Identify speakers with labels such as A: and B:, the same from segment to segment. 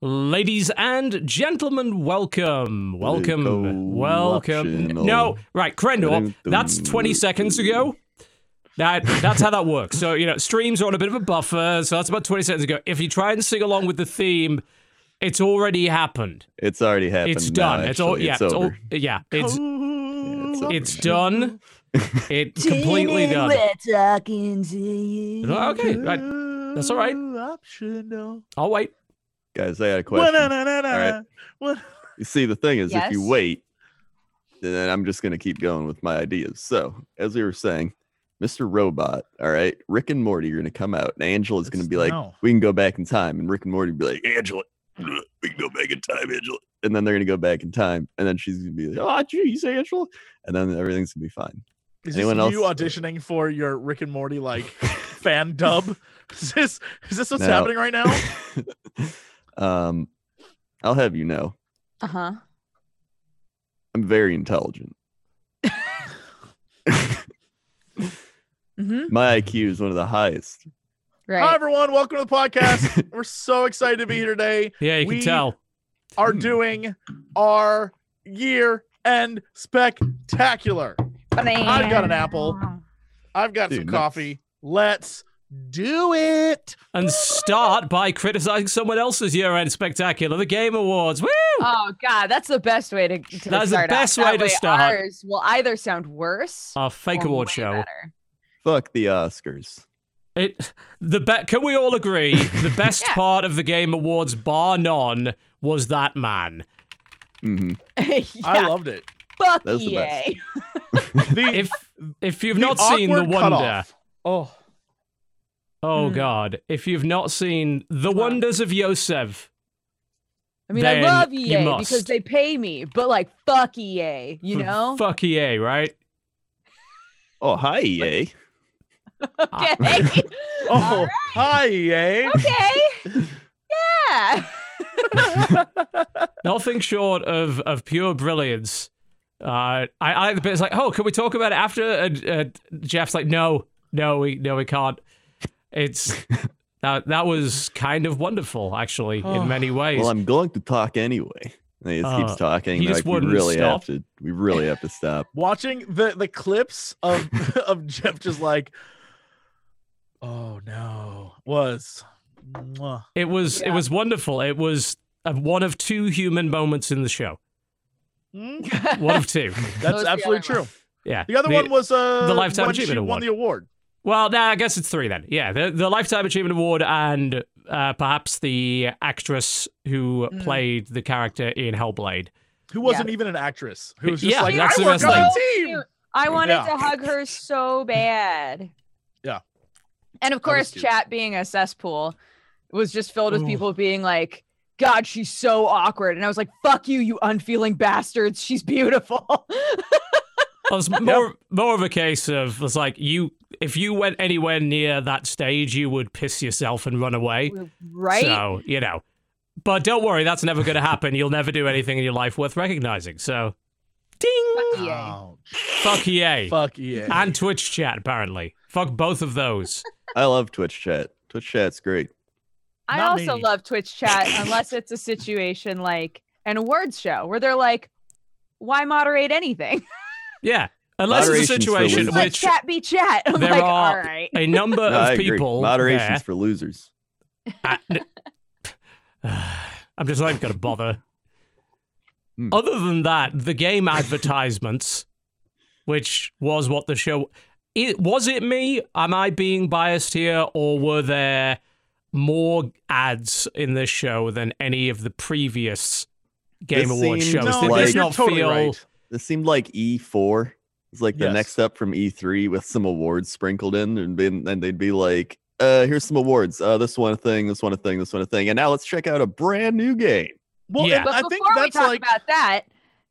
A: Ladies and gentlemen, welcome. Welcome. Welcome.
B: Corruption
A: No,
B: of-
A: right, Crendor, that's 20 seconds ago. That that's how that works. So, you know, streams are on a bit of a buffer, so that's about 20 seconds ago. If you try and sing along with the theme, it's already happened.
B: It's already happened.
A: It's
B: now,
A: done. it's all
B: actually.
A: yeah,
B: It's,
A: it's,
B: over.
A: all yeah, it's
B: Yeah, it's over
A: it's
B: now.
A: done. It's completely
C: Timmy,
A: done. Oh,
C: We're talking to you.
A: Okay, right. That's all right.
D: Optional.
A: I'll wait.
B: Guys, I got a question.
D: Right.
B: You see, the thing is, if you
C: Yes.
B: wait, then I'm just going to keep going with my ideas. So, as we were saying, Mr. Robot, all right, Rick and Morty are going to come out, and Angela's going to
D: It's-
B: be like,
D: no.
B: we can go back in time. And Rick and Morty be like, Angela, we can go back in time, Angela. And then they're going to go back in time. And then she's going to be like, oh, geez, Angela. And then everything's going to be fine.
D: Is
B: Anyone
D: this
B: else?
D: you auditioning for your Rick and Morty like fan dub? Is this is this what's
B: No.
D: happening right now?
B: um, I'll have you know,
C: Uh huh.
B: I'm very intelligent.
C: Mm-hmm.
B: My IQ is one of the highest.
D: Hi
C: Right.
D: everyone, welcome to the podcast. We're so excited to be here today.
A: Yeah, you
D: We-
A: can tell.
D: Are
B: Hmm.
D: doing our year end spectacular. I've got an apple. I've got
B: Dude,
D: some
B: no.
D: coffee. Let's do it.
A: And start by criticizing someone else's year end spectacular, the Game Awards. Woo!
C: Oh God, that's the best way to. to
A: That's the
C: start out.
A: best
C: That
A: way to
C: way
A: start.
C: Ours will either sound worse.
A: Our fake
C: or
A: award
C: way
A: show.
C: better.
B: Fuck the Oscars.
A: It the be- can we all agree the best
C: Yeah.
A: part of the Game Awards, bar none, was that man.
B: hmm
D: I
C: yeah,
D: loved it.
C: fuck E
B: That's the best.
C: EA.
D: The,
A: If if you've
D: the
A: not seen the
D: awkward
A: wonder,
D: cutoff. Oh,
A: oh
C: Mm.
A: god, if you've not seen the
C: Wow.
A: wonders of Yosef,
C: I mean,
A: Then
C: I love
A: you
C: EA because
A: must.
C: they pay me, but like fuck EA, you know?
A: fuck EA, right?
B: Oh, hi,
A: I-
B: EA.
C: okay.
D: oh,
C: Alright,
D: hi, EA.
C: okay. Yeah.
A: nothing short of of pure brilliance. Uh, I, I like the bit. It's like, oh, can we talk about it after? And uh, Jeff's like, no, no, we no, we can't. It's that that was kind of wonderful, actually,
C: Oh.
A: in many ways.
B: Well, I'm going to talk anyway. And he just
A: Uh,
B: keeps talking.
A: he
B: They're
A: just
B: like, we
A: wouldn't
B: really
A: stop.
B: have to. We really have to stop.
D: Watching the the clips of of Jeff just like, oh no, was. Mwah.
A: It was it
C: Yeah.
A: was wonderful. It was uh, one of two human moments in the show.
D: Mm,
A: One of two.
C: was
D: That's
C: the
D: absolutely
C: other
D: true.
C: one.
A: Yeah.
D: The other one was uh,
A: Lifetime
D: when
A: Achievement
D: she won
A: Award.
D: the award.
A: Well, nah, I guess it's three then. Yeah, the the lifetime achievement award and uh, perhaps the actress who
C: Mm.
A: played the character in Hellblade.
D: Who wasn't even an actress. Who was just
A: Yeah,
D: like,
A: that's
D: I
A: the
D: work
A: best
D: on a
C: thing.
D: team.
C: I wanted
D: Yeah.
C: to hug her so bad.
D: Yeah.
C: And of
D: That was
C: course,
D: cute.
C: chat being a cesspool was just filled with
A: Ooh.
C: people being like, God, she's so awkward. And I was like, fuck you, you unfeeling bastards. She's beautiful.
A: It was more more of a case of it's like you if you went anywhere near that stage, you would piss yourself and run away.
C: right?
A: So you know, but don't worry, that's never going to happen. You'll never do anything in your life worth recognizing. So, ding,
C: Fuck EA.
D: Oh,
A: fuck EA.
D: fuck EA.
A: and Twitch chat apparently. Fuck both of those.
B: I love Twitch chat. Twitch chat's great.
C: I
D: Not
C: also
D: me.
C: love Twitch chat unless it's a situation like an awards show where they're like, why moderate anything?
A: Yeah, unless it's a
B: Moderation's for
A: situation
B: losers.
C: Let
A: which
C: chat be chat. I'm
A: there
C: like,
A: are-
C: all right.
A: a number
B: No, I
A: of
B: agree.
A: people
B: Moderation's
A: there-
B: for losers.
A: I'm just not even gonna bother.
B: Hmm.
A: Other than that, the game advertisements, which was what the show. It, was it me? Am I being biased here, or were there more ads in this show than any of the previous Game
B: This
A: Awards
B: seems
A: shows?
D: no,
A: Did
B: like-
A: this
D: you're
A: not
D: totally
A: feel?
D: right.
B: This seemed like E4. It's like the
D: Yes.
B: next up from E3 with some awards sprinkled in, and then and they'd be like, uh, "Here's some awards. Uh, this one a thing. This one a thing. This one a thing. And now let's check out a brand new game."
D: Well,
A: Yeah.
D: and
C: But
D: I
C: before
D: think
C: we
D: that's
C: talk
D: like
C: about that,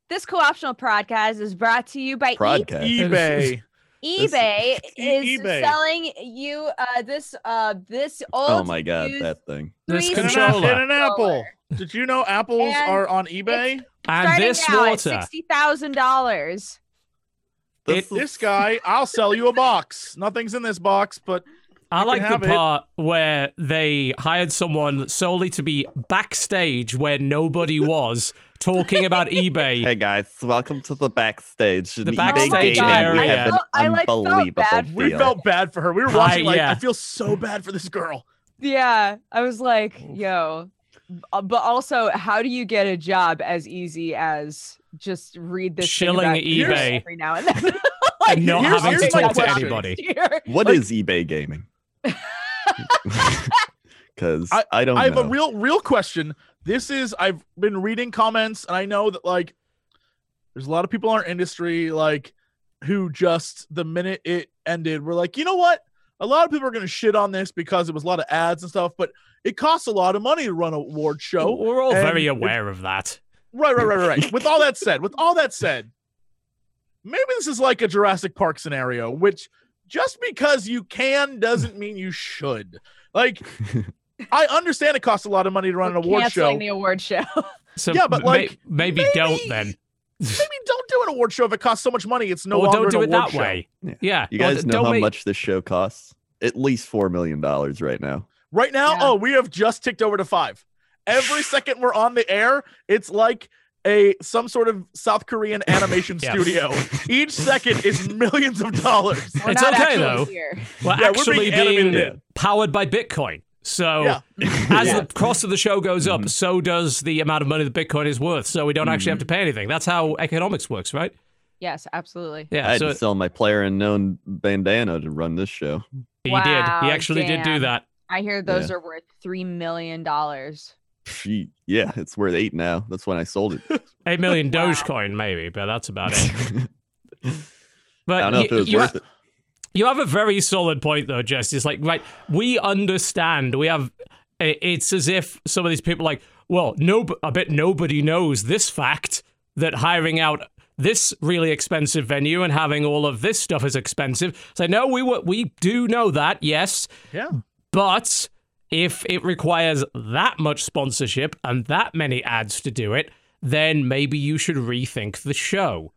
C: this co-optional podcast is brought to you by e-
B: Prodcast.
D: eBay.
B: This-
C: eBay.
D: E-
C: is
D: eBay.
C: selling you uh, this uh, this old.
B: Oh my god,
C: used
B: that thing.
A: This
C: three-
D: In an,
A: control-
D: app-
A: Controller.
D: in an apple.
C: Controller.
D: Did you know apples
C: And
D: are on eBay?
A: And
C: starting
A: this
C: now at
A: water.
C: sixty thousand dollars.
B: This,
A: It-
B: is-
D: This guy, I'll sell you a box. Nothing's in this box, but
A: I
D: You
A: like
D: can
A: the
D: have it.
A: part where they hired someone solely to be backstage where nobody was talking about eBay.
B: Hey guys, welcome to the backstage.
A: The backstage
B: and We
A: area.
B: have an
C: I like felt
B: unbelievable
C: bad
B: deal.
D: We felt bad for her. We were
A: I-
D: watching like
A: yeah.
D: I feel so bad for this girl.
C: Yeah, I was like,
A: Oof.
C: yo. Uh, But also, how do you get a job as easy as just read this thing
A: Shilling
C: about eBay
A: eBay.
C: every now and then? like,
A: And not
D: here's-
A: having to
D: here's my
A: talk to
D: question.
A: anybody.
B: What
D: Like-
B: is eBay gaming? Because I, don't
D: I have
B: know.
D: a real real question. This is I've been reading comments and I know that like there's a lot of people in our industry like who just the minute it ended were like, you know what? A lot of people are gonna shit on this because it was a lot of ads and stuff, but it costs a lot of money to run an award show.
A: We're all
D: and
A: very
D: if-
A: aware of that.
D: Right, right, right, right, right. with all that said, with all that said, maybe this is like a Jurassic Park scenario, which just because you can doesn't mean you should. Like, I understand it costs a lot of money to run an award
C: canceling
D: show.
C: the award show.
A: So
D: Yeah, but,
A: m- may-
D: like,
A: maybe,
D: maybe-
A: don't then.
D: maybe don't do an award show if it costs so much money. It's no
A: or
D: longer
A: don't do
D: an
A: it
D: award
A: that
D: show.
A: way.
B: Yeah.
A: Yeah. Or
B: you guys
A: th-
B: know
A: don't
B: how
A: make-
B: much this show costs? At least four million dollars right now.
D: Right now,
C: Yeah.
D: oh, we have just ticked over to five. Every second we're on the air, it's like a some sort of South Korean animation
A: Yeah.
D: studio. Each second is millions of dollars.
C: We're
A: It's
C: not
A: okay,
C: actually
A: though.
C: Here.
A: We're
D: Yeah, we're
A: actually
D: being animated.
A: being powered by Bitcoin. So
D: Yeah.
A: as
D: Yeah.
A: the cost of the show goes up,
B: Mhm.
A: so does the amount of money that Bitcoin is worth. So we don't
B: Mm-hmm.
A: actually have to pay anything. That's how economics works, right?
C: Yes, absolutely.
B: I
A: Yeah.
B: had
A: So
B: to sell my player unknown bandana to run this show.
A: he did.
C: Wow,
A: He actually did do
C: damn.
A: that.
C: I hear those are worth three million dollars.
B: She, yeah, it's worth eight now. That's when I sold it.
A: Eight million
C: Wow.
A: Dogecoin, maybe, but that's about it.
B: I
A: But
B: don't know
A: you,
B: if it was
A: you,
B: worth it.
A: you have a very solid point, though, Jess. It's like, right, we understand. We have. i- It's as if some of these people, are like, well, no, I bet nobody knows this fact that hiring out this really expensive venue and having all of this stuff is expensive. So no, we were, we do know that, yes,
D: Yeah.
A: but if it requires that much sponsorship and that many ads to do it, then maybe you should rethink the show.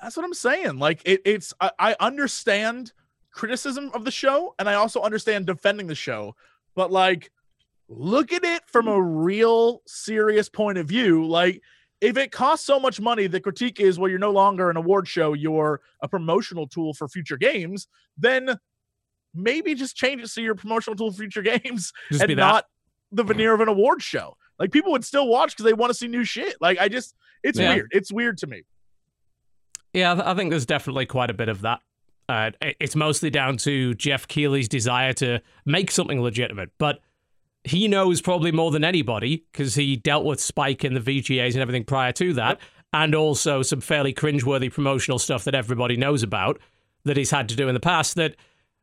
D: That's what I'm saying. Like it, it's I, I understand criticism of the show, and I also understand defending the show, but like look at it from a real serious point of view. Like if it costs so much money, the critique is well, you're no longer an award show, you're a promotional tool for future games, then maybe just change it so you're a promotional tool for future games
A: Just be
D: and
A: that.
D: not the veneer of an award show. Like people would still watch because they want to see new shit. Like I just it's
A: Yeah.
D: weird. It's weird to me.
A: Yeah, I th- I think there's definitely quite a bit of that. Uh, i- it's mostly down to Jeff Keighley's desire to make something legitimate, but he knows probably more than anybody because he dealt with Spike and the VGAs and everything prior to that, and also some fairly cringeworthy promotional stuff that everybody knows about that he's had to do in the past. That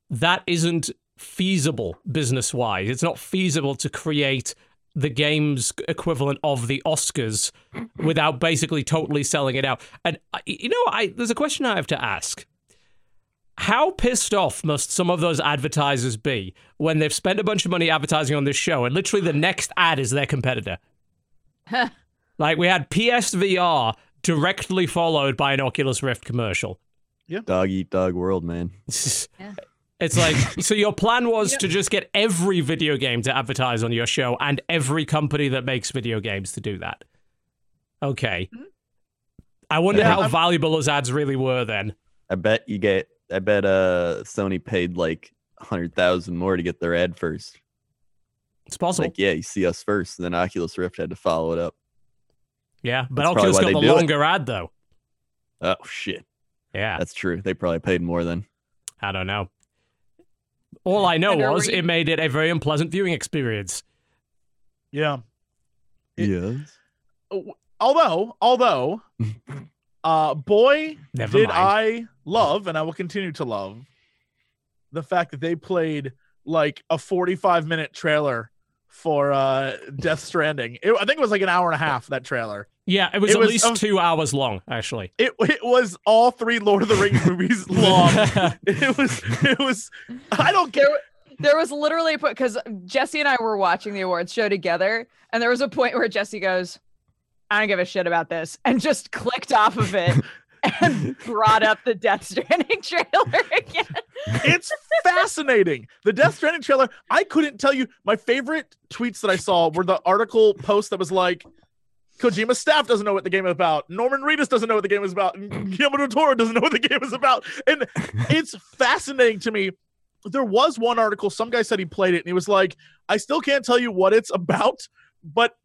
A: that isn't feasible business wise. It's not feasible to create the game's equivalent of the Oscars without basically totally selling it out. And uh, you know, I there's a question I have to ask. How pissed off must some of those advertisers be when they've spent a bunch of money advertising on this show and literally the next ad is their competitor? like we had PSVR directly followed by an Oculus Rift commercial.
B: Dog eat dog world, man.
A: It's
C: Yeah.
A: like so your plan was
C: You know-
A: to just get every video game to advertise on your show and every company that makes video games to do that. Okay.
C: Mhm.
A: I wonder
B: Yeah,
A: how
D: I'm-
A: valuable those ads really were then.
B: I bet you get. I bet uh Sony paid like a hundred thousand more to get their ad first.
A: It's possible.
B: Like, yeah, you see us first, and then Oculus Rift had to follow it up.
A: yeah, but
B: that's
A: Oculus got
B: probably
A: the
B: why they do it.
A: longer ad though.
B: Oh shit,
A: Yeah,
B: that's true. They probably paid more than.
A: I don't know. All I know
C: And are
A: was
C: we-
A: it made it a very unpleasant viewing experience.
D: Yeah. It-
B: yes.
D: although although uh boy
A: Never
D: did
A: mind.
D: i love and i will continue to love the fact that they played like a 45 minute trailer for uh death stranding It- i think it was like an hour and a half that trailer
A: yeah, it was
D: It
A: at
D: was-
A: least
D: um,
A: two hours long, actually.
D: it, it was all three lord of the rings movies long it was it was i don't care
C: There was literally a point because Jesse and I were watching the awards show together, and there was a point where Jesse goes, "I don't give a shit about this," and just clicked off of it. and brought up the Death Stranding trailer again.
D: It's fascinating. The Death Stranding trailer, I couldn't tell you. My favorite tweets that I saw were the article post that was like, Kojima staff doesn't know what the game is about. Norman Reedus doesn't know what the game is about. and Guillermo del Toro doesn't know what the game is about. And it's fascinating to me. There was one article, some guy said he played it, and he was like, I still can't tell you what it's about, but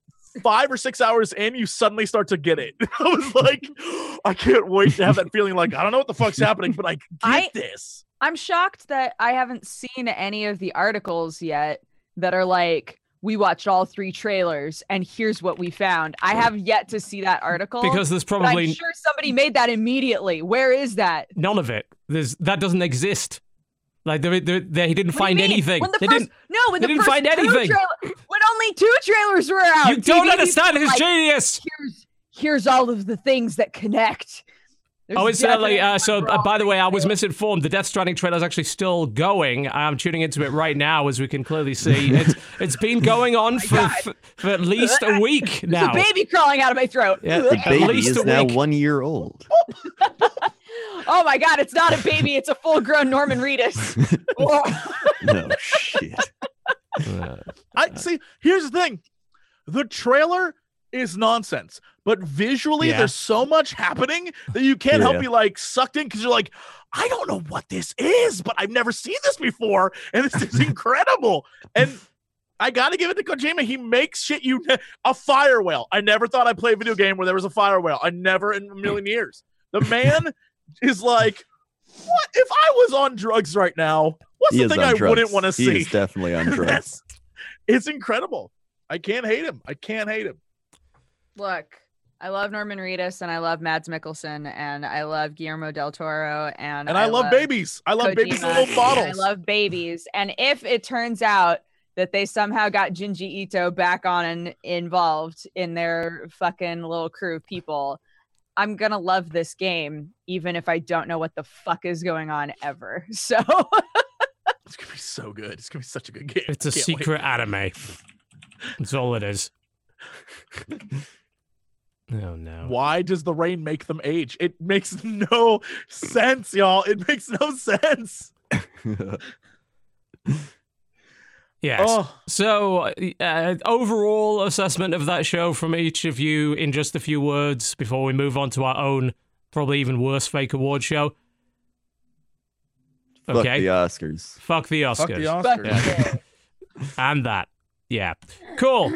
D: five or six hours in, you suddenly start to get it. I was like, I can't wait to have that feeling like, I don't know what the fuck's happening, but I get
C: I-
D: this.
C: I'm shocked that I haven't seen any of the articles yet that are like, we watched all three trailers and here's what we found. I have yet to see that article.
A: because there's
C: but I'm
A: probably
C: sure somebody made that immediately. Where is that?
A: none of it. There's that doesn't exist. Like there, there, there he didn't
C: What do
A: find
C: you mean?
A: anything.
C: When the
A: They
C: 1st
A: didn't.
C: no, when
A: they
C: the
A: didn't
C: first
A: find
C: two
A: anything.
C: trailer- when only two trailers were out.
A: You don't
C: TV
A: understand his
C: like-
A: genius.
C: Here's here's all of the things that connect. There's
A: Oh, incidentally,
C: definitely
A: uh,
C: one
A: so
C: for
A: uh,
C: all
A: by the
C: three
A: way, I was
C: trailers.
A: misinformed. The Death Stranding trailer is actually still going. I'm tuning into it right now, as we can clearly see. It's it's been going on for
C: God.
A: f- for at least a week
C: There's
A: now.
C: a baby crawling out of my throat.
A: Yeah,
B: The
A: At
B: baby
A: least
B: is
A: a
B: now
A: week.
B: one year old.
C: Oh my god, it's not a baby, it's a full-grown Norman Reedus.
B: No shit.
A: Uh,
D: I see. Here's the thing: the trailer is nonsense, but visually,
A: Yeah.
D: there's so much happening that you can't help
B: Yeah.
D: be like sucked in because you're like, I don't know what this is, but I've never seen this before, and this is incredible. And I gotta give it to Kojima. He makes shit you ne- a fire whale. I never thought I'd play a video game where there was a fire whale. I never in a million years. The man is like, what if I was on drugs right now? What's
B: He
D: the
B: is
D: thing
B: on
D: I
B: drugs.
D: wouldn't want to see?
B: He is definitely on drugs.
D: That's- it's incredible. I can't hate him. I can't hate him.
C: Look, I love Norman Reedus and I love Mads Mikkelsen and I love Guillermo del Toro and
D: And I, love babies. I love babies in
C: Kojima,
D: little bottles.
C: I love babies. And if it turns out that they somehow got Jinji Ito back on and involved in their fucking little crew of people, I'm gonna love this game, even if I don't know what the fuck is going on ever. So
D: it's gonna be so good. It's gonna be such a good game.
A: it's a
D: Can't wait.
A: secret anime. That's all it is. Oh no.
D: Why does the rain make them age? It makes no sense, y'all. It makes no sense.
A: Yes.
D: Oh,
A: So, uh, overall assessment of that show from each of you in just a few words before we move on to our own, probably even worse fake award show.
B: Fuck
A: okay.
B: the Oscars.
A: Fuck the Oscars.
D: fuck the
C: fuck
D: Oscars.
C: yeah.
A: and that. Yeah. Cool.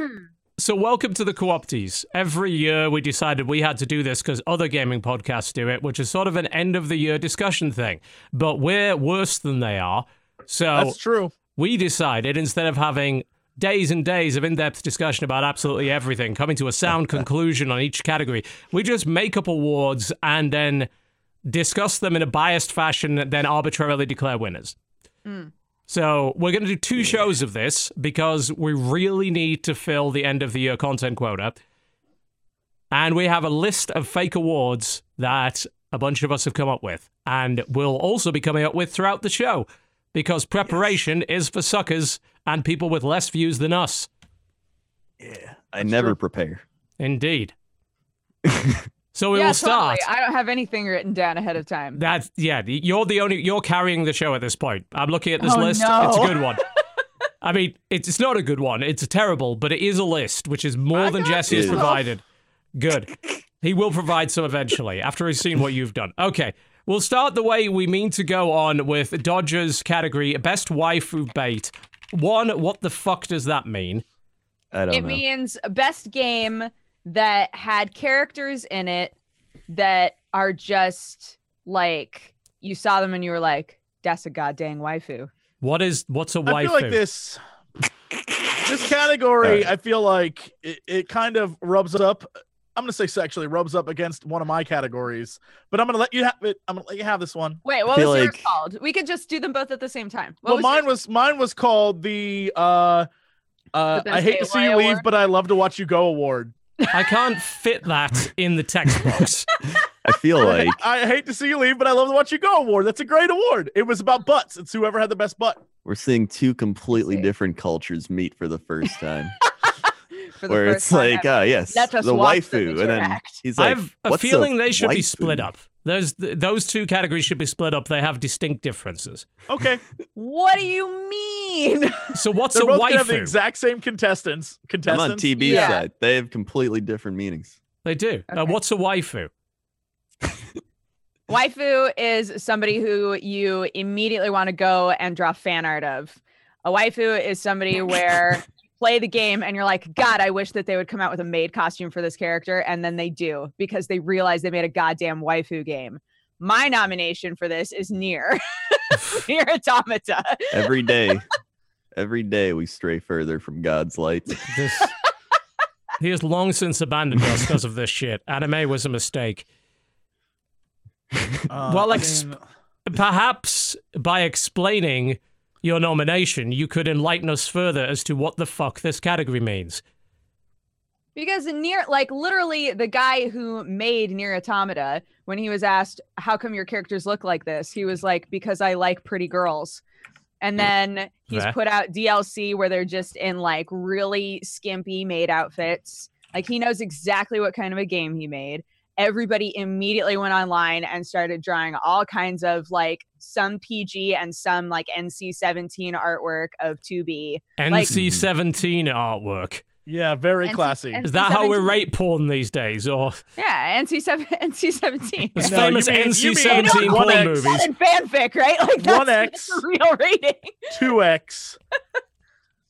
A: So, welcome to the Co-opties. Every year, we decided we had to do this because other gaming podcasts do it, which is sort of an end of the year discussion thing. But we're worse than they are. So
D: That's true.
A: we decided instead of having days and days of in-depth discussion about absolutely everything coming to a sound conclusion on each category we just make up awards and then discuss them in a biased fashion and then arbitrarily declare winners
C: Mm.
A: so we're going to do two shows of this because we really need to fill the end of the year content quota and we have a list of fake awards that a bunch of us have come up with and will also be coming up with throughout the show because preparation is for suckers and people with less views than us.
B: Yeah. I never
D: true.
B: prepare.
A: Indeed. so we
C: Yeah,
A: will start.
C: totally. I don't have anything written down ahead of time.
A: That yeah, you're the only you're carrying the show at this point. I'm looking at this
C: Oh,
A: list.
C: no.
A: It's a good one. I mean, it's it's not a good one. It's terrible, but it is a list, which is more
D: I
A: than
D: got
A: Jesse has
B: you.
A: provided. Good. He will provide some eventually after he's seen what you've done. Okay. We'll start the way we mean to go on with Dodgers category best waifu bait. One, what the fuck does that mean?
B: I don't
C: it
B: know.
C: means best game that had characters in it that are just like you saw them and you were like, that's a goddamn waifu.
A: What is what's a waifu?
D: I feel like this this category,
B: Alright.
D: I feel like it, it kind of rubs up. I'm gonna say sexually rubs up against one of my categories, but I'm gonna let you have it. I'm gonna let you have this one.
C: Wait, what was
B: feel
C: yours
B: like-
C: called? We could just do them both at the same time. What
D: well,
C: was
D: mine
C: yours?
D: was mine was called the uh, uh,
C: The
D: I
C: Best
D: hate to see you
C: AY
D: leave,
C: award?
D: but I love to watch you go award.
A: I can't fit that in the text box.
B: I feel like
D: I hate to see you leave, but I love to watch you go award. That's a great award. It was about butts. It's whoever had the best butt.
B: we're seeing two completely
C: see.
B: different cultures meet for the first time.
C: for the
B: where
C: first
B: it's
C: time
B: like,
C: ever.
B: ah, yes,
C: Let us
B: the
C: watch
B: waifu,
C: them
B: and then
C: interact.
B: he's
A: I
B: like,
A: have a
B: "What's
A: feeling they should be
B: waifu?"
A: split up. Those th- those two categories should be split up. They have distinct differences.
D: Okay,
C: What do you mean?
A: So what's
D: they're
A: a
D: both gonna have the
A: waifu?
D: exact same contestants.
B: I'm
D: Contestants.
B: on TB's
C: Yeah.
B: side. They have completely different meanings.
A: they do. Uh,
C: Okay.
A: what's a waifu?
C: waifu is somebody who you immediately want to go and draw fan art of. A waifu is somebody where you play the game and you're like, God, I wish that they would come out with a maid costume for this character. And then they do because they realize they made a goddamn waifu game. My nomination for this is Near. Near Automata.
B: Every day, every day we stray further from God's light.
A: This. He has long since abandoned us because of this shit. Anime was a mistake.
D: Uh,
A: Well,
D: I
A: ex-
D: mean,
A: Perhaps by explaining your nomination, you could enlighten us further as to what the fuck this category means.
C: Because near, like literally, the guy who made Near Automata, when he was asked, "How come your characters look like this?" he was like, "Because I like pretty girls." And then he's
A: Yeah.
C: put out DLC where they're just in like really skimpy made outfits. Like he knows exactly what kind of a game he made. Everybody immediately went online and started drawing all kinds of like some PG and some like NC 17 artwork of 2B. Like-
A: NC-17 artwork.
D: yeah, very
C: And-
D: classy.
C: and-
A: Is that how we
C: NC-17.
A: rate porn these days? Or
C: Yeah, NC 7 NC 17.
A: It's
D: No, you
A: famous
D: mean- you mean-
A: NC-17
D: One
A: porn
D: X.
A: movies.
C: in fanfic, right? Like that's,
D: One
C: that's
D: X.
C: the real rating.
D: Two X.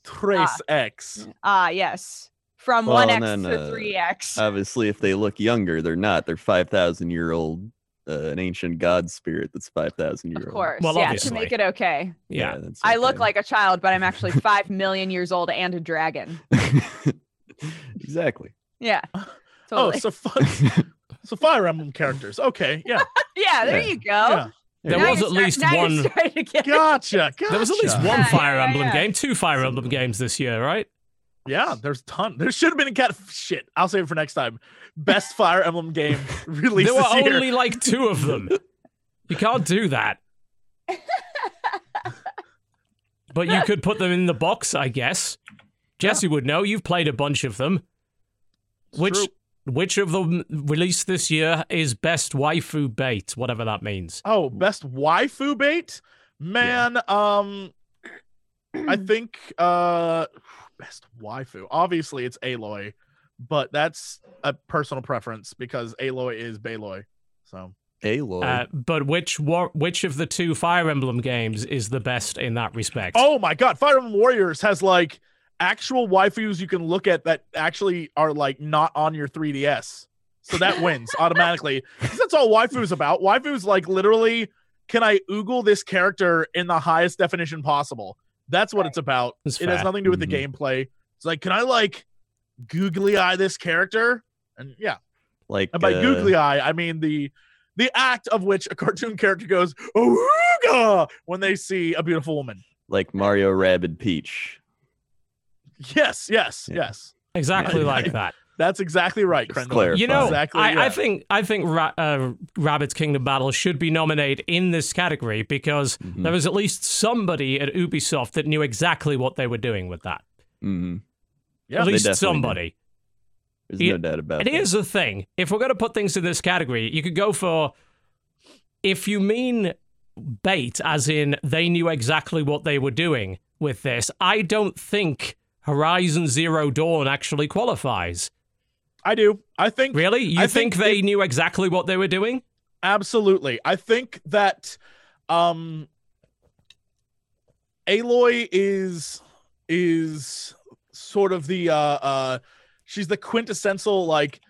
D: Trace X.
C: Ah, yes. From
B: Well,
C: one X
B: and then,
C: to
B: uh,
C: three X.
B: Obviously, if they look younger, they're not. They're five thousand year old, uh, an ancient god spirit that's five thousand year old.
C: Of course.
A: Well,
C: yeah,
A: obviously.
C: to make it okay.
A: Yeah.
B: that's
C: I look
B: okay.
C: like a child, but I'm actually five million years old and a dragon.
B: exactly.
C: Yeah.
D: Oh,
C: Totally.
D: so fu- so Fire Emblem characters. Okay, yeah,
C: yeah, there
B: yeah.
C: you go.
D: yeah.
A: There
C: Now
A: was at
C: you're start-
A: least
C: now you're
A: one-
C: starting to get-
D: Gotcha,
A: There was at least
D: gotcha.
A: one
C: Yeah,
A: Fire
C: yeah,
A: Emblem
C: yeah.
A: game, two Fire Emblem games this year, right?
D: Yeah, there's ton. There should have been a cat. Shit, I'll save it for next time. Best Fire Emblem game released
A: there were
D: this year.
A: only like two of them. You can't do that. but you could put them in the box, I guess. Jesse would know. You've played a bunch of them.
D: It's
A: which
D: true.
A: which of them released this year is best waifu bait, whatever that means.
D: Oh, best waifu bait, man. Um, I think uh, best waifu. Obviously, it's Aloy, but that's a personal preference because Aloy is Baloy. So
B: Aloy.
A: Uh, but which war- which of the two Fire Emblem games is the best in that respect?
D: Oh my god, Fire Emblem Warriors has like actual waifus you can look at that actually are like not on your 3DS. So that wins automatically. 'Cause That's all waifu's about. Waifu's like literally can I oogle this character in the highest definition possible? That's what it's about.
A: That's
D: it has
A: fair.
D: nothing to do with the gameplay. It's like, can I like googly eye this character? And yeah.
B: like
D: And by
B: uh,
D: googly eye, I mean the the act of which a cartoon character goes "Ooga!" when they see a beautiful woman.
B: like Mario Rabid Peach.
D: Yes, yes,
B: Yeah.
D: yes.
A: exactly
D: Yeah.
A: like that.
D: That's exactly right,
B: Just
D: Crendel.
B: clarify.
A: You know,
D: Exactly,
A: I, I
D: yeah.
A: think I think Ra- uh, Rabbit's Kingdom Battle should be nominated in this category because
B: Mhm,
A: there was at least somebody at Ubisoft that knew exactly what they were doing with that.
B: mhm.
D: Yeah,
A: at
B: they
A: least
B: definitely did.
A: somebody.
B: There's
A: It-
B: no doubt about
A: It is a thing. If we're going to put things in this category, you could go for if you mean bait, as in they knew exactly what they were doing with this. I don't think Horizon Zero Dawn actually qualifies.
D: I do. I think
A: Really? You
D: I
A: think,
D: think
A: they
D: it-
A: knew exactly what they were doing?
D: absolutely. I think that um Aloy is is sort of the uh uh she's the quintessential like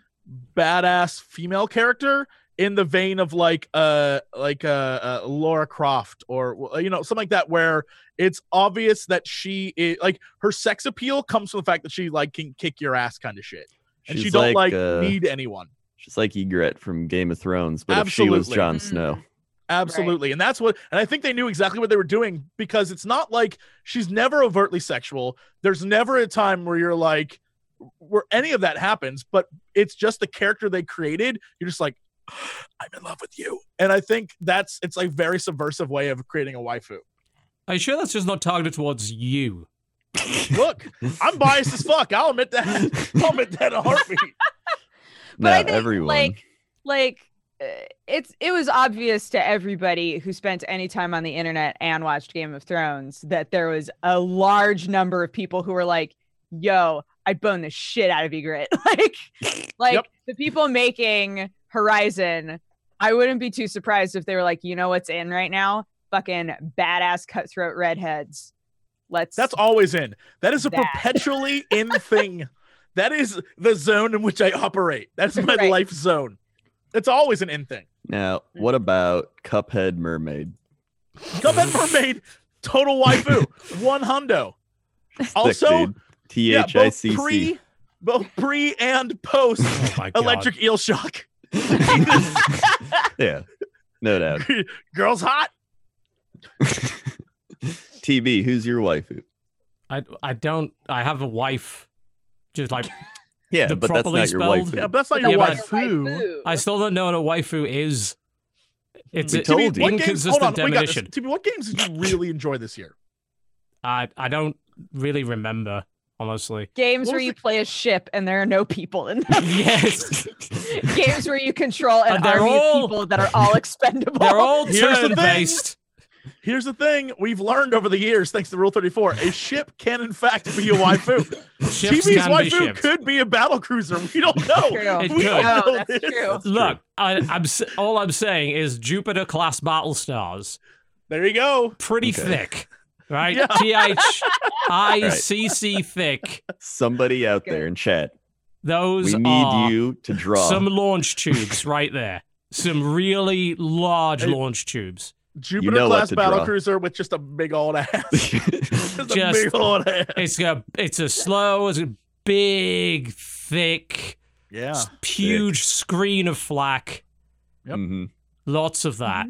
D: badass female character in the vein of like uh like uh, uh Laura Croft or you know something like that where it's obvious that she is like her sex appeal comes from the fact that she like can kick your ass kind of shit. and she don't like,
B: uh,
D: need anyone.
B: she's like Egret from Game of Thrones, but if she was
D: Absolutely.
B: Jon
C: Mm.
B: Snow,
D: Absolutely. And that's what and I think they knew exactly what they were doing because it's not like she's never overtly sexual. There's never a time where you're like where any of that happens, but it's just the character they created. You're just like "Ah, I'm in love with you. And I think that's it's like very subversive way of creating a waifu.
A: Are you sure that's just not targeted towards you?
D: Look, I'm biased as fuck. I'll admit that. I'll admit that in a heartbeat.
C: But I
B: not
C: think,
B: everyone.
C: like like uh, it's it was obvious to everybody who spent any time on the internet and watched Game of Thrones that there was a large number of people who were like, "Yo, I bone the shit out of Egret." like, like
D: Yep.
C: the people making Horizon, I wouldn't be too surprised if they were like, "You know what's in right now? Fucking badass cutthroat redheads." Let's.
D: That's always in. That is a
C: That.
D: perpetually in thing. That is the zone in which I operate. That's my
C: Right.
D: life zone. It's always an in thing.
B: Now, what about Cuphead Mermaid?
D: Cuphead Mermaid, total waifu, one hundo.
B: Thick
D: Also,
B: dude.
D: yeah,
A: E
D: both
B: THICC.
D: pre, both pre and post
A: Oh my god.
D: electric eel shock.
B: yeah, no doubt.
D: Girls hot.
B: TB, who's your waifu?
A: I I don't. I have a wife. Just like
B: Yeah,
A: The
B: but that's
A: properly
B: not your
A: spelled-
B: waifu.
D: Yeah, but that's not
A: Yeah,
D: your
A: but-
D: waifu.
A: I still don't know what a waifu is. It's
B: We
A: a-
B: told
D: TB,
B: you.
D: what games? Hold
A: inconsistent
D: on, we got this.
A: definition.
D: TB, what games did you really enjoy this year?
A: I I don't really remember honestly.
C: Games
D: What
C: where
D: was
C: you
D: the-
C: play a ship and there are no people in them.
A: yes,
C: Games where you control an
A: And they're
C: army
A: all-
C: of people that are all expendable.
A: they're all
D: Here's the
A: turn
D: thing.
A: based.
D: Here's the thing we've learned over the years, thanks to Rule 34, a ship can in fact be a waifu.
A: Ships
D: TB's
A: can be
D: waifu
A: shipped.
D: could be a battle cruiser. We don't know.
C: True.
A: It
D: we
A: could.
D: don't
C: No,
D: know
C: that's
D: this.
C: true.
B: true.
A: Look, I, I'm s- all I'm saying is Jupiter class battle stars,
D: There you go.
A: pretty
B: Okay.
A: thick, right?
D: Yeah.
A: T H I C C thick.
B: Somebody out
C: Okay.
B: there in chat,
A: Those
B: we
A: are
B: need you to draw.
A: uh, some launch tubes right there. Some really large
D: Hey.
A: launch tubes.
D: Jupiter
B: know what
D: class
B: to draw.
D: battle cruiser with just a big old ass.
B: That's
D: just, a
A: Just-
D: big old ass.
A: It's a it's a slow, it's a big, thick,
D: Yeah.
A: s- huge screen of flak.
D: Yep.
B: Mhm.
A: Lots of that.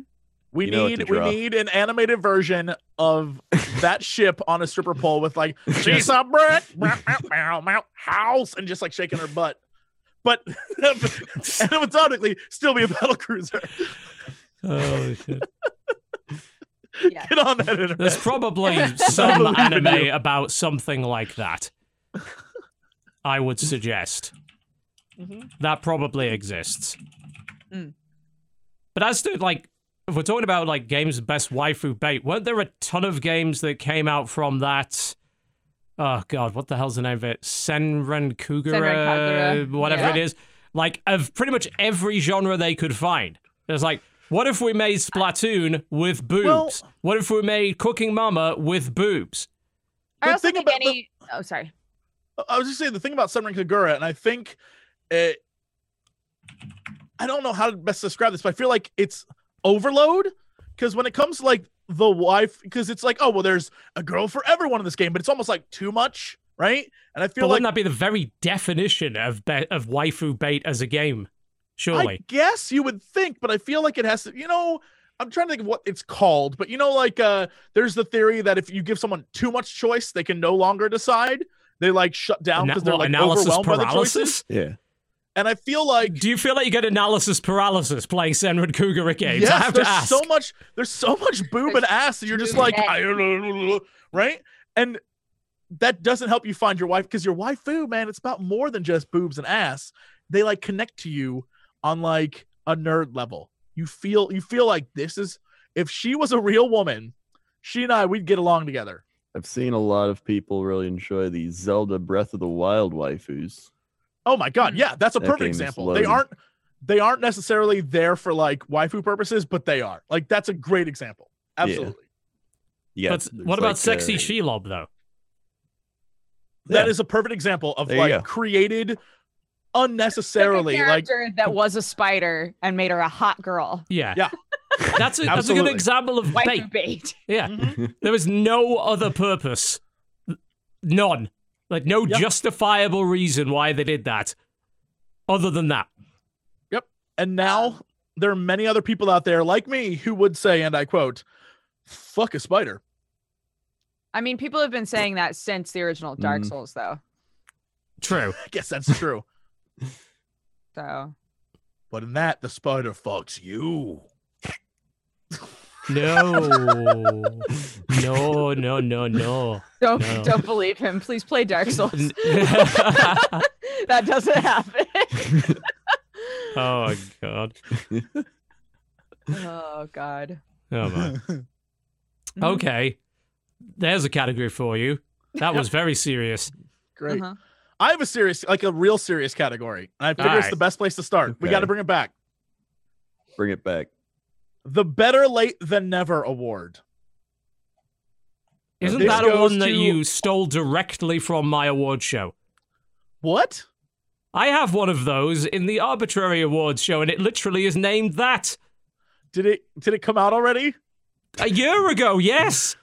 D: We
B: You know what to
D: need we
B: draw.
D: need an animated version of that ship on a stripper pole with like she's a Brit meow, meow, meow, meow, house and just like shaking her butt. But animatronically still be a battle cruiser.
A: Oh shit.
C: Yeah.
D: Get on that internet.
A: There's probably some
D: Unbelievable.
A: anime about something like that. I would suggest
D: Mhm.
A: that probably exists.
C: Mm-hmm. Mm.
A: But as to like, if we're talking about like games with best waifu bait, weren't there a ton of games that came out from that? Oh god, what the hell's the name of it? Senran Kugura,
C: Kagura,
A: whatever it
C: yeah.
A: is. Like of pretty much every genre they could find. There's like, what if we made Splatoon with boobs?
D: Well-
A: what if we made Cooking Mama with boobs?
C: I
D: The
C: also
D: thing
C: think
D: about the-
C: any. Oh, sorry.
D: I was just saying the thing about Sunrin Kagura, and I think it, I don't know how to best describe this, but I feel like it's overload because when it comes to like the wife, because it's like, oh well, there's a girl for everyone in this game, but it's almost like too much, right? And I
A: But
D: feel
A: wouldn't that
D: like
A: be the very definition of be- of waifu bait as a game?
D: I
A: Surely.
D: guess you would think, but I feel like it has to, you know. I'm trying to think of what it's called, but you know, like uh there's the theory that if you give someone too much choice, they can no longer decide. They like shut down
A: Ana-
D: because they're
A: what,
D: like
A: analysis
D: overwhelmed by the choices.
A: paralysis?
B: Yeah.
D: And I feel like
A: Do you feel like you get analysis paralysis playing Senran Kugura games?
D: Yes,
A: I have to
D: there's
A: ask.
D: so much. There's so much boob and ass that you're just like,
C: Boob
D: I, right? And that doesn't help you find your wife because your waifu, man, it's about more than just boobs and ass. They like connect to you on like a nerd level. You feel you feel like this is if she was a real woman, she and I we'd get along together.
B: I've seen a lot of people really enjoy the Zelda Breath of the Wild waifus.
D: Oh my god, yeah, that's a
B: That
D: perfect
B: game is
D: example. They
B: loaded.
D: aren't they aren't necessarily there for like waifu purposes, but they are. Like that's a great example.
B: Yeah.
D: Absolutely.
B: Yeah.
A: but
B: there's
A: what about
B: like,
A: sexy
B: uh,
A: Shelob though?
D: That is
B: Yeah.
D: a perfect example of
B: There you go.
D: like created unnecessarily.
C: Took a
D: Like
C: character that was a spider and made her a hot girl.
A: Yeah.
D: Yeah.
A: That's a, that's a good
D: Absolutely.
A: example of
C: Wife
A: bait.
C: of bait.
A: Yeah.
B: Mm-hmm.
D: Mhm.
A: There is no other purpose. None. Like no
D: Yep.
A: justifiable reason why they did that. Other than that.
D: and now there are many other people out there like me who would say, and I quote, fuck a spider.
C: I mean, people have been saying that since the original Dark
B: Mhm.
A: Mm.
C: Souls, though.
A: True.
D: I guess that's true.
C: So
D: But in that the spider fucks you.
A: No. no, no, no, no.
C: don't
A: No.
C: don't believe him. Please play Dark Souls.
A: N- oh
C: that doesn't happen.
A: god. god.
C: Oh God.
A: Oh my.
D: Mm-hmm.
A: Okay. There's a category for you. That was very serious.
D: Great.
C: Uh-huh.
D: I have a serious, like a real serious category, and I figure it's
A: Alright.
D: the best place to start. We got to
B: Okay.
D: bring it back.
B: Bring it back.
D: The Better Late Than Never Award.
A: Isn't
D: This
A: that a
D: goes
A: one that
D: to-
A: you stole directly from my award show?
D: What?
A: I have one of those in the arbitrary awards show, and it literally is named that.
D: Did it? Did it come out already?
A: A year ago, yes.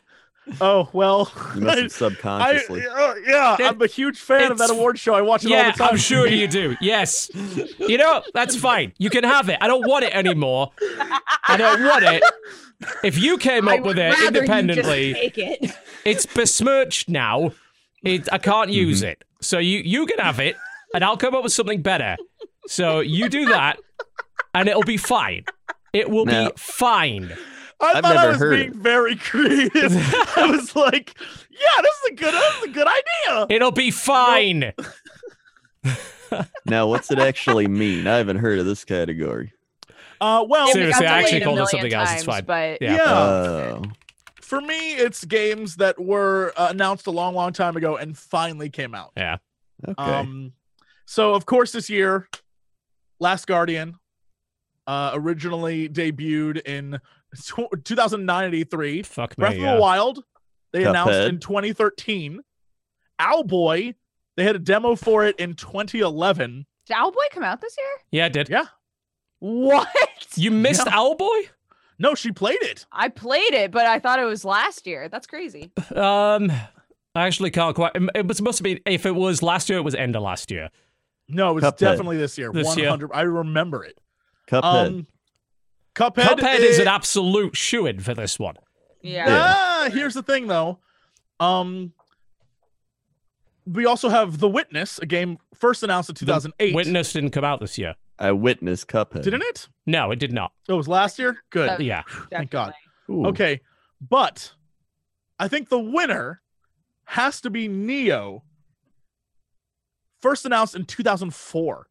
D: Oh well.
B: You must
D: I,
B: have subconsciously.
D: uh, yeah,
A: It-
D: I'm a huge fan of that
A: it's-
D: award show. I watch it all
A: Yeah,
D: the time.
A: I'm sure you do. Yes. You know, that's fine. You can have it. I don't want it anymore. I don't want it. If you came
C: I
A: up with
C: would
A: it
C: rather you just
A: independently,
C: Take it.
A: it's besmirched now. It, I can't use it. So you you can have it, and I'll come up with something better. So you do that, and it'll be fine. It will
B: Now-
A: be fine.
D: I
B: I've
D: thought I
B: never
D: was
B: heard
D: being
B: it.
D: very creative. I was like, yeah, this is a good, this is a good idea.
A: It'll be fine.
B: Now, what's it actually mean? I haven't heard of this category.
D: Uh, well,
A: Seriously,
C: We've got
A: I
C: to
A: actually
C: wait a
A: called it
C: million
A: something else, it's fine.
C: But
A: Yeah.
D: yeah.
B: Oh,
D: for me, it's games that were uh, announced a long, long time ago and finally came out.
B: okay.
D: Um, so of course this year, Last Guardian, uh, originally debuted in tw- 2093.
A: Fuck
D: Breath
A: me.
D: of
A: yeah.
D: the Wild, they announced
B: Cuphead.
D: in 2013. Owlboy, they had a demo for it in 2011.
C: Did Owlboy come out this year?
A: Yeah, it did.
D: Yeah.
C: What?
A: You missed Owlboy?
D: No, she played it.
C: I played it, but I thought it was last year. That's crazy.
A: Um, I actually can't quite. It it was supposed to be. If it was last year, it was end of last year.
D: No, it was
B: Cuphead.
D: definitely this year.
A: This year.
D: 100. I remember it.
B: Cuphead.
D: Um, Cuphead,
A: Cuphead is
D: i-
A: an absolute shoe in for this one.
C: Yeah.
B: Yeah.
D: Ah, here's the thing though. Um we also have The Witness, a game first announced in 2008.
A: Witness didn't come out this year.
B: I witnessed Cuphead.
D: Didn't it?
A: No, it did not.
D: It was last year. Good.
C: Uh,
A: Yeah.
D: Thank God.
B: Ooh.
D: Okay. But I think the winner has to be Neo. First announced in 2004.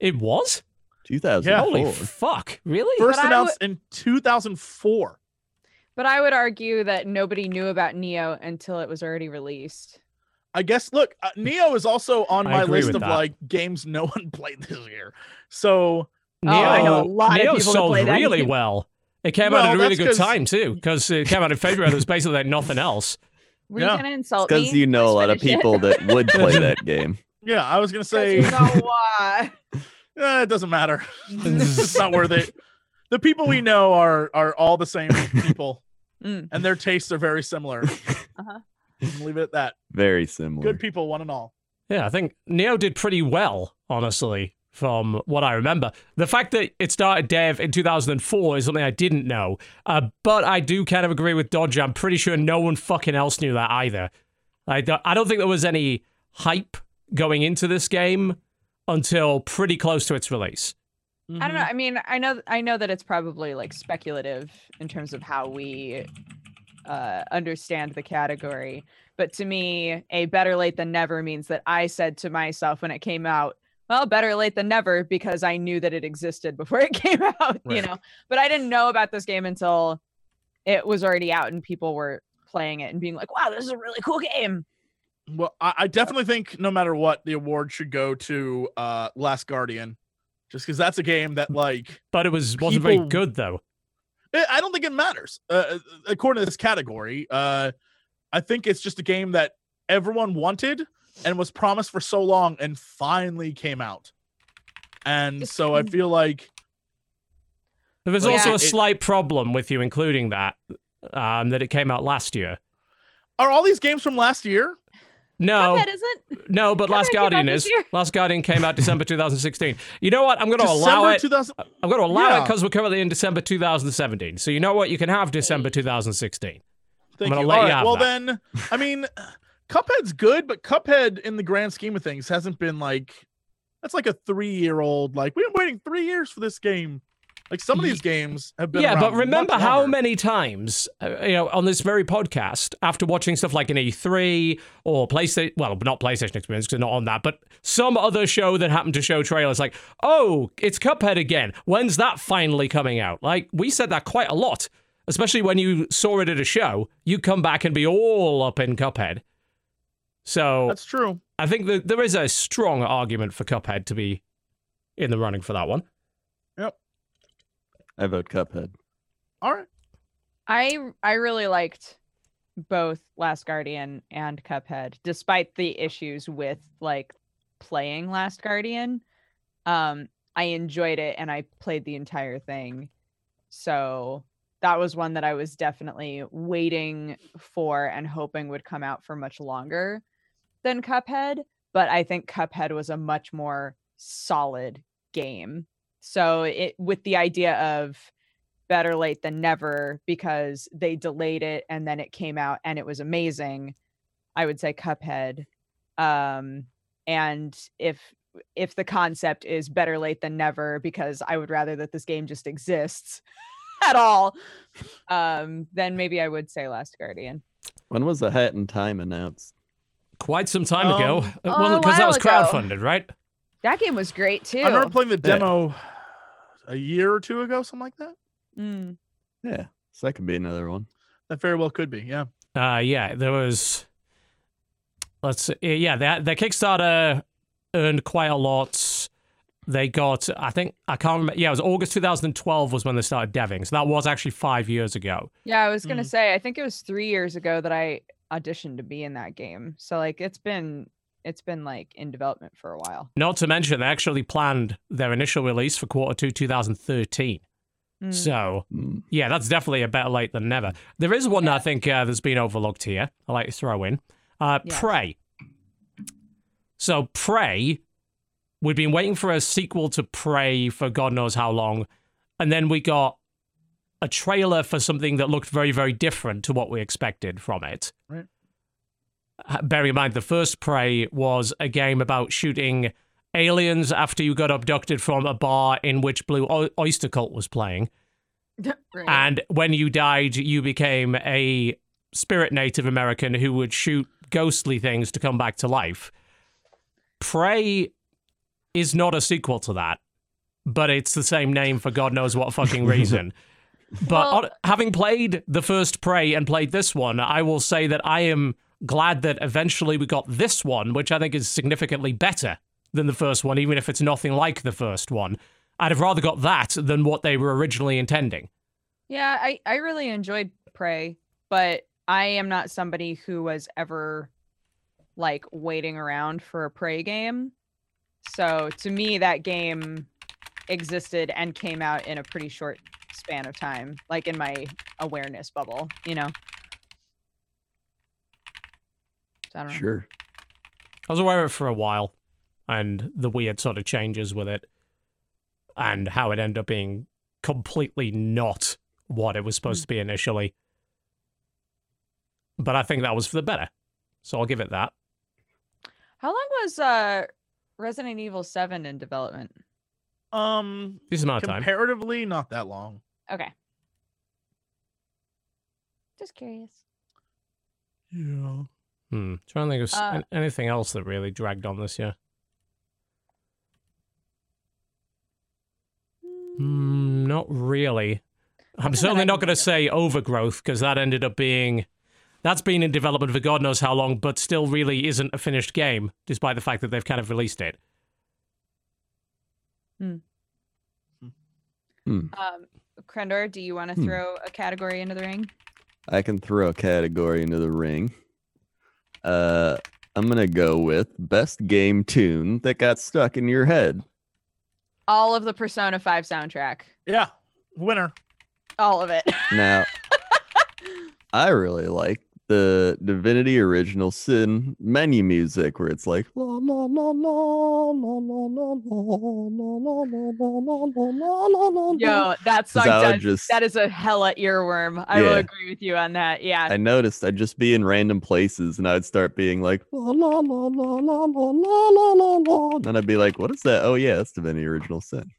A: It was?
B: 2004.
A: Holy fuck. Really?
D: First
C: I
D: announced in 2004.
C: But I would argue that nobody knew about Neo until it was already released.
D: I guess. Look, uh, Neo is also on
A: I
D: my
A: agree
D: list
A: with
D: of
A: that.
D: like games no one played this year. So
C: Oh, I know a lot of
A: Neo
C: people that
A: sold
C: play that
A: really
C: game.
A: well. It came out
D: Well,
A: at a really
D: that's
A: good
D: 'cause-
A: time too, because it came out in February. There was basically like nothing else.
C: Were
D: Yeah.
C: you gonna insult
B: Because
C: me?
B: you know a
C: Let's
B: lot of
C: finish it.
B: people that would play that game.
D: yeah, I was gonna
C: 'Cause
D: say
C: you know why.
D: Eh, it doesn't matter. it's just not worth it. The people we know are are all the same people,
C: Mm. Uh-huh.
D: and their tastes are very similar. Leave it at that.
B: Very similar.
D: Good people, one and all.
A: Yeah, I think Neo did pretty well, honestly, from what I remember. The fact that it started dev in 2004 is something I didn't know, uh, but I do kind of agree with Dodge. I'm pretty sure no one fucking else knew that either. I don't, I don't think there was any hype going into this game until pretty close to its release.
C: I don't know. I mean, I know I know that it's probably like speculative in terms of how we uh, understand the category, but to me, a better late than never means that I said to myself when it came out, well, better late than never because I knew that it existed before it came out, you
D: Right.
C: know. But I didn't know about this game until it was already out and people were playing it and being like, "Wow, this is a really cool game."
D: Well, I, I definitely think no matter what, the award should go to uh Last Guardian, just because that's a game
A: Hmm.
D: that like
A: But it was wasn't very
D: People-
A: good though.
D: I I don't think it matters uh, according to this category. Uh, I think it's just a game that everyone wanted and was promised for so long and finally came out. And
C: Just
D: so I
C: kind-
D: feel like
A: There was
D: Like,
A: also
D: it-
A: a
D: it-
A: slight problem with you including that um, that it came out last year.
D: are all these games from last year?
A: No,
C: That isn't.
A: No, but
C: Come
A: Last
C: on, came out
A: Guardian
C: this
A: is.
C: year.
A: Last Guardian came out December 2016. You know what? I'm going to
D: December
A: allow it.
D: 2000.
A: I'm going to allow it
D: Yeah.
A: because we're currently in December 2017. So you know what? You can have December 2016.
D: Thank
A: gonna
D: you.
A: let
D: All
A: you
D: right,
A: have
D: well
A: that.
D: then, I mean, Cuphead's good, but Cuphead in the grand scheme of things hasn't been like that's like a three year old. Like we've been waiting three years for this game. Like some of these games have been
A: yeah,
D: around
A: but remember
D: much
A: how
D: longer.
A: many times, uh, you know, on this very podcast, after watching stuff like an E3 or PlayStation, well, not PlayStation Experience because not on that, but some other show that happened to show trailers, like, oh, it's Cuphead again. When's that finally coming out? Like, we said that quite a lot, especially when you saw it at a show. You come back and be all up in Cuphead. So
D: That's true.
A: I think that there is a strong argument for Cuphead to be in the running for that one.
B: I vote Cuphead.
D: All right.
C: I I really liked both Last Guardian and Cuphead, despite the issues with like playing Last Guardian. Um, I enjoyed it and I played the entire thing. So that was one that I was definitely waiting for and hoping would come out for much longer than Cuphead. But I think Cuphead was a much more solid game. So it with the idea of better late than never because they delayed it and then it came out and it was amazing. I would say Cuphead. Um, and if if the concept is better late than never, because I would rather that this game just exists at all, um, then maybe I would say Last Guardian.
B: When was the Hat in Time announced?
A: Quite some time
D: Um,
A: ago. Uh,
C: a
A: Well, because that
C: while
A: was
C: ago.
A: crowdfunded, right?
C: That game was great too.
D: I remember playing the
B: Yeah.
D: demo a year or two ago, something like that.
C: Mm.
B: Yeah, so that could be another one.
D: That very well could be. Yeah.
A: Uh, yeah, there was. Let's see, yeah, that the Kickstarter earned quite a lot. They got, I think, I can't remember. Yeah, it was August 2012 was when they started deving, so that was actually five years ago.
C: Yeah, I was gonna
D: Mm.
C: say I think it was three years ago that I auditioned to be in that game. So like it's been it's been like in development for a while.
A: Not to mention they actually planned their initial release for quarter two 2013.
C: Mm.
A: So
B: Mm.
A: yeah, that's definitely a better late than never. There is one that I think uh, that's been overlooked here. I like to throw in uh,
C: Yes.
A: Prey. So Prey, we've been waiting for a sequel to Prey for God knows how long, and then we got a trailer for something that looked very, very different to what we expected from it.
D: Right.
A: Uh, Bear in mind, the first Prey was a game about shooting aliens after you got abducted from a bar in which Blue Oy- Oyster Cult was playing.
C: Right.
A: And when you died, you became a spirit Native American who would shoot ghostly things to come back to life. Prey is not a sequel to that, but it's the same name for God knows what fucking reason. but
C: Well-
A: on- having played the first Prey and played this one, I will say that I am glad that eventually we got this one, which I think is significantly better than the first one, even if it's nothing like the first one. I'd have rather got that than what they were originally intending.
C: Yeah, I, I really enjoyed Prey, but I am not somebody who was ever like waiting around for a Prey game. So to me, that game existed and came out in a pretty short span of time, like in my awareness bubble, you know? So I don't know.
B: Sure.
A: I was aware of it for a while and the weird sort of changes with it and how it ended up being completely not what it was supposed to be initially. But I think that was for the better. So I'll give it that.
C: How long was uh, Resident Evil 7 in development?
D: Um,
A: Decent amount of time.
D: comparatively, not that long.
C: Okay. Just curious.
D: Yeah.
A: Hmm. Trying to think of s-
C: Uh,
A: an- anything else that really dragged on this year. Mm, not really. I'm
C: Nothing that
A: certainly
C: I
A: not
C: can
A: going to say
C: think of.
A: overgrowth because that ended up being that's been in development for God knows how long, but still really isn't a finished game, despite the fact that they've kind of released it.
C: Um, Krendor, do you want to
B: Hmm.
C: throw a category into the ring?
B: I can throw a category into the ring. Uh, I'm gonna go with best game tune that got stuck in your head.
C: All of the Persona 5 soundtrack.
D: Yeah. Winner.
C: All of it.
B: Now, I really like the Divinity Original Sin menu music where it's like la la la la la la la la la la la la la la
A: Oh,
B: la la.
C: Yo, that song
B: I would
C: does,
B: just-
C: that is a hella earworm. I will
B: Yeah.
C: agree with you on that. Yeah.
B: I noticed I'd just be in random places and I'd start being like la la la la la la la la la la, and then I'd be like, "What is that? Oh yeah, that's Divinity Original Sin."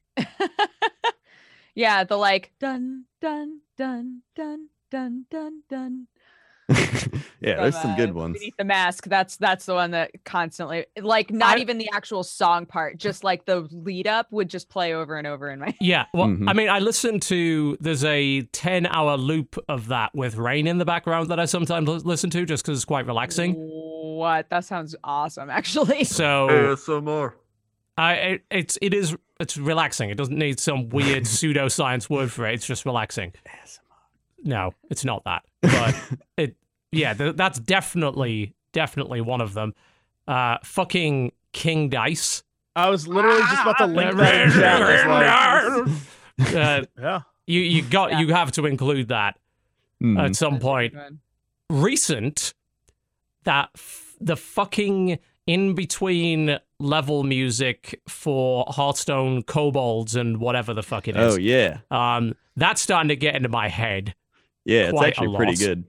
C: Yeah, the like dun dun dun dun dun dun dun.
B: yeah,
C: from,
B: there's some
C: uh,
B: good ones.
C: Beneath the mask. That's that's the one that constantly like not
A: I-
C: even the actual song part, just like the lead up would just play over and over in my
A: Yeah. Well,
B: Mhm.
A: I mean, I listened to there's a 10 hour loop of that with rain in the background that I sometimes l- listen to just because it's quite relaxing.
C: What? That sounds awesome actually.
B: Oh,
A: So
D: ASMR.
A: I it, it's it is it's relaxing. It doesn't need some weird pseudoscience word for it. It's just relaxing. No, it's not that. But it yeah, th- that's definitely definitely one of them. Uh, fucking King Dice.
D: I was literally just about to link that in chat. It's like-
A: Uh,
D: yeah.
A: you you got
C: Yeah.
A: you have to include that
B: Mm.
A: at some point. recent that f- the fucking in between level music for Hearthstone kobolds and whatever the fuck it
B: oh
A: is.
B: yeah,
A: Um, that's starting to get into my head.
B: yeah. It's
A: Quite a
B: actually pretty
A: lot.
B: good.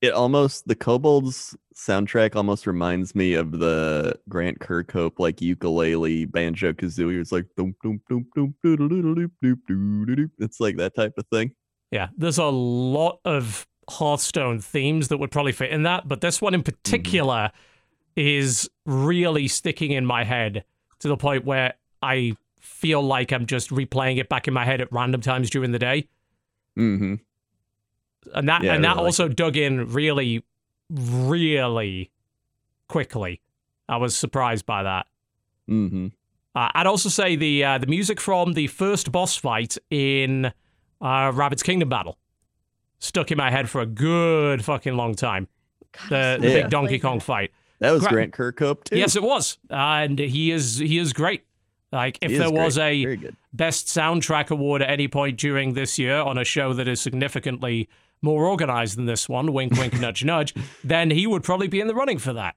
B: It almost the Kobolds soundtrack almost reminds me of the Grant Kirkhope like ukulele banjo kazooie. It's like doom doom doom doom doodle-doodle-doop, doop, doo-doo-doop. It's like that type of thing.
A: Yeah, there's a lot of Hearthstone themes that would probably fit in that, but this one
B: Mm-hmm.
A: in particular is really sticking in my head to the point where I feel like I'm just replaying it back in my head at random times during the day.
B: Mm-hmm.
A: and that
B: Yeah, I
A: and that
B: really like
A: also dug in really, really quickly. I was surprised by that.
B: Mm-hmm.
A: Uh, I'd also say the uh, the music from the first boss fight in uh, Rabbit's Kingdom Battle stuck in my head for a good fucking long time. The, the
B: Yeah.
A: big Donkey Kong fight.
B: That was
A: Gra-
B: Grant Kirkhope too.
A: Yes, it was, and he is he is great. Like if
B: He
A: there
B: is
A: was
B: great.
A: a
B: very good.
A: best soundtrack award at any point during this year on a show that is significantly more organized than this one, wink, wink, nudge, nudge, then he would probably be in the running for that.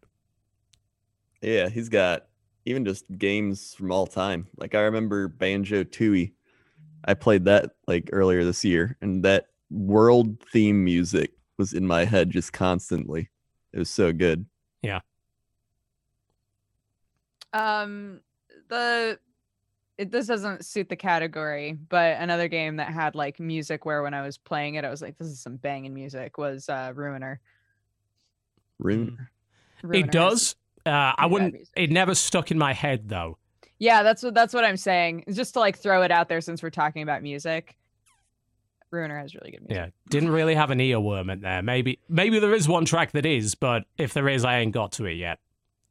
B: Yeah, he's got even just games from all time. Like I remember Banjo Tooie. I played that like earlier this year, and that world theme music was in my head just constantly. It was so good.
C: Um, the it, this doesn't suit the category, but another game that had like music where when I was playing it, I was like, "This is some banging music." Was uh, Ruiner.
B: Rune.
C: Ruiner
A: It
C: has-
A: does. Uh, I
C: bad
A: wouldn't.
C: music.
A: It never stuck in my head though.
C: Yeah, that's what that's what I'm saying. Just to like throw it out there, since we're talking about music, Ruiner has really good music.
A: Yeah, didn't really have an earworm in there. Maybe, maybe there is one track that is, but if there is, I ain't got to it yet.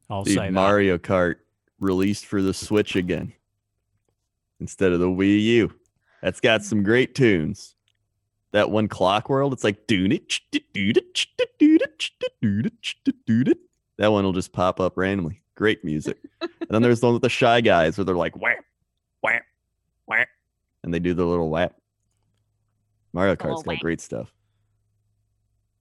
A: I'll
B: Dude,
A: say that.
B: Mario Kart released for the Switch again instead of the Wii U. That's got some great tunes. That one Clock World, it's like doonich, doodich, doodich, doodich, doodich. That one will just pop up randomly. Great music. and then there's the one with the shy guys where they're like whap, whap, whap, and they do their little whap. Mario
C: The little
B: Kart's got
C: whack.
B: great stuff.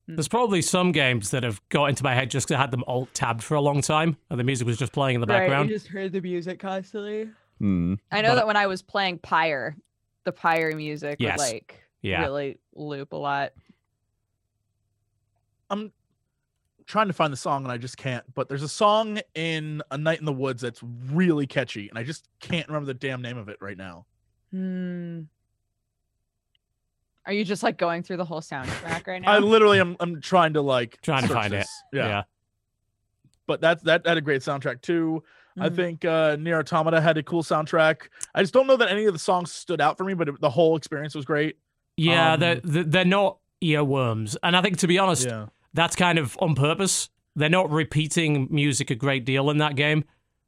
A: There's probably some games that have got into my head just 'cause I had them alt tabbed for a long time, and the music was just playing in the background.
C: just heard the music constantly.
B: Hmm.
C: I know
A: But-
C: that when I was playing Pyre, the Pyre music
A: Yes.
C: would like
A: Yeah.
C: really loop a lot.
D: trying to find the song and I just can't. But there's a song in A Night in the Woods that's really catchy, and I just can't remember the damn name of it right now.
C: Hmm. Are you just like going through the whole soundtrack right now?
D: I literally am. I'm trying to like
A: Trying to
D: search
A: find it.
D: this. Yeah. But that's that had a great soundtrack too. I
C: Mhm.
D: think uh Near Automata had a cool soundtrack. I just don't know that any of the songs stood out for me, but it, the whole experience was great.
A: Yeah,
D: Um,
A: they're, they're they're not earworms. And I think, to be honest,
D: Yeah.
A: that's kind of on purpose. They're not repeating music a great deal in that game.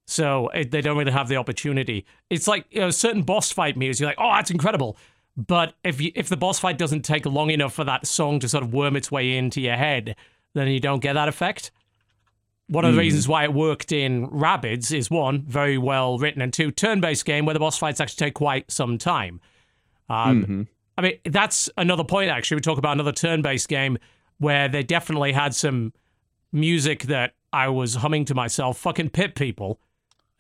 A: So it, they don't really have the opportunity. It's like you know, certain boss fight music, you're like, oh, that's incredible. But if you, if the boss fight doesn't take long enough for that song to sort of worm its way into your head, then you don't get that effect. One of the
B: Hmm.
A: reasons why it worked in Rabbids is one, very well written, and two, turn based game where the boss fights actually take quite some time. Um,
B: Mhm.
A: I mean, that's another point, actually. We talk about another turn based game where they definitely had some music that I was humming to myself. Fucking Pit People.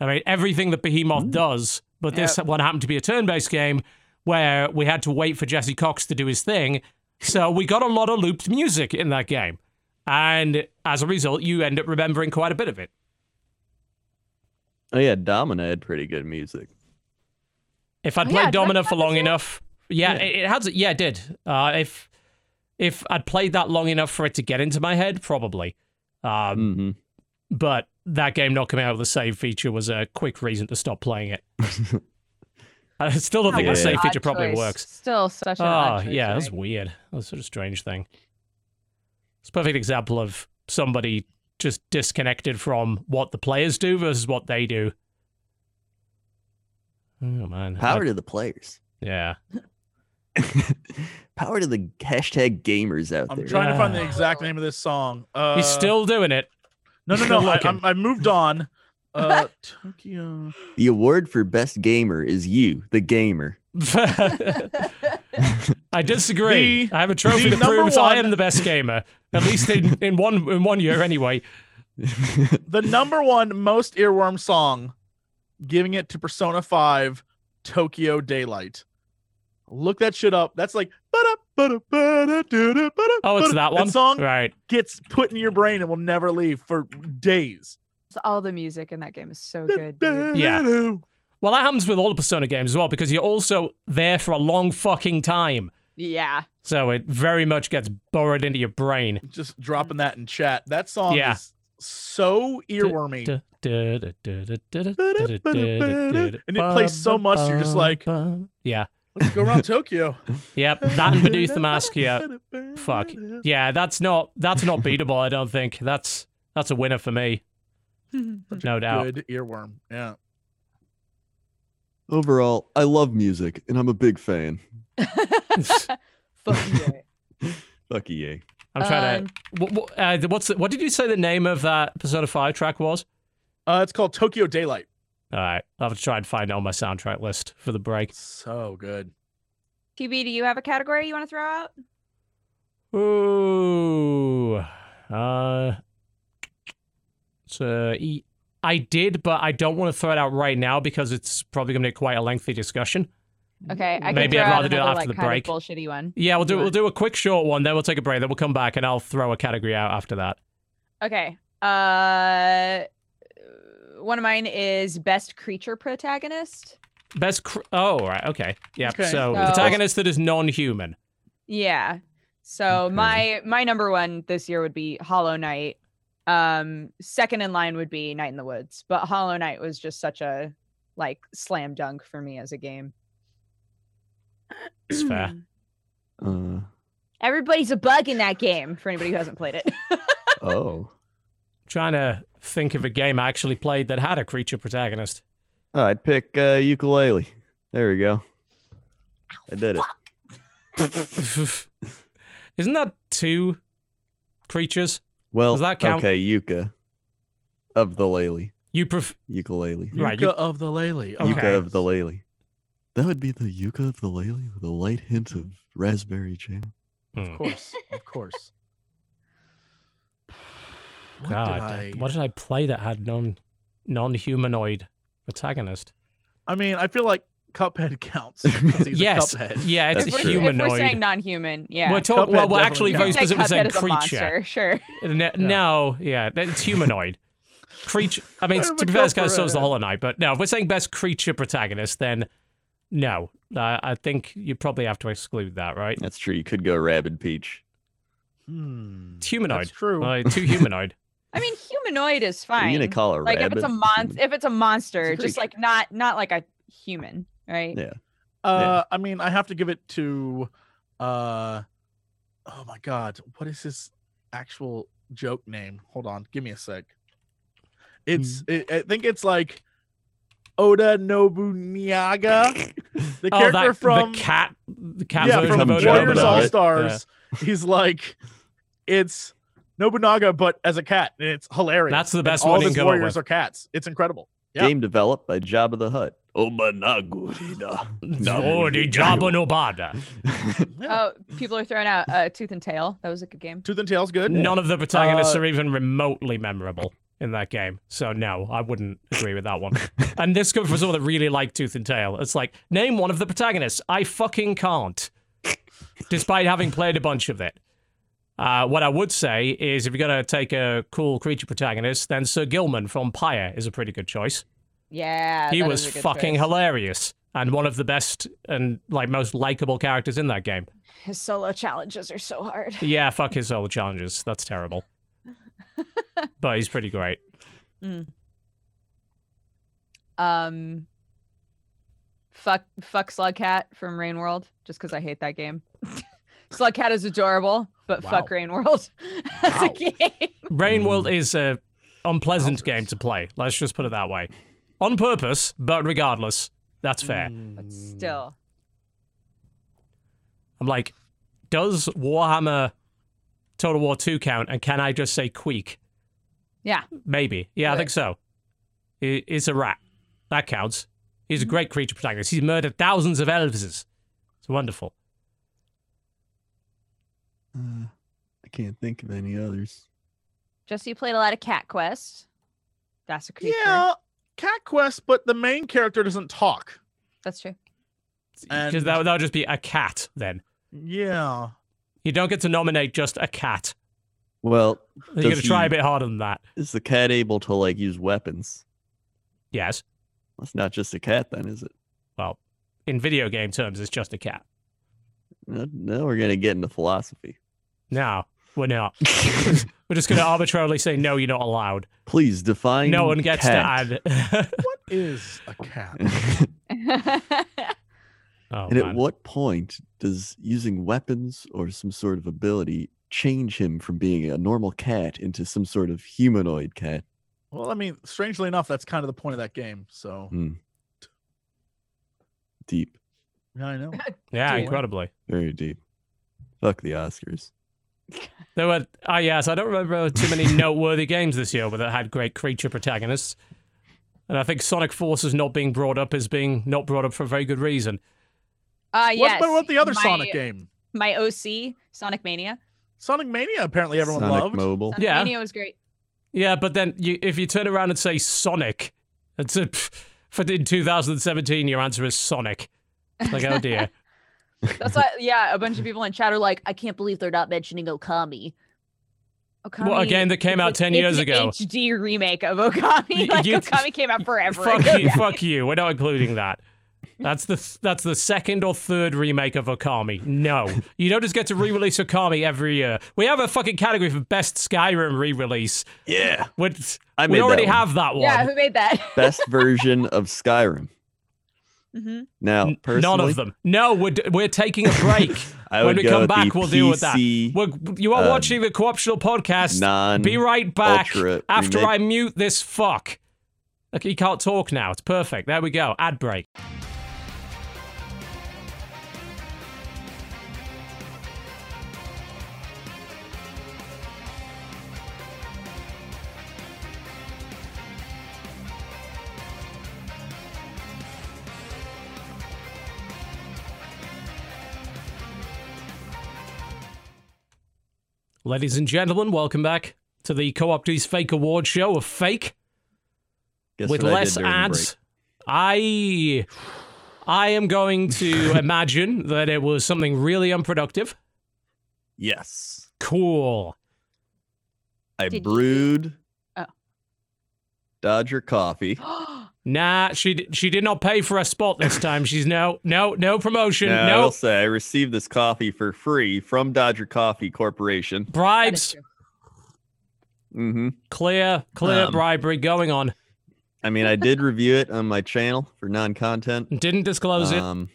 A: I mean, everything that Behemoth does, but this one happened to be a turn based game where we had to wait for Jesse Cox to do his thing. So we got a lot of looped music in that game. And as a result, you end up remembering quite a bit of it.
B: Oh yeah, Domina had pretty good music.
A: If I'd
C: Oh, yeah,
A: played
C: did I
A: Domino
C: play
A: for
C: this
A: long
C: yet?
A: enough, Yeah,
D: Yeah.
A: It, it had. Yeah, it did. Uh, if if I'd played that long enough for it to get into my head, probably. Um,
B: Mhm.
A: But that game not coming out with the save feature was a quick reason to stop playing it. I still don't think
B: Yeah.
A: the save
C: Odd
A: feature probably
C: choice.
A: works.
C: Still such an
A: Oh,
C: odd choice,
A: yeah, that's
C: right?
A: weird. That's sort of strange thing. It's a perfect example of somebody just disconnected from what the players do versus what they do. Oh man.
B: Power
A: Like,
B: to the players.
A: yeah.
B: Power to the hashtag gamers out
D: I'm
B: there.
D: trying to find the
A: Yeah.
D: exact name of this song. Uh,
A: He's still doing it.
D: no, no,
A: still
D: no. I,
A: looking.
D: I'm, I moved on. Uh, Tokyo.
B: the award for best gamer is you, the gamer.
A: I disagree.
D: The-
A: I have a trophy
D: the
A: that
D: number
A: proves I
D: one-
A: am the best gamer. At least in, in one in one year anyway.
D: The number one most earworm song, giving it to Persona Five, Tokyo Daylight. Look that shit up. That's like ba-da, ba-da, ba-da, doo-doo, ba-da,
A: Oh, it's
D: ba-da.
A: that one?
D: song
A: Right.
D: gets put in your brain and will never leave for days.
C: All the music in that game is so good. dude.
A: Yeah. Well, that happens with all the Persona games as well, because you're also there for a long fucking time.
C: Yeah.
A: So it very much gets burrowed into your brain.
D: Just dropping that in chat. That song
A: Yeah.
D: is so earwormy.
A: And
D: And
A: it
D: it plays so much, you're just like-
A: yeah,
D: Let's go around Tokyo.
A: yep. That and beneath the mask, yeah, Fuck. yeah. That's not that's not beatable. I don't think that's that's a winner for me, no doubt.
D: Good earworm. Yeah.
B: Overall, I love music and I'm a big fan.
C: Fuck yeah.
B: Fuck E EA.
A: I'm
C: Um,
A: trying to. What, what, uh, what's the, what did you say the name of that Persona Five track was?
D: Uh, it's called Tokyo Daylight.
A: All right, I'll have to try and find it on my soundtrack list for the break.
D: So good.
C: TB, do you have a category you want to throw out?
A: Ooh, uh, so e- I did, but I don't want to throw it out right now because it's probably going to be quite a lengthy discussion.
C: Okay, I can
A: Maybe
C: throw
A: I'd
C: out
A: rather do it
C: another,
A: after
C: like,
A: the
C: kind of
A: break.
C: bullshitty one.
A: Yeah, we'll
C: Do
A: do
C: it.
A: we'll do a quick short one, then we'll take a break, then we'll come back and I'll throw a category out after that.
C: Okay. Uh, one of mine is best creature protagonist.
A: Best cr- Oh, right. Okay. Yeah.
D: Okay.
A: So,
C: So-
A: protagonist that is non-human.
C: Yeah. So
B: Okay.
C: my my number one this year would be Hollow Knight. Um, second in line would be Night in the Woods, but Hollow Knight was just such a like slam dunk for me as a game.
A: It's fair.
B: Uh,
C: Mm. Everybody's a bug in that game for anybody who hasn't played it.
B: oh.
A: Trying to think of a game I actually played that had a creature protagonist.
B: Oh, I'd pick uh, ukulele. There we go. I did it.
A: Isn't that two creatures?
B: Well,
A: that count?
B: okay, Yuka of the lely,
A: You pref-
B: ukulele,
A: Right,
D: Yuka
A: you-
D: of the Lely.
A: Okay.
B: Yuka of the lely. That would be the Yuka of the lely with a light hint of raspberry jam.
A: Hmm.
D: Of course. Of course. What did
A: God,
D: I-
A: what did I play that had non non-humanoid protagonist?
D: I mean, I feel like Cuphead counts. 'cause he's a
A: yes,
D: Cuphead.
A: yeah, it's
B: That's
A: a
C: if,
B: true.
C: we're, if
A: humanoid.
C: we're saying non-human, yeah.
A: We're talking. Well,
D: Cuphead
A: we're actually
D: definitely
A: very
D: counts.
C: Say
A: specifically saying
C: Cuphead is a
A: creature.
C: monster, sure.
A: N- No, yeah, it's humanoid. Creature. I mean,
D: Why
A: to
D: would
A: be fair, this
D: go
A: guy
D: for
A: so is the
D: it?
A: Hollow Knight, but no, if we're saying best creature protagonist, then no, uh, I think you probably have to exclude that, right?
B: That's true. You could go rabid peach.
D: Hmm.
A: It's humanoid.
D: That's true.
A: Uh, too humanoid.
C: I mean, humanoid is
B: Are
C: fine.
B: you gonna call a
C: like if
B: rabbit?
C: it's a monster,
B: human?
C: if it's a monster,
B: It's a
C: just
B: creature.
C: like not not like a human, right?
B: Yeah.
D: Uh, I mean, I have to give it to. Uh, oh my God, what is his actual joke name? Hold on, give me a sec. It's.
A: Hmm.
D: I I think it's like Oda Nobunaga, the
A: oh,
D: character
A: that
D: from
A: the cat, the cat
D: yeah
A: version
D: from
A: of
B: Oda
D: Warriors
B: Nobunaga.
D: All
A: Oda.
D: Stars. He's like, it's Nobunaga, but as a cat, and it's hilarious.
A: That's the
D: And
A: best
D: all
A: one
D: of
A: you
D: his
A: can come up
D: warriors
A: with.
D: are cats. It's incredible. Yeah.
B: Game developed by Jabba the Hutt. Obanagurida.
A: Zodi Jabba Nobada.
D: Yeah.
C: Oh, people are throwing out uh, tooth and tail. That was a good game.
D: Tooth and Tail's good.
A: None of the protagonists
D: Uh,
A: are even remotely memorable in that game. So no, I wouldn't agree with that one. and this goes for someone that really liked Tooth and Tail. It's like, name one of the protagonists. I fucking can't. Despite having played a bunch of it. Uh, what I would say is if you're gonna take a cool creature protagonist, then Sir Gilman from Pyre is a pretty good choice.
C: Yeah,
A: he
C: that
A: was
C: is a good
A: fucking
C: choice.
A: hilarious. and one of the best and like most likable characters in that game.
C: His solo challenges are so hard.
A: Yeah, fuck his solo challenges. That's terrible. but he's pretty great.
C: Um, fuck, fuck Slug Cat from Rain World, just because I hate that game. Slug Cat is adorable, but
D: Wow.
C: fuck Rain World as a
D: Wow.
C: game.
A: Rain World is a unpleasant
D: Wowzers.
A: game to play. Let's just put it that way. On purpose, but regardless, that's fair.
C: But still,
A: I'm like, does Warhammer Total War 2 count? And can I just say Queek?
C: Yeah.
A: Maybe. Yeah, I
C: Sure.
A: think so. I- It's a rat. That counts. He's a
C: Mhm.
A: great creature protagonist. He's murdered thousands of elves. It's wonderful.
B: Uh, I can't think of any others.
C: Jesse you played a lot of Cat Quest. That's a creature.
D: yeah, Cat Quest, but the main character doesn't talk.
C: That's true.
D: And-
A: Because that, that would just be a cat then.
D: Yeah.
A: You don't get to nominate just a cat.
B: Well,
A: You
B: Does
A: got to try
B: he-
A: a bit harder than that.
B: is the cat able to like use weapons?
A: Yes.
B: That's not just a cat, then, is it?
A: Well, in video game terms, it's just a cat.
B: No- Now we're gonna get into philosophy.
A: No, we're not. we're just going to arbitrarily say, no, you're not allowed.
B: Please define.
A: no one gets
B: cat.
A: to add.
D: What is a cat?
C: Uh,
A: oh,
B: and at
A: man.
B: what point does using weapons or some sort of ability change him from being a normal cat into some sort of humanoid cat?
D: Well, I mean, strangely enough, that's kind of the point of that game. So
B: Deep,
D: yeah, I know.
A: Yeah,
C: Dude.
A: incredibly.
B: very deep. Fuck the Oscars.
A: There were ah yes, I don't remember too many noteworthy games this year, but that had great creature protagonists. And I think Sonic Forces not being brought up is being not brought up for a very good reason.
C: Uh, yes.
D: What about the other
C: my-
D: Sonic game?
C: My OC, Sonic Mania.
D: Sonic Mania. Apparently, everyone
B: Sonic
D: loved.
B: Mobile.
C: Sonic
A: Yeah.
C: Mania was great.
A: Yeah, but then you, if you turn around and say Sonic, it's a, pff, for in 2017 your answer is Sonic. It's Like oh dear,
C: That's why, yeah, a bunch of people in chat are like, I can't believe they're not mentioning Okami. Okami
A: well a game that came
C: it's
A: out 10
C: an- it's
A: years
C: an
A: ago.
C: HD remake of
A: Y-
C: Okami. Like
A: you-
C: Okami came out forever ago.
A: Fuck you, fuck you. We're not including that. That's the th- that's the second or third remake of Okami. No, you don't just get to re-release Okami every year. We have a fucking category for best Skyrim re-release.
B: Yeah,
A: Which
B: I made
A: we
B: that
A: already
B: one.
A: have that one.
C: Yeah, who made that?
B: best version of Skyrim.
C: hmm
B: Now,
A: N-
B: Oh, personally,
A: None of them. No, we're, d- we're taking a break.
B: I
A: When
B: would
A: we
B: go
A: come
B: with the
A: back, we'll deal with that.
B: PC
A: we're, you are
B: Um,
A: watching the Co-optional Podcast.
B: Non.
A: Be right back
B: Ultra
A: after
B: remake.
A: I mute this fuck. Look, he can't talk now. It's perfect. There we go. Ad break. Ladies and gentlemen, welcome back to the Co-opties Fake Award Show of Fake.
B: Guess
A: with
B: what I did
A: less
B: during the
A: ads. I I am going to imagine that it was something really unproductive.
B: break. Yes,
A: Cool.
B: I
C: Did you-
B: brewed
C: Oh.
B: Dodger coffee.
C: Mm-hmm.
A: Nah, she d- she did not pay for a spot this time. She's no no no promotion.
B: Now, I
A: No
B: will say I received this coffee for free from Dodger Coffee Corporation.
C: That is
A: bribes.
C: true.
B: Mm-hmm.
A: Clear clear
B: Um,
A: bribery going on.
B: I mean, I did review it on my channel for non-content.
A: Didn't disclose it.
B: Um,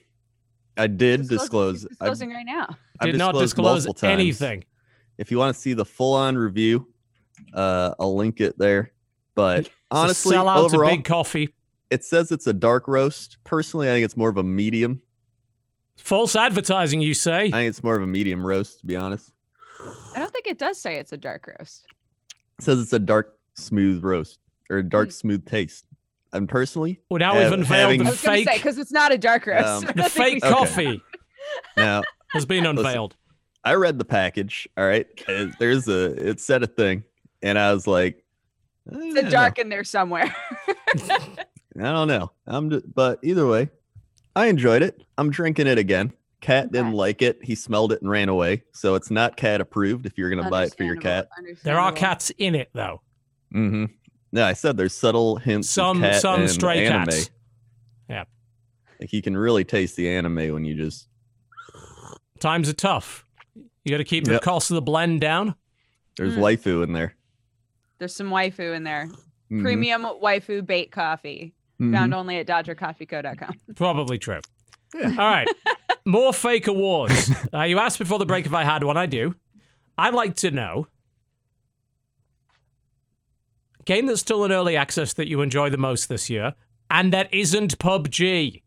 B: I did disclose.
C: Disclose- he's
B: I-
C: Disclosing right now.
B: I've
A: Did not
B: disclosed
A: disclose
B: multiple times.
A: anything.
B: If you want to see the full-on review, uh, I'll link it there. But honestly,
A: sell out
B: overall,
A: to Big Coffee.
B: it says it's a dark roast. Personally, I think it's more of a medium.
A: False advertising, you say?
B: I think it's more of a medium roast, to be honest.
C: I don't think it does say it's a dark roast.
B: It says it's a dark, smooth roast or a
C: Hmm.
B: dark, smooth taste. And personally,
A: well, now
B: have-
A: we've unveiled
B: having-
A: the
C: I was going
A: fake
C: to say, because it's not a dark
B: Um,
C: roast.
A: the
C: I don't think we
A: fake
C: should-
B: Okay.
A: coffee
B: now
A: has been
B: Listen.
A: unveiled.
B: I read the package. All right, Uh, there's a it said a thing, and I was like, "Eh, I
C: It's a
B: don't
C: dark in there somewhere.
B: know. I don't know. I'm just, but either way, I enjoyed it. I'm drinking it again. Cat didn't
C: Okay.
B: like it. He smelled it and ran away. So it's not cat approved. If you're gonna buy it for your cat,
A: There are
C: Understandable.
A: cats in it though.
B: mm-hmm. No, I said there's subtle hints. of
A: Some
B: cat
A: some
B: and
A: stray
B: anime.
A: cats.
B: Like you can really taste the anime when you just
A: Times are tough. You got to keep the
B: Yep.
A: cost of the blend down.
B: there's
C: Mm.
B: waifu in there.
C: There's some waifu in there.
B: Mhm.
C: Premium waifu bait coffee.
B: Mhm.
C: Found only at DodgerCoffeeCo.com.
A: Probably true.
D: Yeah.
A: All right. More fake awards. Uh, you asked before the break if I had one. I do. I'd like to know game that's still in early access that you enjoy the most this year, and that isn't PUBG.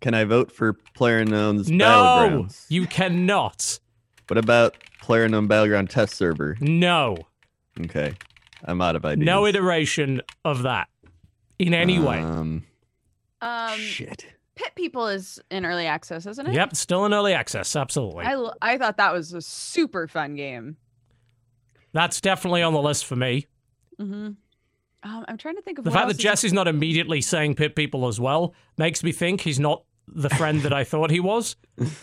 B: Can I vote for Player Unknown's
A: No,
B: Battlegrounds?
A: you cannot.
B: What about Player Unknown Battleground test server?
A: No,
B: Okay, I'm out of ideas.
A: no iteration of that in any way.
B: Um,
C: Um,
B: shit.
C: Pit People is in early access, isn't it?
A: Yep, still in early access. Absolutely.
C: I, l- I thought that was a super fun game.
A: That's definitely on the list for me.
C: hmm Um, I'm trying to think of
A: The
C: what
A: fact
C: else
A: that
C: is-
A: Jesse's not immediately saying pit people as well makes me think he's not the friend that I thought he was and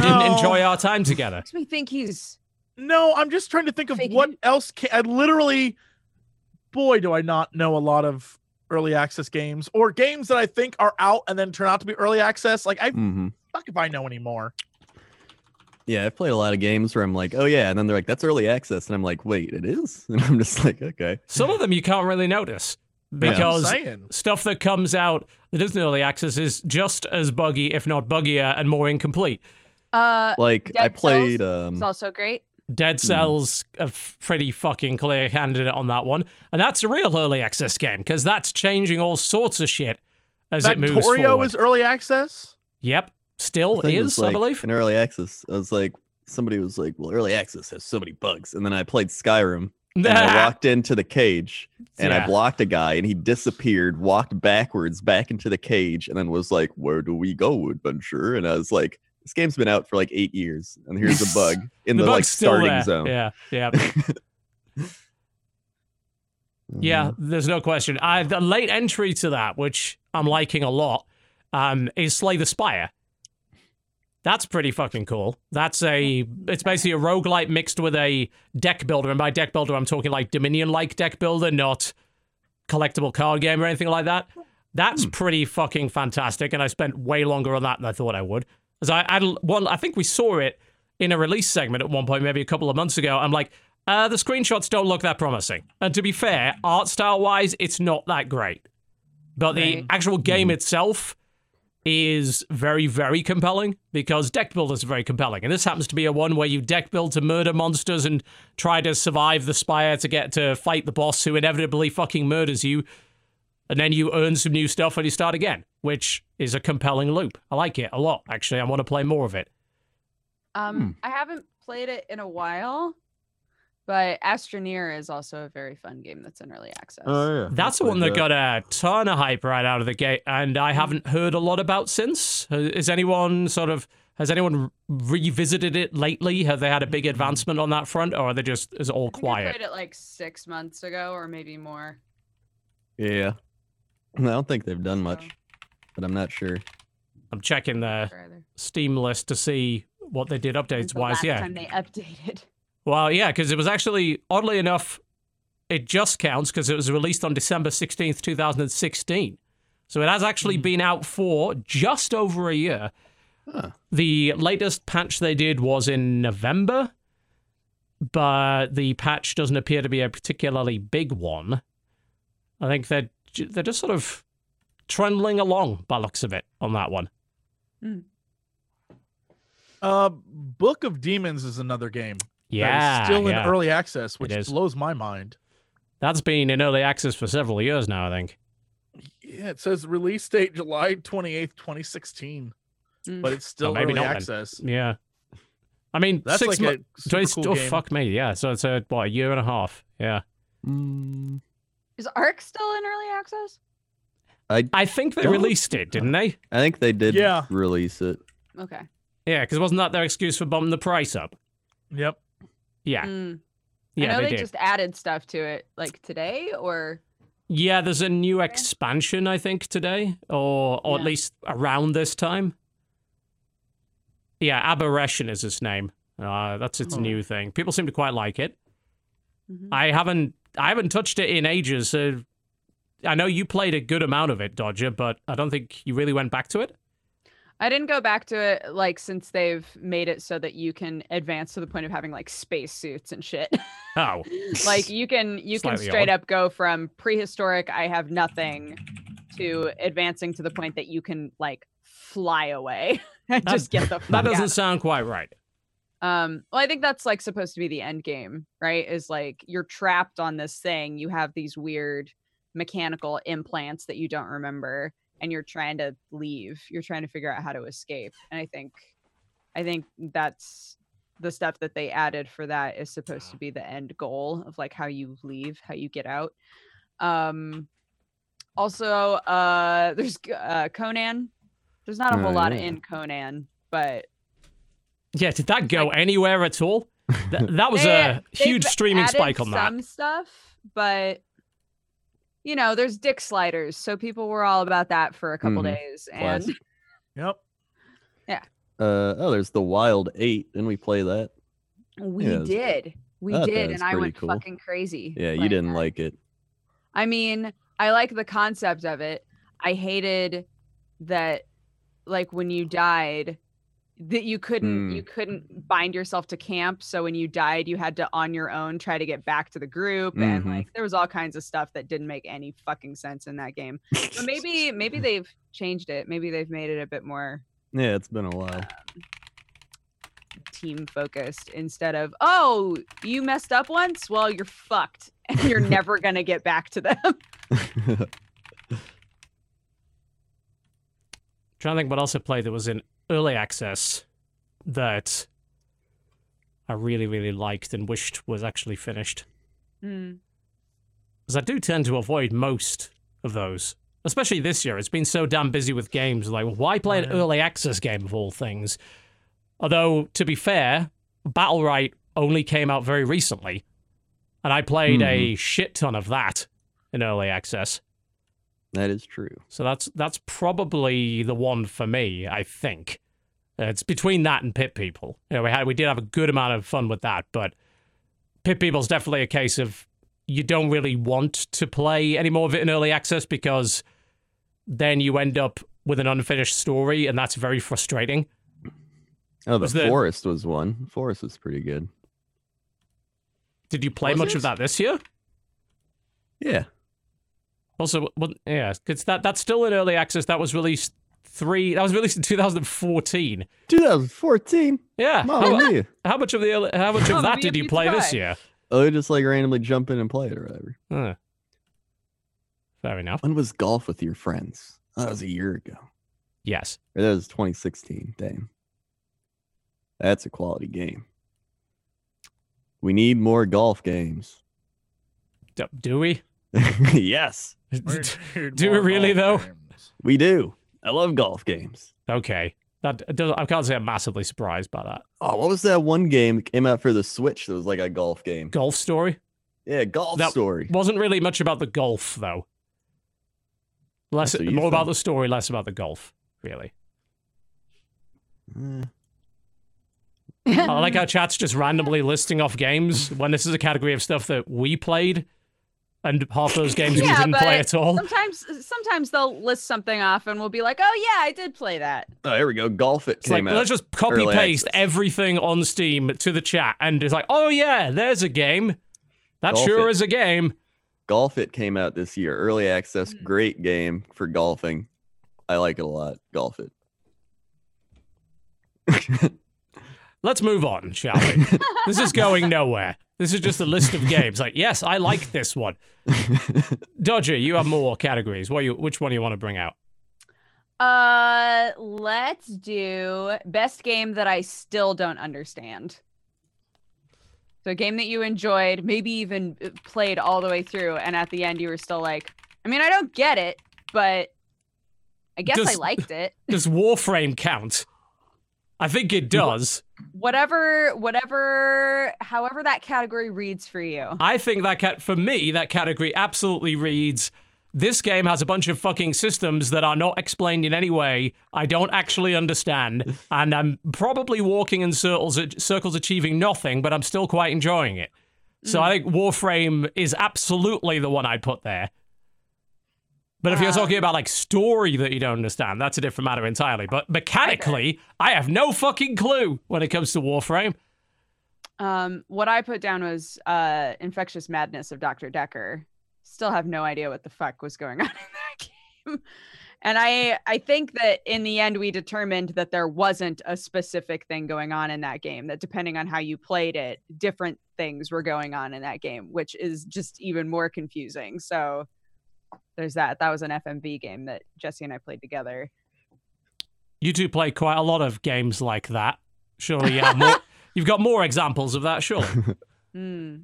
A: didn't
D: No.
A: enjoy our time together.
C: makes me think he's
D: No, I'm just trying to think of
C: Fake
D: what
C: news.
D: else can I literally boy do I not know a lot of early access games or games that I think are out and then turn out to be early access. Like I
B: hmm
D: fuck if I know anymore.
B: Yeah, I've played a lot of games where I'm like, oh yeah, and then they're like, that's early access, and I'm like, wait, it is, and I'm just like, okay.
A: Some of them you can't really notice
D: That's what I'm
A: because
D: saying.
A: stuff that comes out that isn't early access is just as buggy, if not buggier, and more incomplete.
C: uh
B: Like I
C: Dead Cells
B: played.
C: it's
B: Um,
C: also great.
A: Dead Cells a f- pretty fucking clear candidate on that one, and that's a real early access game because that's changing all sorts of shit as it moves
D: Factorio
A: forward.
D: is early access.
A: Yep, still
B: thing
A: is,
B: was, like,
A: I believe.
B: in early access. I was like, somebody was like, well, early access has so many bugs, and then I played Skyrim. And I walked into the cage and
A: Yeah.
B: I blocked a guy and he disappeared, walked backwards back into the cage, and then was like, Where do we go, adventure? And I was like, This game's been out for like eight years, and here's a bug in the,
A: bug's
B: like
A: still
B: starting
A: there.
B: zone.
A: Yeah, yeah, yeah.
B: Mm-hmm.
A: There's no question. I, the late entry to that, which I'm liking a lot, um, is Slay the Spire. That's pretty fucking cool. That's a it's basically a roguelite mixed with a deck builder, and by deck builder I'm talking like Dominion like deck builder, not collectible card game or anything like that. That's pretty fucking fantastic, and I spent way longer on that than I thought I would. As I, I well, I think we saw it in a release segment at one point, maybe a couple of months ago. I'm like, uh, the screenshots don't look that promising. And to be fair, art style wise, it's not that great. But the
C: Right.
A: actual game itself is very, very compelling because deck builders are very compelling. And this happens to be a one where you deck build to murder monsters and try to survive the spire to get to fight the boss who inevitably fucking murders you. And then you earn some new stuff and you start again, which is a compelling loop. I like it a lot, actually. I want to play more of it.
C: Um
B: hmm.
C: I haven't played it in a while, but Astroneer is also a very fun game that's in early access.
B: Oh, yeah.
A: That's the
B: I
A: one that
B: played
A: got a ton of hype right out of the gate, and I haven't heard a lot about since. Uh, Is anyone sort of has anyone revisited it lately? Have they had a big advancement on that front, or are they just is it all
C: I think I
A: quiet?
C: played it like six months ago or maybe more.
B: Yeah. I don't think they've done much,
C: So-
B: but I'm not sure.
A: I'm checking the
C: Or either.
A: Steam list to see what they did
C: When's
A: updates
C: the
A: wise.
C: last
A: Yeah,
C: time they updated.
A: well, yeah, because it was actually oddly enough, it just counts because it was released on December sixteenth, two thousand and sixteen. So it has
D: Hmm.
A: actually been out for just over a year.
B: Huh.
A: The latest patch they did was in November, but the patch doesn't appear to be a particularly big one. I think they're ju- they're just sort of trundling along by looks of it on that one.
D: Uh, Book of Demons is another game. that
A: Yeah,
D: is still
A: yeah.
D: in early access, which
A: is.
D: blows my mind.
A: that's been in early access for several years now. I think.
D: Yeah, it says release date July 28th, 2016,
C: Mm.
D: but it's still
A: maybe
D: early
A: not then.
D: access.
A: Yeah, I mean
D: That's
A: six
D: like
A: months.
D: a super cool
A: oh,
D: game.
A: fuck me. Yeah, so it's a what a year and a half. Yeah,
B: Mm,
C: Is Ark still in early access?
A: I think they
B: Don't-
A: released it, didn't they?
B: I think they did
D: Yeah.
B: release it.
C: Okay.
A: Yeah, because wasn't that their excuse for bumping the price up?
D: Yep.
A: Yeah,
C: Mm. I
A: yeah,
C: know
A: they,
C: they,
A: did.
C: just added stuff to it like today or
A: Yeah, there's a new expansion, I think, today, or or at
C: Yeah.
A: least around this time. Yeah, Aberration is its name. Uh, that's its
D: Oh.
A: new thing. People seem to quite like it.
C: Mhm.
A: Mm-hmm. I haven't I haven't touched it in ages. So I know you played a good amount of it, Dodger, but I don't think you really went back to it.
C: I didn't go back to it like since they've made it so that you can advance to the point of having like spacesuits and shit.
A: Oh,
C: like you can you can
A: Slightly
C: straight
A: odd.
C: up go from prehistoric I have nothing to advancing to the point that you can like fly away and
A: That-
C: just get the fuck
A: that
C: out.
A: doesn't sound quite right.
C: Um, well, I think that's like supposed to be the end game, right? Is like you're trapped on this thing. You have these weird mechanical implants that you don't remember, and you're trying to leave. You're trying to figure out how to escape. And I think, I think that's the stuff that they added for that is supposed to be the end goal of like how you leave, how you get out. Um, also, uh, there's uh, Conan. There's not a
B: Oh,
C: whole lot
B: yeah.
C: in Conan, but
A: Yeah, did that go anywhere at all? Th- that was
C: They-
A: a
C: they've
A: huge streaming
C: added
A: spike on that.
C: Some stuff, but you know, there's dick sliders, so people were all about that for a couple
B: Mhm.
C: days, and
B: Classic.
D: Yep.
B: Uh, oh, there's the Wild Eight. Didn't we play that?
C: we
B: Yeah, that's-
C: did, we
B: that-
C: did,
B: that's
C: and I
B: pretty
C: went
B: cool.
C: fucking crazy.
B: Yeah, you
C: playing
B: didn't
C: that.
B: like it.
C: I mean, I like the concept of it. I hated that, like when you died, that you couldn't
B: Hmm.
C: you couldn't bind yourself to camp. So when you died, you had to on your own try to get back to the group, and
B: Mhm.
C: like there was all kinds of stuff that didn't make any fucking sense in that game. But maybe maybe they've changed it. Maybe they've made it a bit more
B: Yeah, it's been a while.
C: team focused instead of oh you messed up once, well you're fucked and you're never gonna get back to them.
A: trying to think what else I played that was in early access that I really, really liked and wished was actually finished. Because I do tend to avoid most of those. Especially this year. It's been so damn busy with games. Like, why play an
D: Oh, yeah.
A: early access game of all things? Although, to be fair, Battle Right only came out very recently. And I played a shit ton of that in early access.
B: that is true.
A: So that's that's probably the one for me. I think Uh, it's between that and Pit People. You know, we had we did have a good amount of fun with that, but Pit People's definitely a case of you don't really want to play any more of it in early access because then you end up with an unfinished story, and that's very frustrating.
B: Oh, the
A: Was the-
B: forest was one. Forest was pretty good.
A: Did you play
D: Was
A: much
D: it?
A: of that this year?
B: Yeah.
A: Also, well, yeah, because that that's still in early access. That was released three. That was released in 2014.
B: 2014.
A: Yeah.
B: Mamma
A: How,
B: mia.
A: how much of the early- how much of
C: Mamma
A: that
C: mia
A: did you
C: pizza
A: play this
C: pie.
A: year?
B: Oh, you just like randomly jump in and play it or whatever.
A: Huh. Fair enough.
B: When was golf with your friends? Oh, that was a year ago.
A: Yes.
B: Or that was 2016. Damn. That's a quality game. We need more golf games.
A: Do, do we?
B: yes,
A: Do we really, though?
B: we do. I love golf games.
A: okay. That does, I can't say I'm massively surprised by that.
B: Oh, what was that one game that came out for the Switch that was like a golf game?
A: Golf story
B: Yeah, Golf
A: That-
B: Story.
A: wasn't really much about the golf though. Less
B: That's what you
A: more about
B: thought.
A: the story, less about the golf. Really.
B: Eh,
C: Hmm.
A: I Oh, like how chat's just randomly listing off games when this is a category of stuff that we played, and half those games we
C: Yeah,
A: didn't play
C: but
A: at all.
C: sometimes sometimes they'll list something off and we'll be like, "Oh yeah, I did play that."
B: Oh, here we go. Golf It
A: It's like
B: came out.
A: let's just copy
B: early
A: paste
B: access.
A: everything on Steam to the chat, and it's like, oh yeah, there's a game. That
B: Golf
A: sure
B: it.
A: is a game.
B: Golf It came out this year. Early access,
C: Mm.
B: great game for golfing. I like it a lot. Golf It.
A: Let's move on, shall we? this is going nowhere. This is just a list of games. Like, yes, I like this one. Dodger, you have more categories. What you, which one do you want to bring out?
C: Uh, let's do best game that I still don't understand. So a game that you enjoyed, maybe even uh, played all the way through, and at the end you were still like, I mean, I don't get it, but I guess I
A: Does-
C: liked it.
A: Does Warframe count? I think it does.
C: Whatever, whatever, however that category reads for you.
A: I think that cat for me that category absolutely reads. This game has a bunch of fucking systems that are not explained in any way. I don't actually understand, and I'm probably walking in circles, circles achieving nothing, but I'm still quite enjoying it. So I think Warframe is absolutely the one I put there. But if you're
C: Um,
A: talking about like story that you don't understand, that's a different matter entirely. But mechanically, I have no fucking clue when it comes to Warframe.
C: Um, what I put down was uh, Infectious Madness of Dr. Decker. Still have no idea what the fuck was going on in that game. And I, I think that in the end, we determined that there wasn't a specific thing going on in that game, that depending on how you played it, different things were going on in that game, which is just even more confusing. So there's that. That was an FMV game that Jesse and I played together.
A: You two play quite a lot of games like that. Surely you have more. You've got more examples of that, surely.
C: Hmm.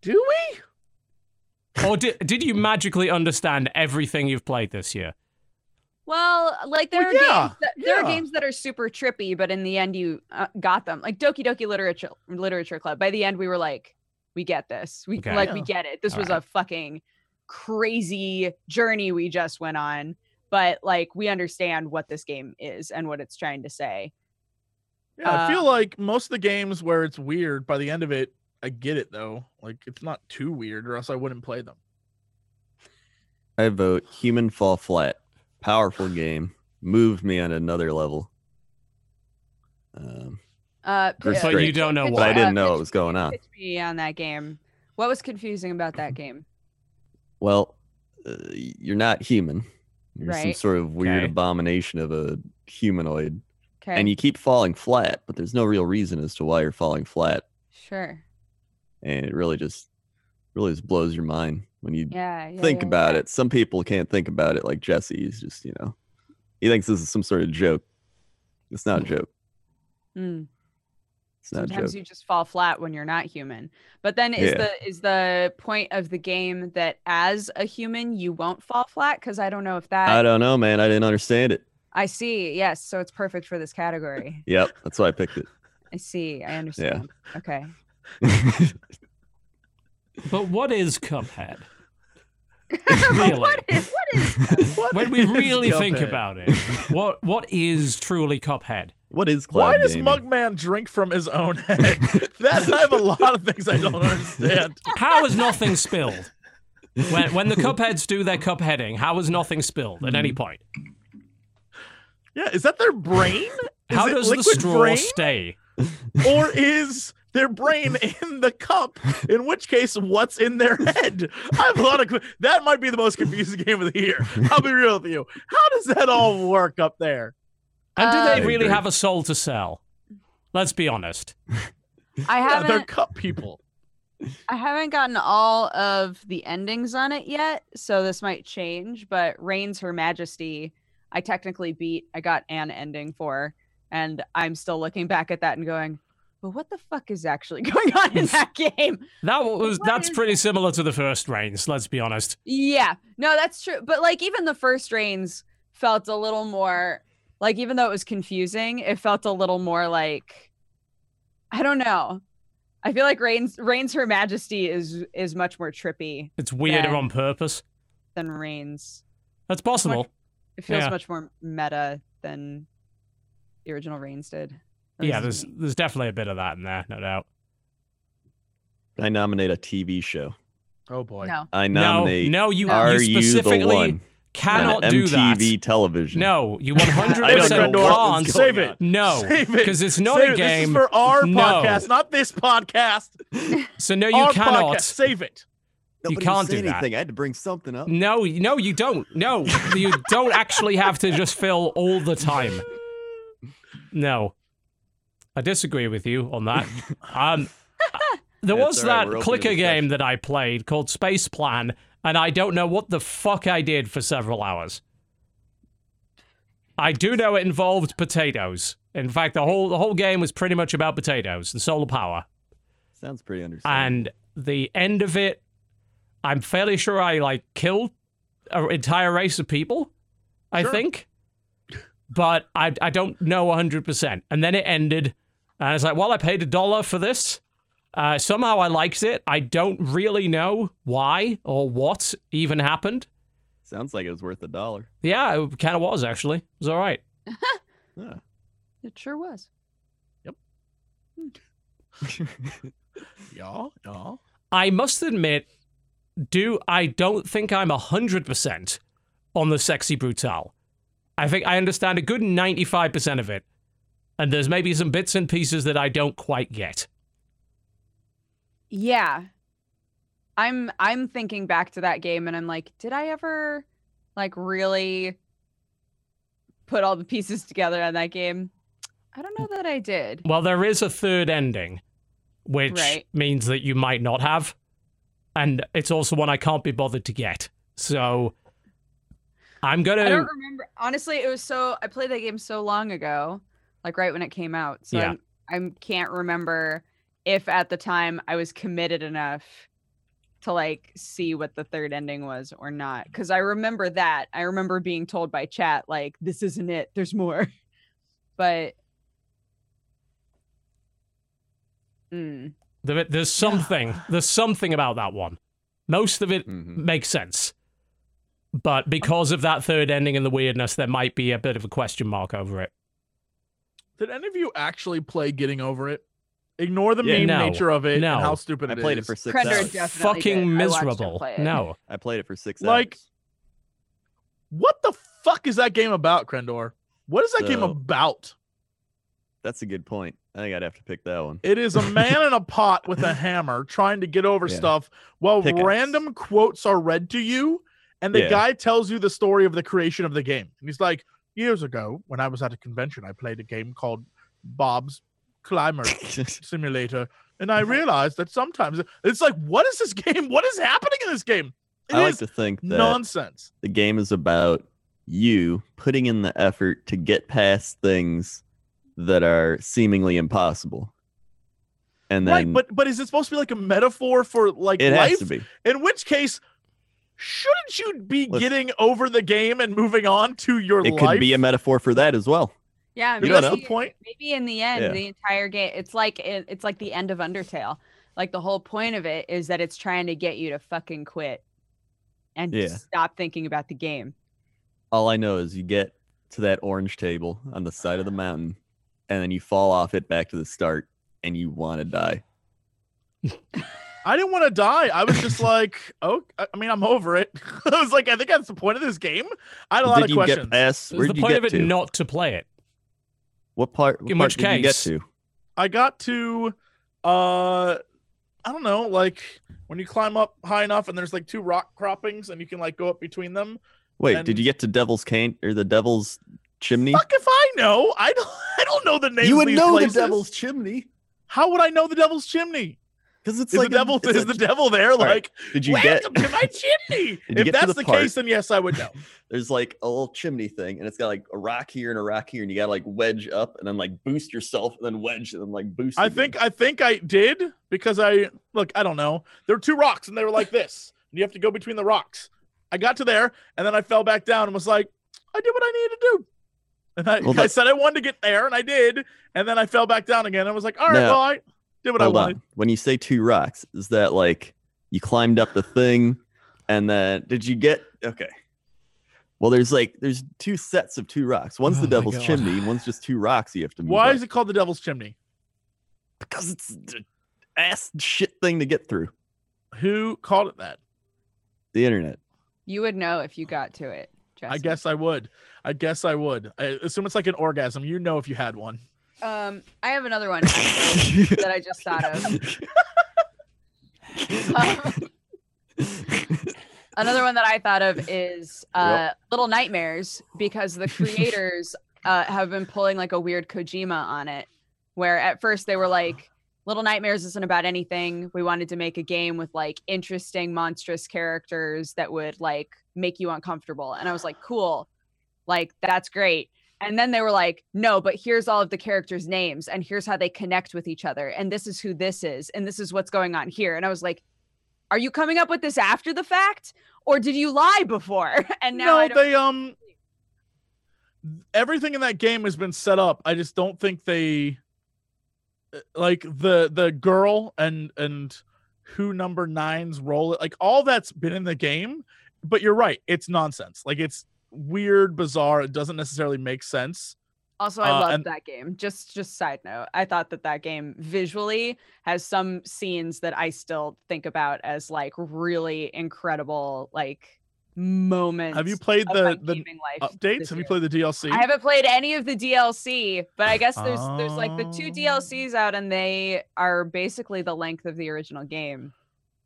D: Do we?
A: or did, did you magically understand everything you've played this year?
C: Well, like there
D: Well,
C: are
D: yeah,
C: games that, there are
D: yeah.
C: games that are super trippy, but in the end you uh, got them. Like Doki Doki Literature Literature Club. By the end we were like, we get this. We
A: Okay.
C: like we
D: Yeah.
C: get it. This
A: All
C: was
A: right.
C: a fucking crazy journey we just went on, but like we understand what this game is and what it's trying to say.
D: Yeah, I feel
C: Um,
D: like most of the games where it's weird, by the end of it, I get it though. Like it's not too weird, or else I wouldn't play them.
B: I vote Human Fall Flat. Powerful game. Moved me on another level. Um,
C: Uh
B: But
C: pitch-
A: But you
B: great.
A: don't know
C: It's
B: but I
A: why.
C: like-
B: didn't know
C: pitch-
B: what was going on.
C: pitch me on that game. What was confusing about that game?
B: Well, uh, you're not human. You're some
C: Right.
B: sort of weird
A: Okay.
B: abomination of a humanoid.
C: Okay.
B: And you keep falling flat, but there's no real reason as to why you're falling flat.
C: sure.
B: And it really just really just blows your mind when you
C: Yeah. yeah,
B: think
C: yeah,
B: about
C: yeah.
B: it. Some people can't think about it like Jesse. He's just, you know, he thinks this is some sort of joke. It's not a joke.
C: Mm.
B: It's not a
C: sometimes
B: joke.
C: you just fall flat when you're not human but then is
B: Yeah.
C: the is the point of the game that as a human you won't fall flat because i don't know if that
B: I
C: I,
B: don't know, man. I didn't understand it.
C: see yes so it's perfect for this category
B: Yep. That's why I picked it.
C: i see i understand okay
A: But what is Cuphead? Really?
C: what is, what is
D: What
A: when we
D: is
A: really think
D: Cuphead?
A: about it, what what is truly Cuphead?
B: what is cloud
D: Why does
B: gaming?
D: Mugman drink from his own head? that I have a lot of things I don't understand.
A: How is nothing spilled? When when the Cupheads do their cupheading, how is nothing spilled at any point?
D: Yeah, is that their brain? Is
A: How
D: it
A: does the
D: liquid
A: straw
D: brain,
A: stay?
D: or is their brain in the cup? In which case, what's in their head? I have a lot of. que- That might be the most confusing game of the year. I'll be real with you. How does that all work up there?
A: And do
C: Uh,
A: they really
B: Agree.
A: have a soul to sell? Let's be honest.
C: i
D: Yeah, they're
C: haven't
D: cup people.
C: i haven't gotten all of the endings on it yet so this might change but reigns her majesty i technically beat i got an ending for and i'm still looking back at that and going but what the fuck is actually going on in that game
A: That was
C: What
A: that's
C: is
A: pretty similar to the first reigns. Let's be honest.
C: Yeah, no, that's true. But like, even the first rains felt a little more like, even though it was confusing, it felt a little more like, I don't know. I feel like Reigns, Reigns Her Majesty is is much more trippy
A: It's weirder
C: Yeah.
A: on purpose.
C: than Reigns.
A: That's possible.
C: It feels
A: Yeah.
C: much more meta than the original Reigns did. At
A: Yeah,
C: least
A: there's
C: to me.
A: there's definitely a bit of that in there, no doubt.
B: I nominate a TV show.
D: Oh boy.
C: no.
B: I
A: No,
B: nominate.
A: no, you,
B: Are
A: you
B: you,
A: specifically
B: the one?
A: cannot
B: on
A: do that.
B: MTV television.
A: No, you
D: I don't
A: 100%
D: know
A: can't.
D: what's Save going it. on.
A: No,
D: Save it.
A: because it's not
D: Save
A: a
D: it. This is
A: game.
D: for our
A: No.
D: podcast, not this podcast.
A: So no, you
D: our
A: cannot.
D: podcast. Save it.
A: You can't do that.
B: I had to bring something up.
A: No, y- no, you don't. No, you don't actually have to just fill all the time. No, I disagree with you on that. Um, there
B: That's
A: was
B: all
A: that
B: right, we're open to
A: clicker
B: discussion.
A: game that I played called Space Plan, and I don't know what the fuck I did for several hours. I do know it involved potatoes. In fact, the whole the whole game was pretty much about potatoes and solar power.
B: Sounds pretty understandable.
A: and the end of it, I'm fairly sure I like killed an entire race of people. I
D: Sure.
A: think, but I I don't know 100. percent And then it ended, and I was like, well, I paid a dollar for this. Uh, somehow I liked it. I don't really know why or what even happened.
B: Sounds like it was worth a dollar.
A: Yeah, it kind of was actually. It was all right.
B: Huh.
C: It sure was.
D: Y'all, y'all.
A: I must admit, do I don't think I'm 100% on the sexy brutal. I think I understand a good 95% of it. And there's maybe some bits and pieces that I don't quite get.
C: Yeah. I'm I'm thinking back to that game and I'm like, did I ever like really put all the pieces together on that game? I don't know that I did.
A: Well, there is a third ending, which
C: Right.
A: means that you might not have. And it's also one I can't be bothered to get. So I'm going
C: I
A: to.
C: don't remember. Honestly, it was so I played that game so long ago, like right when it came out. So
A: Yeah.
C: I'm- I'm- can't remember if at the time I was committed enough to like see what the third ending was or not. Because I remember that. I remember being told by chat like, "This isn't it. There's more." But. Mm.
A: There, there's something. There's something about that one. Most of it
B: Mhm.
A: makes sense. But because of that third ending and the weirdness, there might be a bit of a question mark over it.
D: Did any of you actually play Getting Over It? Ignore the
B: Yeah.
D: meme
A: No.
D: nature of it
A: No.
D: and how stupid
B: I
D: it
B: played it
D: is.
B: for six
C: Predator
B: hours.
C: definitely
A: Fucking
C: did. I watched him
A: miserable.
C: play it.
A: No.
B: I played it for six
D: Like-
B: hours.
D: What the fuck is that game about, Krendor? What is that game
B: So-
D: about?
B: That's a good point. I think I'd have to pick that one.
D: It is a man in a pot with a hammer trying to get over
B: Yeah.
D: stuff while
B: Pickaxe.
D: random quotes are read to you, and the
B: Yeah.
D: guy tells you the story of the creation of the game. And he's like, Years ago, when I was at a convention, I played a game called Bob's Climber Simulator, and I realized that sometimes it's like, What is this game? What is happening in this game? It is
B: I like to think that
D: nonsense.
B: the game is about you putting in the effort to get past things that are seemingly impossible. And then
D: right, but but is it supposed to be like a metaphor for like
B: it
D: life?
B: has to be.
D: In which case, shouldn't you be
B: Listen.
D: getting over the game and moving on to your
B: It
D: life?
B: could be a metaphor for that as well.
C: Yeah,
B: You
D: Maybe
B: don't
D: that's
B: know.
D: the point.
C: maybe in the end
B: Yeah.
C: the entire game it's like it, it's like the end of undertale like the whole point of it is that it's trying to get you to fucking quit and
B: Yeah.
C: stop thinking about the game
B: All I know is you get to that orange table on the side of the mountain, and then you fall off it back to the start, and you want to die.
D: I didn't want to die. I was just like, oh, I I mean, I'm over it. I was like, I think that's the point of this game. I had a lot
B: Did
D: of
B: you
D: questions.
B: get past?
A: It was
B: Where
A: the
B: did you
A: point
B: get
A: of it
B: to?
A: not to play it.
B: what part? What
A: in
B: part
A: which
B: did you get
A: case-
B: to?
D: I got to, uh, I don't know, like when you climb up high enough and there's like two rock croppings and you can like go up between them.
B: Wait,
D: and-
B: did you get to Devil's Cane or the Devil's Chimney?
D: Fuck if I know. I don't. I don't know the name.
B: you would know
D: places.
B: the Devil's Chimney
D: How would I know the devil's chimney?
B: because it's
D: Is
B: like
D: the devil
B: a, it's
D: is
B: a-
D: the devil there?
B: right,
D: Like,
B: Did you get?
D: welcome to my chimney.
B: Did you
D: if
B: get to
D: that's
B: the
D: the,
B: part-
D: case, then yes, I would know.
B: There's like a little chimney thing, and it's got like a rock here and a rock here, and you gotta like wedge up and then like boost yourself, and then wedge and then like boost.
D: I
B: again.
D: think I think I did because I look. I don't know. There were two rocks, and they were like this. And you have to go between the rocks. I got to there, and then I fell back down and was like, I did what I needed to do. And I,
B: Well,
D: I
B: that-
D: said I wanted to get there, and I did. And then I fell back down again. I was like, all right,
B: Now-
D: well, I did what I
B: Hold
D: wanted.
B: on. When you say two rocks, is that like you climbed up the thing, and then did you get? Okay. Well, there's like there's two sets of two rocks. One's
A: Oh
B: the
A: my
B: Devil's
A: God.
B: Chimney, and one's just two rocks you have to. Move
D: Why
B: up.
D: is it called the Devil's Chimney?
B: Because it's the ass shit thing to get through
D: Who called it that?
B: the internet.
C: you would know if you got to it
D: I
C: Justin.
D: guess I would. I guess I would. I assume it's like an orgasm. You know if you had one.
C: um i have another one actually, that i just thought of Um, another one that i thought of is uh little nightmares because the creators uh have been pulling like a weird kojima on it where at first they were like Little Nightmares isn't about anything. We wanted to make a game with like interesting, monstrous characters that would like make you uncomfortable. And I was like, cool, like that's great. And then they were like, no, but here's all of the characters' names and here's how they connect with each other. And this is who this is. And this is what's going on here. And I was like, are you coming up with this after the fact or did you lie before? And now I
D: no,
C: don't-
D: they um everything in that game has been set up. I just don't think they uh, like the the girl and and who number 9's role like all that's been in the game, but you're right, it's nonsense. Like it's weird, bizarre, it doesn't necessarily make sense.
C: Also, I
D: Uh,
C: loved
D: and-
C: that game. Just just side note, I thought that that game visually has some scenes that I still think about as like really incredible like moments.
D: Have you played
C: of
D: the
C: my
D: the
C: gaming life
D: updates?
C: this
D: Have you
C: year.
D: played the DLC?
C: I haven't played any of the DLC, but I guess there's there's like the
D: Oh.
C: two DLCs out, and they are basically the length of the original game.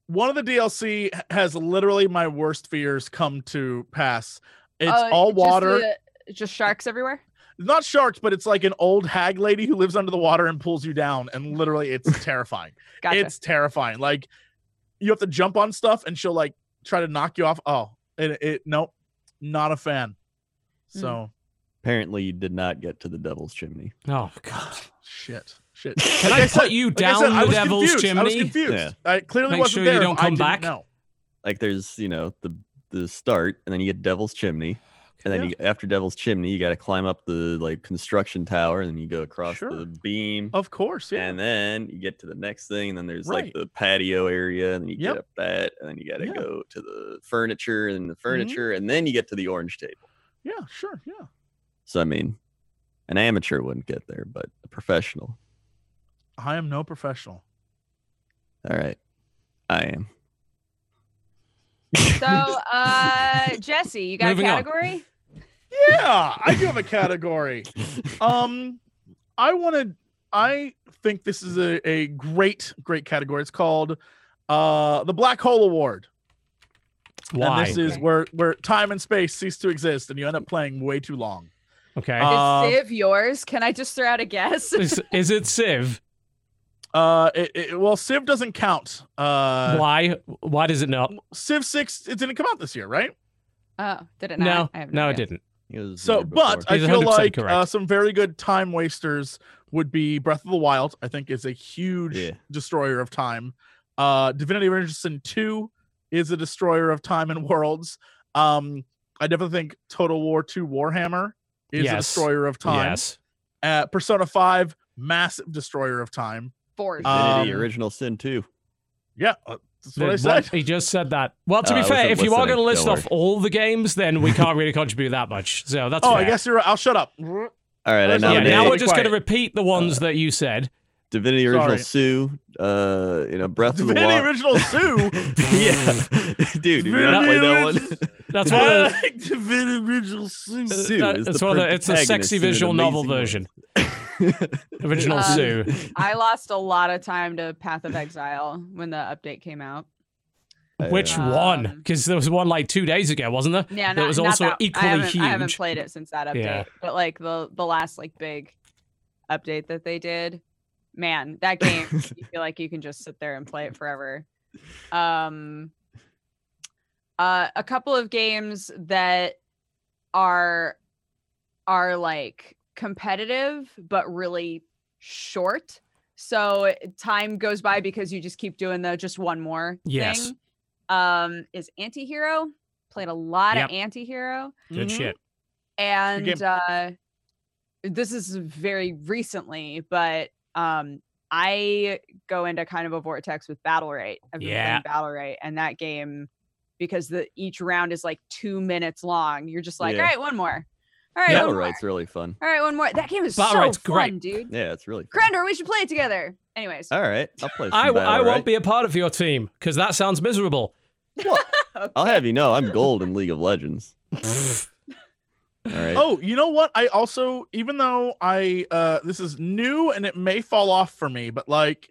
D: One of the DLC has literally my worst fears come to pass. It's
C: Oh,
D: all
C: just
D: water.
C: the- just sharks everywhere.
D: not sharks, but it's like an old hag lady who lives under the water and pulls you down. And literally, it's terrifying.
C: Gotcha.
D: It's terrifying. Like you have to jump on stuff, and she'll like try to knock you off. Oh, it, it nope, not a fan.
C: Hmm.
D: So
B: Apparently, you did not get to the devil's chimney.
A: Oh God!
D: shit, shit.
A: Can I put you
D: like I
A: down
D: said, I
A: the
D: was
A: devil's
D: confused. I was
A: chimney?
D: confused.
B: Yeah.
D: I clearly
A: Make
D: wasn't
A: sure you
D: there. if
A: don't
D: I
A: come
D: didn't
A: back.
D: know.
B: Like there's, you know, the the start, and then you get devil's chimney, and then
D: Yeah.
B: you, after devil's chimney, you got to climb up the like construction tower, and then you go across
D: Sure.
B: the beam.
D: Of course, yeah.
B: And then you get to the next thing, and then there's
D: Right.
B: like the patio area, and you
D: Yep.
B: get up that, and then you got to
D: Yeah. Mm-hmm.
B: go to the furniture, and the furniture, and then you get to the orange table.
D: yeah, sure, yeah.
B: So I mean, an amateur wouldn't get there, but a professional,
D: I am no professional.
B: all right, I am.
C: so, uh, Jesse, you got
A: Moving
C: a
A: on.
C: category?
D: Yeah, I do have a category. um, I wanted. I think this is a, a great, great category. It's called uh the Black Hole Award.
A: Why?
D: And this is
C: Okay.
D: where where time and space cease to exist, and you end up playing way too long.
A: okay.
D: Uh, Um,
C: is Civ yours? Can I just throw out a guess?
A: is, is it Civ?
D: Uh, it, it, well, Civ doesn't count. Uh,
A: Why? Why does it not?
D: Civ Six, it didn't come out this year, right?
C: Oh, did it
A: No,
C: not? I have
A: no, it
C: idea.
A: didn't.
B: It was the
D: So,
B: year
D: but
B: before.
D: I
A: He's
D: feel
A: 100%
D: like
A: correct.
D: uh, some very good time wasters would be Breath of the Wild. I think is a huge
B: Yeah.
D: destroyer of time. Uh, Divinity Original Two is a destroyer of time and worlds. Um, I definitely think Total War Two Warhammer is a
A: Yes.
D: destroyer of time.
A: Yes.
D: Uh, Persona Five, massive destroyer of time.
C: For sure.
D: Uh,
B: Divinity
D: um,
B: Original Sin too.
D: Yeah, uh, that's what I
A: What-
D: said.
A: He just said that. Well, to
B: Uh,
A: be
B: I
A: fair,
B: wasn't
A: if you are
B: listening,
A: going to list
B: don't
A: off
B: worry.
A: all the games, then we can't really contribute that much. So that's
D: Oh,
A: fair.
D: I guess you're. right. I'll shut up.
B: All right, I
D: Yeah,
A: Yeah.
B: nominate
A: Now we're
D: Nowadays-
A: just going to
D: Quiet.
A: repeat the ones that you said.
B: Divinity Original
D: Sorry.
B: Sue. Uh, you know, Breath of the
D: Divinity
B: Wild.
D: Original Two.
B: yeah, dude, if you're not like that one.
A: That's one.
D: I
A: Of the,
D: like Divinity Original Sue.
B: Sue
A: Uh, that-
B: is
A: it's
B: the
A: one of the- it's a
B: protagonist
A: sexy
B: in an
A: visual novel
B: amazing
A: version.
B: world.
A: Original
C: Um,
A: Sue.
C: I lost a lot of time to Path of Exile when the update came out.
A: Which
C: Um,
A: one? Because there was one like two days ago, wasn't there?
C: Yeah,
A: That
C: not,
A: was
C: not
A: also
C: that-
A: equally
C: I haven't, I haven't
A: huge.
C: played it since that update,
A: Yeah.
C: but like the the last like big update that they did, man, that game you feel like you can just sit there and play it forever. Um, uh, a couple of games that are are like competitive but really short. So time goes by because you just keep doing the just one more
A: Yes.
C: thing. Um, is Antihero played a lot of Antihero
A: Good
D: Mm-hmm.
A: shit.
C: and
D: game.
C: uh, this is very recently, but um, I go into kind of a vortex with battle rate. I've been
A: Yeah.
C: playing battle rate, and that game because the each round is like two minutes long. You're just like,
B: Yeah.
C: all right, one more, all right,
B: Battle
C: one more,
B: Right's really fun.
C: all right, one more. That game is
A: Battle
C: so
A: Right's
C: fun,
A: great.
C: dude.
B: Yeah, it's really fun.
C: Grendor, we should play it together. Anyways,
B: All right, I'll play. Some
A: I, w-
B: Battle
A: I
B: Right.
A: won't be a part of your team because that sounds miserable.
B: I'll have you know, I'm gold in League of Legends. All right.
D: Oh, you know what? I also, even though I uh this is new and it may fall off for me, but like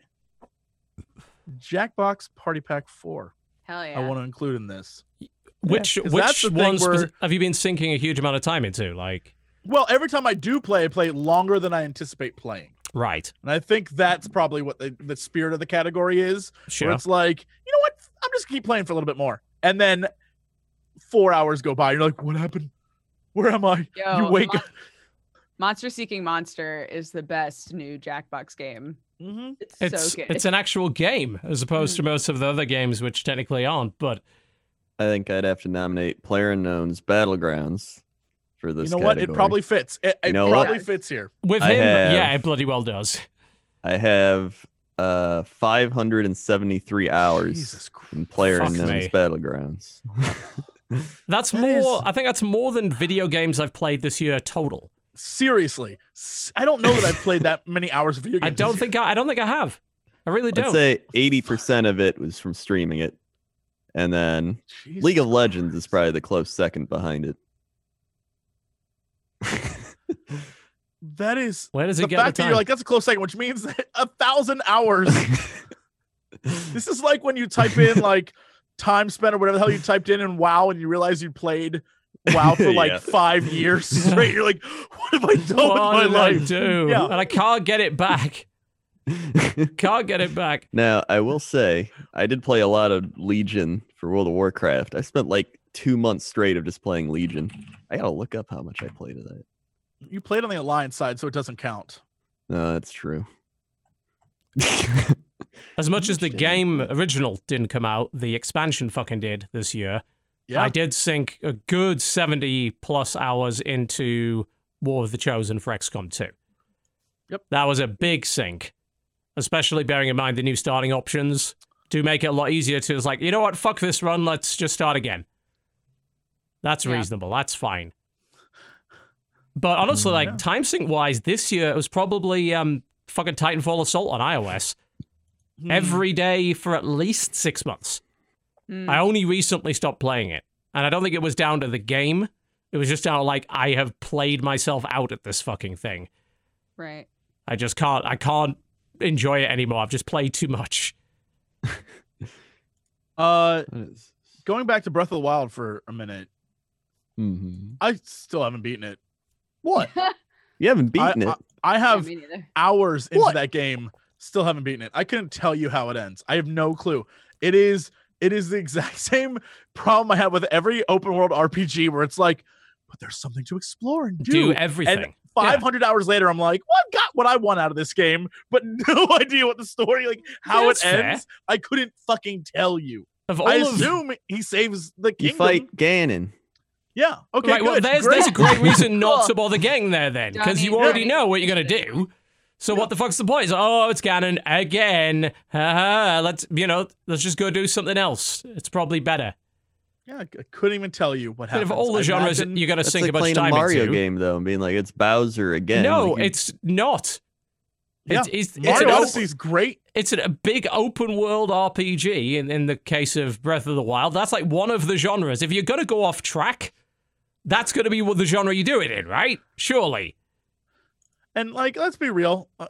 D: Jackbox Party Pack 4,
C: hell yeah.
D: I want to include in this.
A: which
D: 'cause
A: which
D: that's the thing
A: ones
D: where-
A: have you been sinking a huge amount of time into? Like,
D: Well, every time I do play, I play longer than I anticipate playing.
A: right?
D: And I think that's probably what the, the spirit of the category is. Where
A: Sure.
D: it's like, you know what? I'm just gonna keep playing for a little bit more. And then four hours go by. You're like, what happened? Where am I?
C: Yo,
D: you wake
C: Mon-
D: up.
C: Monster Seeking Monster is the best new Jackbox game.
D: Mm-hmm.
C: It's,
A: It's
C: so good.
A: it's an actual game as opposed to most of the other games, which technically aren't. But
B: I think I'd have to nominate Player Unknown's Battlegrounds for
D: You
B: this.
D: know what? It
B: category.
D: probably fits. It, it
B: You know
C: what?
D: probably fits here.
A: with
B: I
A: him,
B: have-
A: yeah, it bloody well does.
B: I have uh 573 hours
D: Jesus Christ.
B: in Player
A: Fuck
B: Unknown's
A: me.
B: Battlegrounds.
A: That's
D: That
A: more.
D: is-
A: I think that's more than video games I've played this year total.
D: Seriously, S- I don't know that I've played that many hours of video
A: I
D: games.
A: don't think I, I don't think I have. I really
B: I'd
A: don't.
B: say 80% of it was from streaming it. And then
D: Jesus
B: League of Legends
D: Christ.
B: is probably the close second behind it.
D: That is
A: Where does it
D: the
A: get the
D: fact that
A: time?
D: you're like that's a close second, which means that a thousand hours. this is like when you type in like time spent or whatever the hell you typed in in WoW, and you realize you played WoW for like
B: Yeah.
D: five years straight. You're like, what have I done
A: what
D: with
A: did
D: my
A: I
D: life?
A: do?
D: Yeah.
A: And I can't get it back. Can't get it back.
B: now, I will say, I did play a lot of Legion for World of Warcraft. I spent like two months straight of just playing Legion. I gotta look up how much I played of that.
D: You played on the alliance side, so it doesn't count.
B: No, that's true.
A: As much as the
B: Interesting.
A: game original didn't come out, the expansion fucking did this year.
D: Yeah,
A: I did sink a good 70 plus hours into War of the Chosen for XCOM 2.
D: Yep.
A: That was a big sink, especially bearing in mind the new starting options do make it a lot easier to, it's like, you know what, fuck this run, let's just start again. That's
C: Yeah.
A: reasonable, that's fine. But honestly,
B: Mm,
A: like,
D: yeah.
A: time sync wise, this year it was probably um, fucking Titanfall Assault on iOS
D: Hmm.
A: every day for at least six months.
C: Mm.
A: I only recently stopped playing it. And I don't think it was down to the game. It was just down to like I have played myself out at this fucking thing.
C: right.
A: I just can't I can't enjoy it anymore. I've just played too much.
D: Uh, going back to Breath of the Wild for a minute,
B: hmm
D: I still haven't beaten it.
B: What? You haven't
D: I-
B: beaten
D: I-
B: it.
D: I
C: Yeah,
D: have
C: me neither.
D: hours into
B: What?
D: that game, still haven't beaten it. I couldn't tell you how it ends. I have no clue. It is it is the exact same problem I have with every open world RPG where it's like, but there's something to explore and do.
A: Do everything.
D: 500 hours later, I'm like, well, I've got what I want out of this game, but no idea what the story, like how
A: That's
D: it
A: fair.
D: ends. I couldn't fucking tell you.
A: Of
D: I
A: all of
D: assume he saves the
B: You
D: kingdom.
B: fight Ganon.
D: Yeah. Okay.
A: right,
D: good.
A: well there's there's a great reason not to bother getting there then. Because you
C: Johnny,
A: already
C: Johnny.
A: know what you're gonna do. So what the fuck's the point? It's, oh, it's Ganon again. Ha ha. Let's you know, let's just go do something else. It's probably better.
D: Yeah, I c- I couldn't even tell you what
A: But
D: happened.
A: of all the genres that you got to
B: That's
A: sink
B: like
A: a bunch of
B: playing a
A: time
B: Mario
A: into.
B: game though, and being like, it's Bowser again.
A: No,
B: Like, you-
A: it's not.
D: Yeah.
A: It's, it's, it's, an
D: Mario
A: op-
D: Odyssey's great.
A: it's an- a big open world RPG in, in the case of Breath of the Wild. That's like one of the genres. If you're going to go off track, that's going to be what the genre you do it in, right? Surely.
D: And like, let's be real. uh,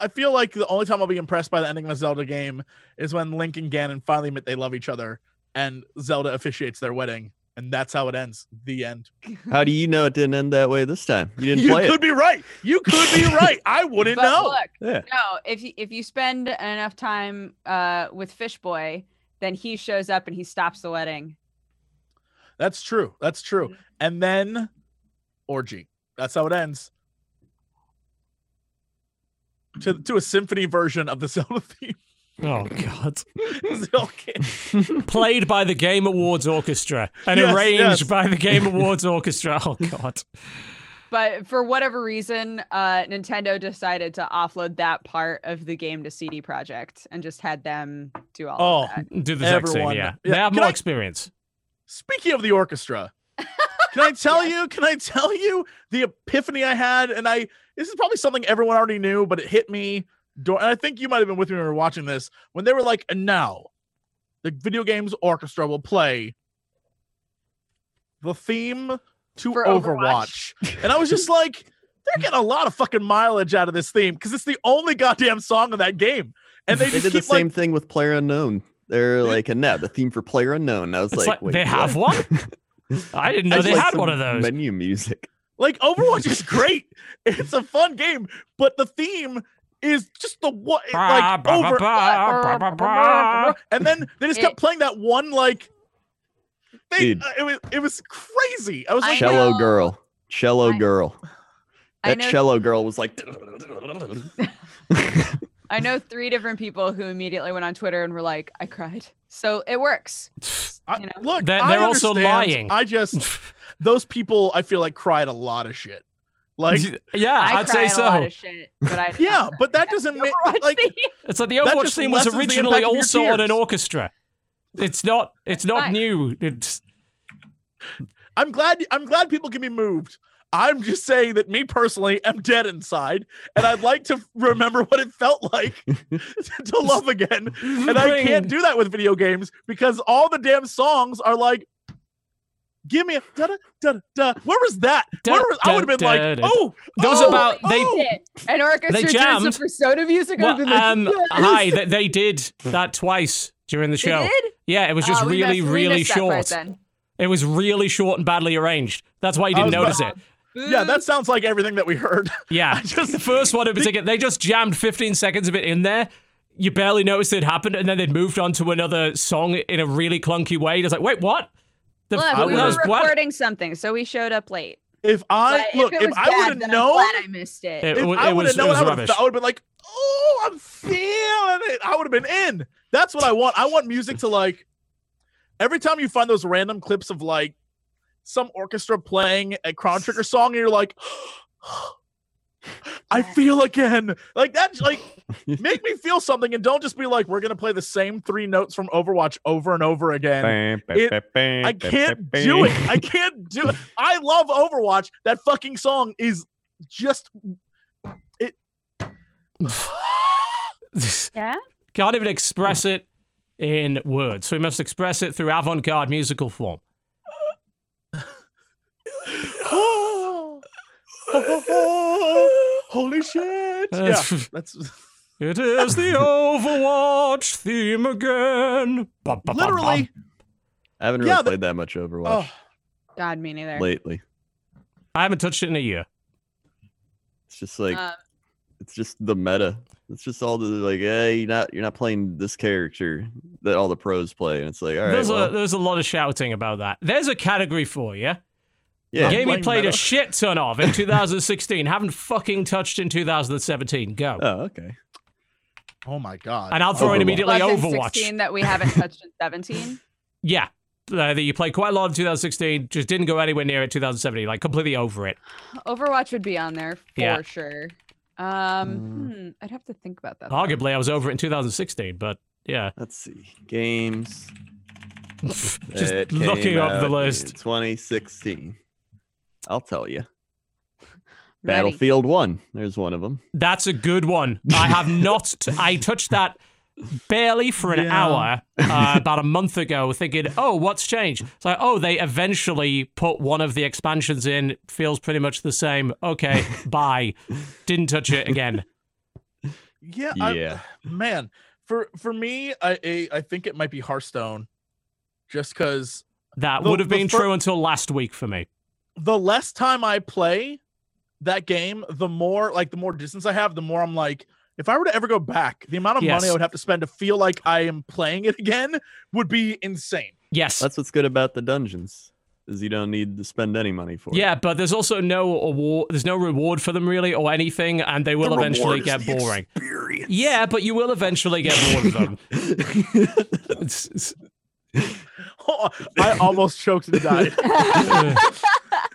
D: I feel like the only time I'll be impressed by the ending of a Zelda game is when Link and Ganon finally admit they love each other, and Zelda officiates their wedding, and that's how it ends. The end.
B: how do you know it didn't end that way this time? You didn't
D: you
B: play
D: could be right. You could be right. I wouldn't
C: But
D: know.
C: look,
B: it. Yeah.
C: no, if you if you spend enough time uh with Fish Boy, then he shows up and he stops the wedding.
D: That's true. That's
A: Mm-hmm.
D: true. And then orgy. That's how it ends. To, to a symphony version of the Zelda theme.
A: Oh, God.
D: It's okay.
A: Played by the Game Awards Orchestra and
D: Yes,
A: arranged
D: yes.
A: by the Game Awards Orchestra. Oh, God.
C: But for whatever reason, uh Nintendo decided to offload that part of the game to CD Project and just had them do all of
D: Oh,
C: that.
A: Do the exact same,
D: Everyone-
A: yeah.
D: yeah,
A: They have
D: can
A: more
D: I-
A: experience.
D: Speaking of the orchestra, can I tell you? Can I tell you the epiphany I had? And I this is probably something everyone already knew, but it hit me. dur- And I think you might have been with me when we were watching this when they were like, "And now, the video games orchestra will play the theme to
C: For
D: Overwatch,"
C: Overwatch.
D: and I was just like, "They're getting a lot of fucking mileage out of this theme because it's the only goddamn song in that game." And they,
B: They
D: just
B: did the
D: keep like
B: same thing with Player Unknown. They're like, and now the theme for Player Unknown. I was
A: It's
B: like,
A: like,
B: wait,
A: they have
B: what?
A: one? I didn't know
B: It's
A: they
B: like
A: had
B: some
A: one of those.
B: menu music.
D: Like Overwatch is great. It's a fun game, but the theme is just the what
A: Ba, ba,
D: like
A: ba,
D: over
A: ba, ba, ba,
D: and then they just kept playing that one like thing.
B: Dude.
D: Uh, It was it was crazy. I was
C: I
D: like,
C: know.
B: Cello girl. Cello
C: I-
B: girl.
C: I
B: That
C: know
B: cello girl was like
C: I know three different people who immediately went on Twitter and were like, I cried. So it works.
D: I-
C: you know.
D: look,
A: They're-
D: I
A: they're also
D: understand.
A: lying.
D: I just those people I feel like cried a lot of shit. Like
A: yeah,
C: I
A: I'd say
C: cried A lot
A: so.
C: of shit, but I did
D: yeah,
C: not cry.
D: but that doesn't make
C: Overwatch
D: like
C: theme.
A: It's like the
D: That
A: Overwatch
D: just
A: theme was
D: lessens the
A: originally
D: impact of your
A: also on an
D: tears.
A: orchestra. It's not. It's not
C: Nice.
A: new. It's
D: I'm glad I'm glad people can be moved. I'm just saying that me personally am dead inside, and I'd like to remember what it felt like to love again. And I can't do that with video games because all the damn songs are like, give me a da da da da. Where was that? Where was, I would have been like, oh,
A: Those
D: oh,
A: about- they-
D: oh.
C: An orchestra
A: They
C: did some
A: jammed.
C: persona music. I've been
A: Well, um,
C: like, "Yes!"
A: hi, they, they did that twice during the
C: They
A: show.
C: did?
A: Yeah, it was just
C: Oh, we
A: really,
C: missed- we
A: really
C: missed that part
A: short.
C: then.
A: It was really short and badly arranged. That's why you
D: I
A: didn't
D: was
A: notice
D: about-
A: it.
C: Mm,
D: Yeah, that sounds like everything that we heard.
A: Yeah,
D: I just-
A: the first one in particular, they just jammed 15 seconds of it in there. You barely noticed it happened, and then they'd moved on to another song in a really clunky way. It's like, wait, what? The,
C: Look,
D: I
C: we
A: that
C: were
D: was-
A: what?
C: recording something, so we showed up late.
D: If I
C: But
D: look,
C: if
D: if,
C: it was
D: I
C: bad,
D: would have
C: then
D: known,
C: I'm glad I missed it.
A: It,
D: if
A: wa-
D: I
A: it
D: would have
A: was, it
D: known,
A: was
D: I would
A: rubbish.
D: have been like, oh, I'm feeling it. I would have been in. That's what I want. I want music to like. Every time you find those random clips of like some orchestra playing a Crown Trigger song, and you're like, I feel again. Like that, like make me feel something, and don't just be like, we're gonna play the same three notes from Overwatch over and over again. I can't do it. I can't do it. I love Overwatch. That fucking song is just
C: Yeah.
A: Can't even express it in words. We must express it through avant garde musical form.
D: holy shit. Yeah, that's
A: It is the Overwatch theme again. Bum, bum, bum,
D: literally.
A: bum.
B: I haven't really
D: Yeah, the-
B: played that much
A: Oh,
B: Overwatch
C: God, me neither.
B: lately.
A: I haven't touched it in a year.
B: It's just like
C: Um,
B: it's just the meta. It's just all the like, hey, you're not you're not playing this character that all the pros play, and it's like, all right,
A: there's,
B: well,
A: a, there's a lot of shouting about that. There's a category for you.
B: yeah,
A: game you
D: Blame
A: played a
D: meta.
A: shit ton of in 2016, haven't fucking touched in 2017. Go.
B: oh okay,
D: Oh my god.
A: and I'll throw in
B: Overwatch.
A: immediately
C: plus in
A: Overwatch.
C: 16 that we haven't touched in 17.
A: Yeah. Uh, that you played quite a lot in 2016, just didn't go anywhere near it 2017, like completely over it.
C: Overwatch would be on there for
A: Yeah. Mm.
C: sure. Um, hmm, I'd have to think about that. though.
A: Arguably, I was over it in 2016, but yeah.
B: let's see, games.
A: just
B: that
A: looking
B: came
A: up the
B: out in
A: list.
B: 2016. I'll tell you,
C: Ready.
B: Battlefield One. There's one of them.
A: That's a good one. I have not, t- I touched that barely for an
D: Yeah.
A: hour uh, about a month ago, thinking, oh, what's changed? It's like, oh, they eventually put one of the expansions in, feels pretty much the same. Okay, bye. Didn't touch it again.
D: Yeah, I-
B: Yeah.
D: man. For for me, I, I I think it might be Hearthstone, just because
A: That
D: The-
A: would have
D: the
A: been
D: fir-
A: true until last week for me.
D: the less time I play that game, the more like the more distance I have, the more I'm like, if I were to ever go back, the amount of
A: Yes.
D: money I would have to spend to feel like I am playing it again would be insane.
A: Yes.
B: That's what's good about the dungeons is you don't need to spend any money for.
A: yeah, but there's also no award, there's no reward for them really or anything, and they will
D: The
A: eventually
D: reward
A: get
D: is the
A: boring.
D: experience.
A: Yeah, but you will eventually get bored of them.
B: it.
A: It's- it's-
D: I almost choked and died.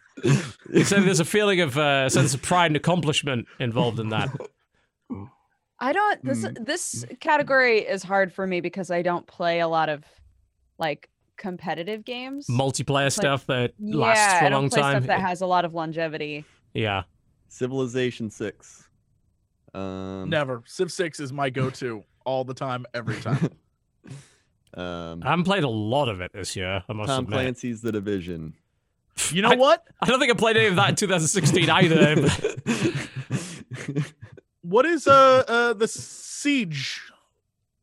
A: so there's a feeling of uh, a sense of pride and accomplishment involved in that.
C: I don't. This
A: Hmm.
C: this category is hard for me because I don't play a lot of like competitive games.
A: Multiplayer stuff that lasts
C: yeah,
A: for
C: I
A: a
C: don't
A: long
C: play
A: time.
C: stuff that has a lot of longevity.
A: yeah.
B: Civilization Six. Um,
D: Never. Civ Six is my go-to all the time, every time.
B: Um,
A: I haven't played a lot of it this year, I must
B: Tom
A: admit.
B: Clancy's The Division.
D: You know
A: I-
D: what?
A: I don't think I played any of that in 2016 either.
B: Uh,
A: but-
D: What is uh uh the siege?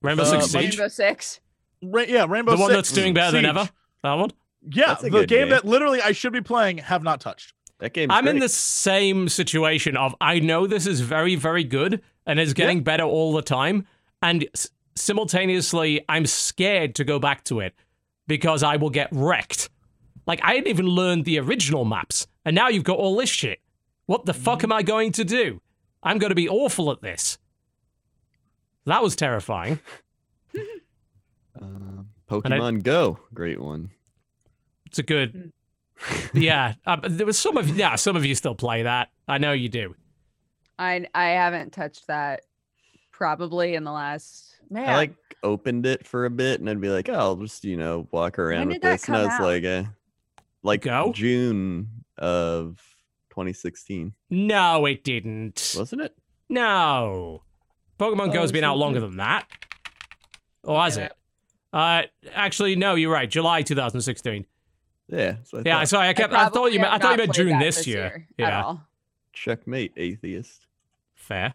A: Rainbow
D: Uh,
A: Six
D: my-
A: Siege?
C: Um, Rainbow Six.
D: Ra- yeah, Rainbow.
A: The one
D: Six
A: that's doing better than
D: Siege.
A: ever? That one?
D: Yeah,
B: That's a
D: the
B: good
D: game,
B: game.
D: that literally I should be playing have not touched.
B: that game's
A: I'm in
B: great.
A: the same situation of I know this is very, very good and is getting better all the time. And s- simultaneously, I'm scared to go back to it because I will get wrecked. Like, I hadn't even learned the original maps. And now you've got all this shit. What the fuck am I going to do? I'm going to be awful at this. That was terrifying.
B: Um,
A: And I-
B: Pokemon Go, great one.
A: It's a good. yeah. Uh, but there was some of, yeah, some of you still play that. I know you do.
C: I I haven't touched that probably in the last man.
B: I like opened it for a bit and I'd be like, oh, I'll just you know walk around
C: did
B: with
C: that
B: this, and I
C: come
B: was
C: out?
B: like, eh. like
A: Go.
B: June of 2016,
A: No, it didn't.
B: wasn't it?
A: No. Pokemon
B: Oh,
A: Go's been out
B: something.
A: longer than that. Or has
D: Yeah.
A: it? Uh, actually, no, you're right. July 2016.
B: Yeah. So I
A: Yeah,
B: thought,
A: sorry, I kept. I, thought
C: probably
A: you. Meant, I
C: have
A: thought you
C: not
A: meant
C: played
A: June
C: that
A: this, year.
C: at
A: Yeah,
C: all.
B: checkmate, atheist.
A: fair.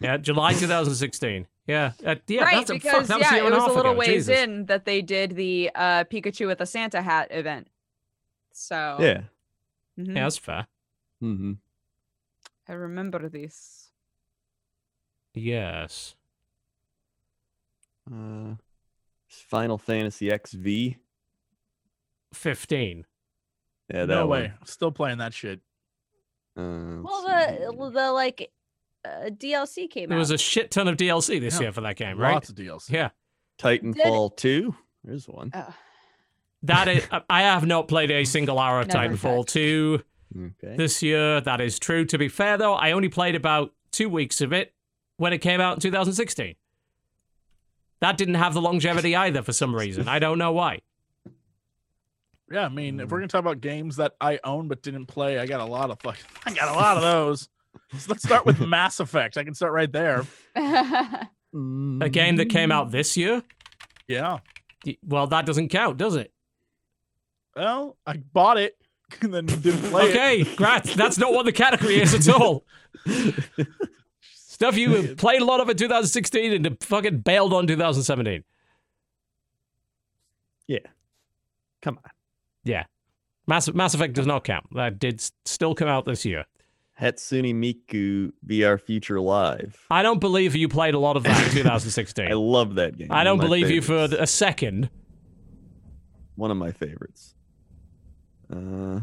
A: Yeah, July 2016. Yeah, uh, yeah.
C: right,
A: that's a, fuck,
C: because
A: that was a
C: yeah,
A: year
C: it
A: and a
C: was a
A: half
C: little
A: ago,
C: ways
A: Jesus.
C: in that they did the uh, Pikachu with a Santa hat event. So
B: Yeah.
C: mhm,
A: Yeah, that's fair.
B: hmm
C: I remember this.
A: Yes.
B: Uh, Final Fantasy XV. Yeah,
A: 15.
B: that
D: no
B: one.
D: way. I'm still playing that shit.
B: Uh,
C: Well,
B: let's see.
C: the the like uh, DLC came
A: There was
C: out.
A: a shit ton of DLC this
D: Yeah.
A: year for that game, right?
D: Lots of DLC.
A: Yeah.
B: Titanfall 2. There's one.
A: Uh,
C: Oh,
A: That is, I- I have not played a single hour of
C: Never
A: Titanfall
C: touched.
A: 2
B: Okay.
A: this year. That is true. To be fair, though, I only played about two weeks of it when it came out in 2016. That didn't have the longevity either for some reason. I don't know why.
D: Yeah, I mean, if
B: Mm.
D: we're gonna talk about games that I own but didn't play, I got a lot of fucking, I got a lot of those. So let's start with Mass Effect. I can start right there.
A: A game that came out this year?
D: Yeah.
A: Y- Well, that doesn't count, does it?
D: Well, I bought it and then didn't play it.
A: Okay, grats. That's not what the category is at all. Stuff you played a lot of in 2016 and fucking bailed on 2017.
B: Yeah. Come on.
A: Mass, Mass Effect does not count. That did s- still come out this year.
B: Mm-hmm. Hatsune Miku VR Future Live.
A: I don't believe you played a lot of that in
B: I
A: 2016.
B: love that game.
A: I don't
B: One of my
A: believe you for
B: favorites.
A: a second.
B: one of my favorites. Uh,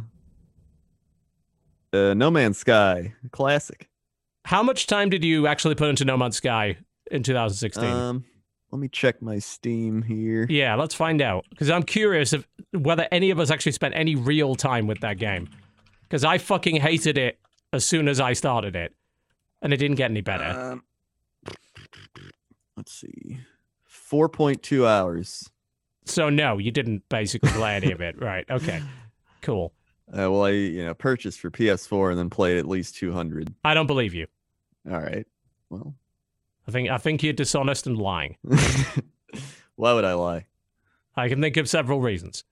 B: uh, No Man's Sky, classic.
A: How much time did you actually put into No Man's Sky in 2016?
B: Um, let me check my Steam here.
A: yeah, let's find out. Because I'm curious if whether any of us actually spent any real time with that game. Because I fucking hated it as soon as I started it. And it didn't get any better.
B: Um, let's see, four point two hours.
A: so no, you didn't basically play any of it. Right. Okay. Cool.
B: Uh, well, I you know purchased for PS4 and then played at least two hundred.
A: I don't believe you.
B: All right. Well,
A: I think I think you're dishonest and lying.
B: why would I lie?
A: I can think of several reasons.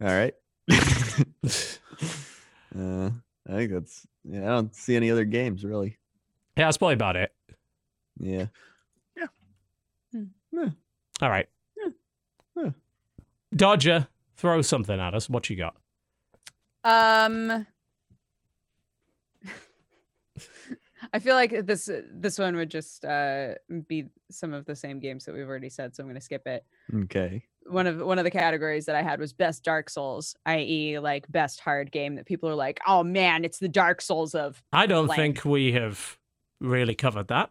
B: All right. uh, I think that's. Yeah, I don't see any other games really.
A: Yeah, that's probably about it.
B: Yeah.
A: All right.
B: Yeah. Yeah.
A: Dodger, throw something at us. What you got?
C: um, I feel like this this one would just uh, be some of the same games that we've already said, so I'm gonna skip it.
B: Okay.
C: one of one of the categories that I had was best Dark Souls, i.e., like best hard game that people are like, oh man, it's the Dark Souls of.
A: I don't
C: Blank.
A: think we have really covered that.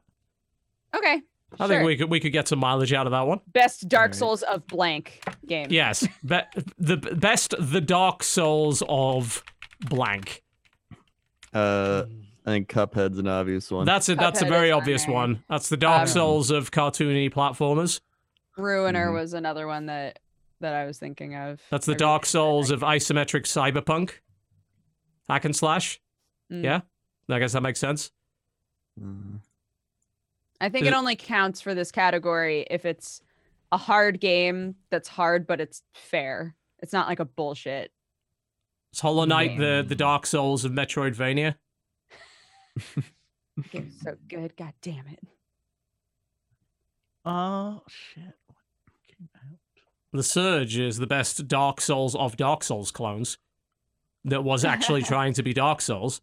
C: Okay,
A: I
C: sure.
A: think we could we could get some mileage out of that one.
C: best Dark
B: Alright.
C: Souls of blank game.
A: Yes, be- the best the Dark Souls of blank.
B: Uh, I think Cuphead's an obvious one.
A: That's a that's a
C: Cuphead
A: very
C: is on
A: obvious
C: there.
A: one. That's the Dark
C: Um,
A: Souls of cartoony platformers.
C: Ruiner
B: Mhm.
C: was another one that that I was thinking of.
A: Mm-hmm. That's
C: I
A: the
C: really
A: Dark
C: enjoyed
A: Souls
C: that
A: of isometric cyberpunk. Hack and slash.
C: game. Mm.
A: yeah. I guess that makes sense.
B: Mm.
C: I think
A: Is
C: it
A: it-
C: only counts for this category if it's a hard game that's hard but it's fair. It's not like a bullshit.
A: It's Hollow Knight, the the Dark Souls of Metroidvania.
C: That game's so good. God damn it.
D: Oh shit. What came out?
A: The Surge is the best Dark Souls of Dark Souls clones that was actually trying to be Dark Souls.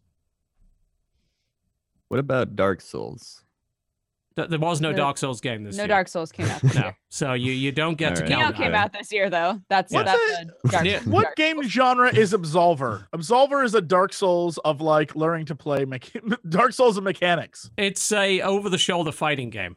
B: What about Dark Souls?
A: Th- There was no,
C: No-
A: Dark Souls game this
C: No
A: year.
C: Dark Souls came out. this
A: No,
C: year.
A: so you you don't get to
B: Alright.
C: Neo
A: count.
C: came
A: that.
C: out this year though. That's
D: What's
C: that's
D: it-
C: a Dark
A: Yeah.
D: What
C: Dark
D: game genre is Absolver? Absolver is a Dark Souls of like learning to play mecha- Dark Souls of mechanics.
A: It's a over the shoulder fighting game.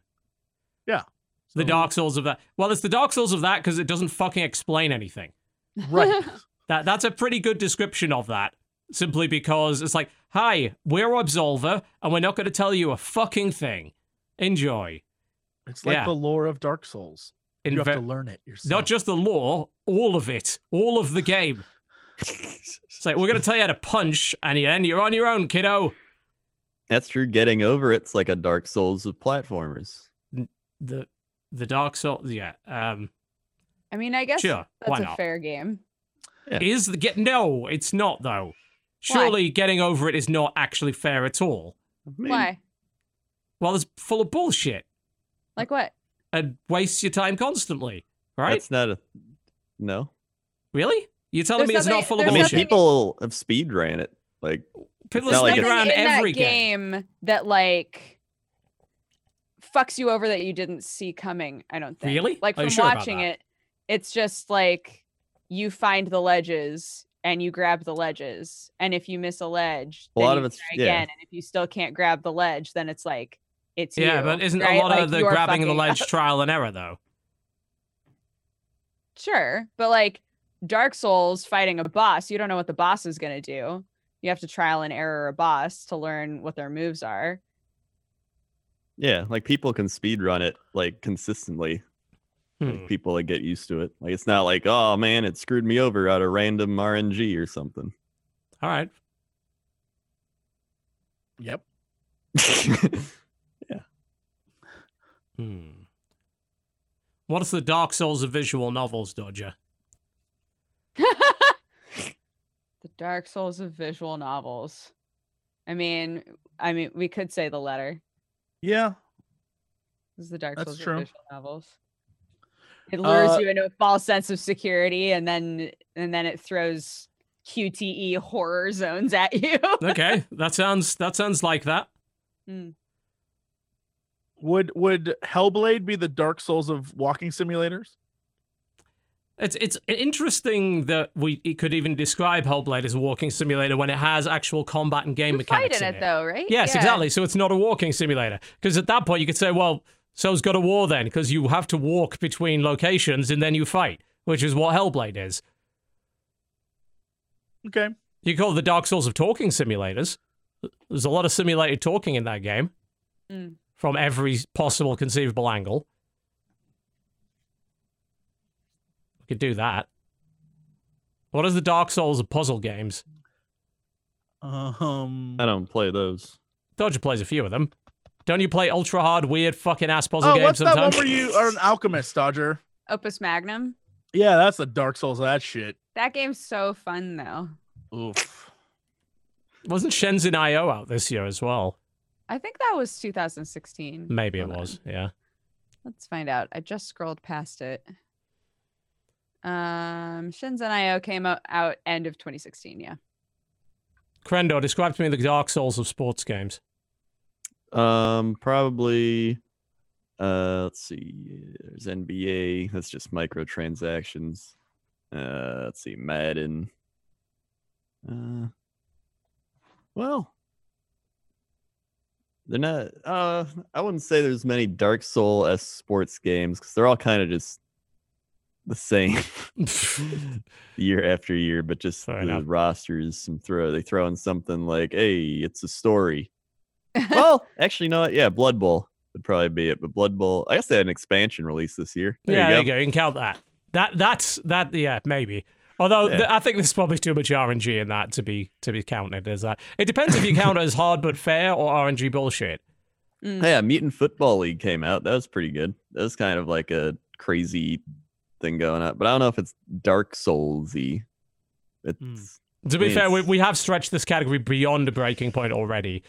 A: The
D: So-
A: Dark Souls of that. Well, it's the Dark Souls of that because it doesn't fucking explain anything.
D: Right.
A: That that's a pretty good description of that. Simply because it's like, hi, we're Absolver, and we're not going to tell you a fucking thing. Enjoy.
D: It's like
A: Yeah.
D: the lore of Dark Souls. You have
A: inve-
D: to learn it yourself.
A: not just the lore, all of it, all of the game. It's like we're gonna tell you how to punch, and you- and you're on your own, kiddo.
B: That's true. Getting over it's like a Dark Souls of platformers.
A: The the Dark Souls, yeah. Um,
C: I mean, I guess
A: sure, why
C: that's a
A: not?
C: fair game.
A: Is the get? No, it's not though. Surely getting over it is not actually fair at all.
B: I mean,
C: Why?
A: Well, it's full of bullshit
C: Like what?
A: and wastes your time constantly, right?
B: That's not a no.
A: Really? You're telling
C: There's
A: me it's not
C: nothing-
A: full of
B: I
C: there's
B: mean,
A: bullshit?
C: nothing-
B: people have speed ran it. Like
A: People
B: It's not
A: are
B: like
A: sticking
C: Nothing
A: around
C: in
A: every
C: that
A: game.
C: game. that like fucks you over that you didn't see coming. I don't think.
A: Really?
C: Like
A: Are you
C: from
A: sure about
C: watching
A: that?
C: it, it's just like you find the ledges and you grab the ledges, and if you miss a ledge,
B: a
C: then
B: lot
C: you
B: of it's
C: try
B: yeah.
C: again, and if you still can't grab the ledge, then it's like it's
A: Yeah,
C: you,
A: but isn't
C: right?
A: a lot
C: Like,
A: of the
C: you're
A: grabbing the
C: fucking up.
A: ledge trial and error though?
C: Sure, but like Dark Souls fighting a boss, you don't know what the boss is gonna do. You have to trial and error a boss to learn what their moves are.
B: Yeah, like people can speed run it like consistently. Like,
A: Hmm.
B: people like get used to it. Like it's not like, oh man, it screwed me over out of random RNG or something.
A: All right.
D: Yep.
A: Hmm. What is the Dark Souls of visual novels, Dodger?
C: the Dark Souls of visual novels. I mean, I mean, we could say the letter.
D: Yeah.
C: This is the Dark
D: That's
C: Souls
D: true.
C: of visual novels. It lures
D: Uh,
C: you into a false sense of security, and then and then it throws QTE horror zones at you.
A: Okay, that sounds that sounds like that.
D: Would would Hellblade be the Dark Souls of walking simulators?
A: It's it's interesting that we it could even describe Hellblade as a walking simulator when it has actual combat and game
C: You fight
A: mechanics
C: in
A: in
C: it though, right?
A: Yes,
C: Yeah.
A: exactly. So it's not a walking simulator because at that point you could say, well, so's got a war then because you have to walk between locations and then you fight, which is what Hellblade is.
D: Okay.
A: You call it the Dark Souls of talking simulators. There's a lot of simulated talking in that game
C: Mm.
A: from every possible conceivable angle. We could do that. What is the Dark Souls of puzzle games?
D: Um.
B: I don't play those.
A: Dodger plays a few of them. Don't you play ultra hard, weird, fucking ass puzzle
D: Oh,
A: games
D: what's that
A: sometimes?
D: one where you are an alchemist, Dodger?
C: Opus Magnum.
D: Yeah, that's the Dark Souls of that shit.
C: That game's so fun though.
D: Oof.
A: Wasn't Shenzhen IO out this year as well?
C: I think that was 2016.
A: Maybe it
C: Hold on.
A: was. Yeah.
C: Let's find out. I just scrolled past it. Um, Shenzhen IO came o- out end of 2016. Yeah.
A: Crendo, describe to me the Dark Souls of sports games.
B: Um, probably. Uh, let's see. There's NBA. That's just microtransactions. Uh, let's see. Madden. Uh, well, they're not. Uh, I wouldn't say there's many Dark Soul s sports games because they're all kind of just the same year after year, but just
A: Fair
B: the
A: enough.
B: rosters. Some throw they throw in something like, hey, it's a story well, actually, no. Yeah, Blood Bowl would probably be it. But Blood Bowl, I guess they had an expansion release this year. There
A: yeah,
B: you
A: there
B: go.
A: you go. You can count that. That that's that. Yeah, maybe. Although
B: Yeah.
A: th- I think there's probably too much RNG in that to be to be counted as that. It depends if you count it as hard but fair or RNG bullshit.
C: Mm.
B: Yeah, Mutant Football League came out. That was pretty good. That was kind of like a crazy thing going on. But I don't know if it's Dark Soulsy. It's
A: Hmm. To be
B: Yes.
A: fair, we, we have stretched this category beyond a breaking point already.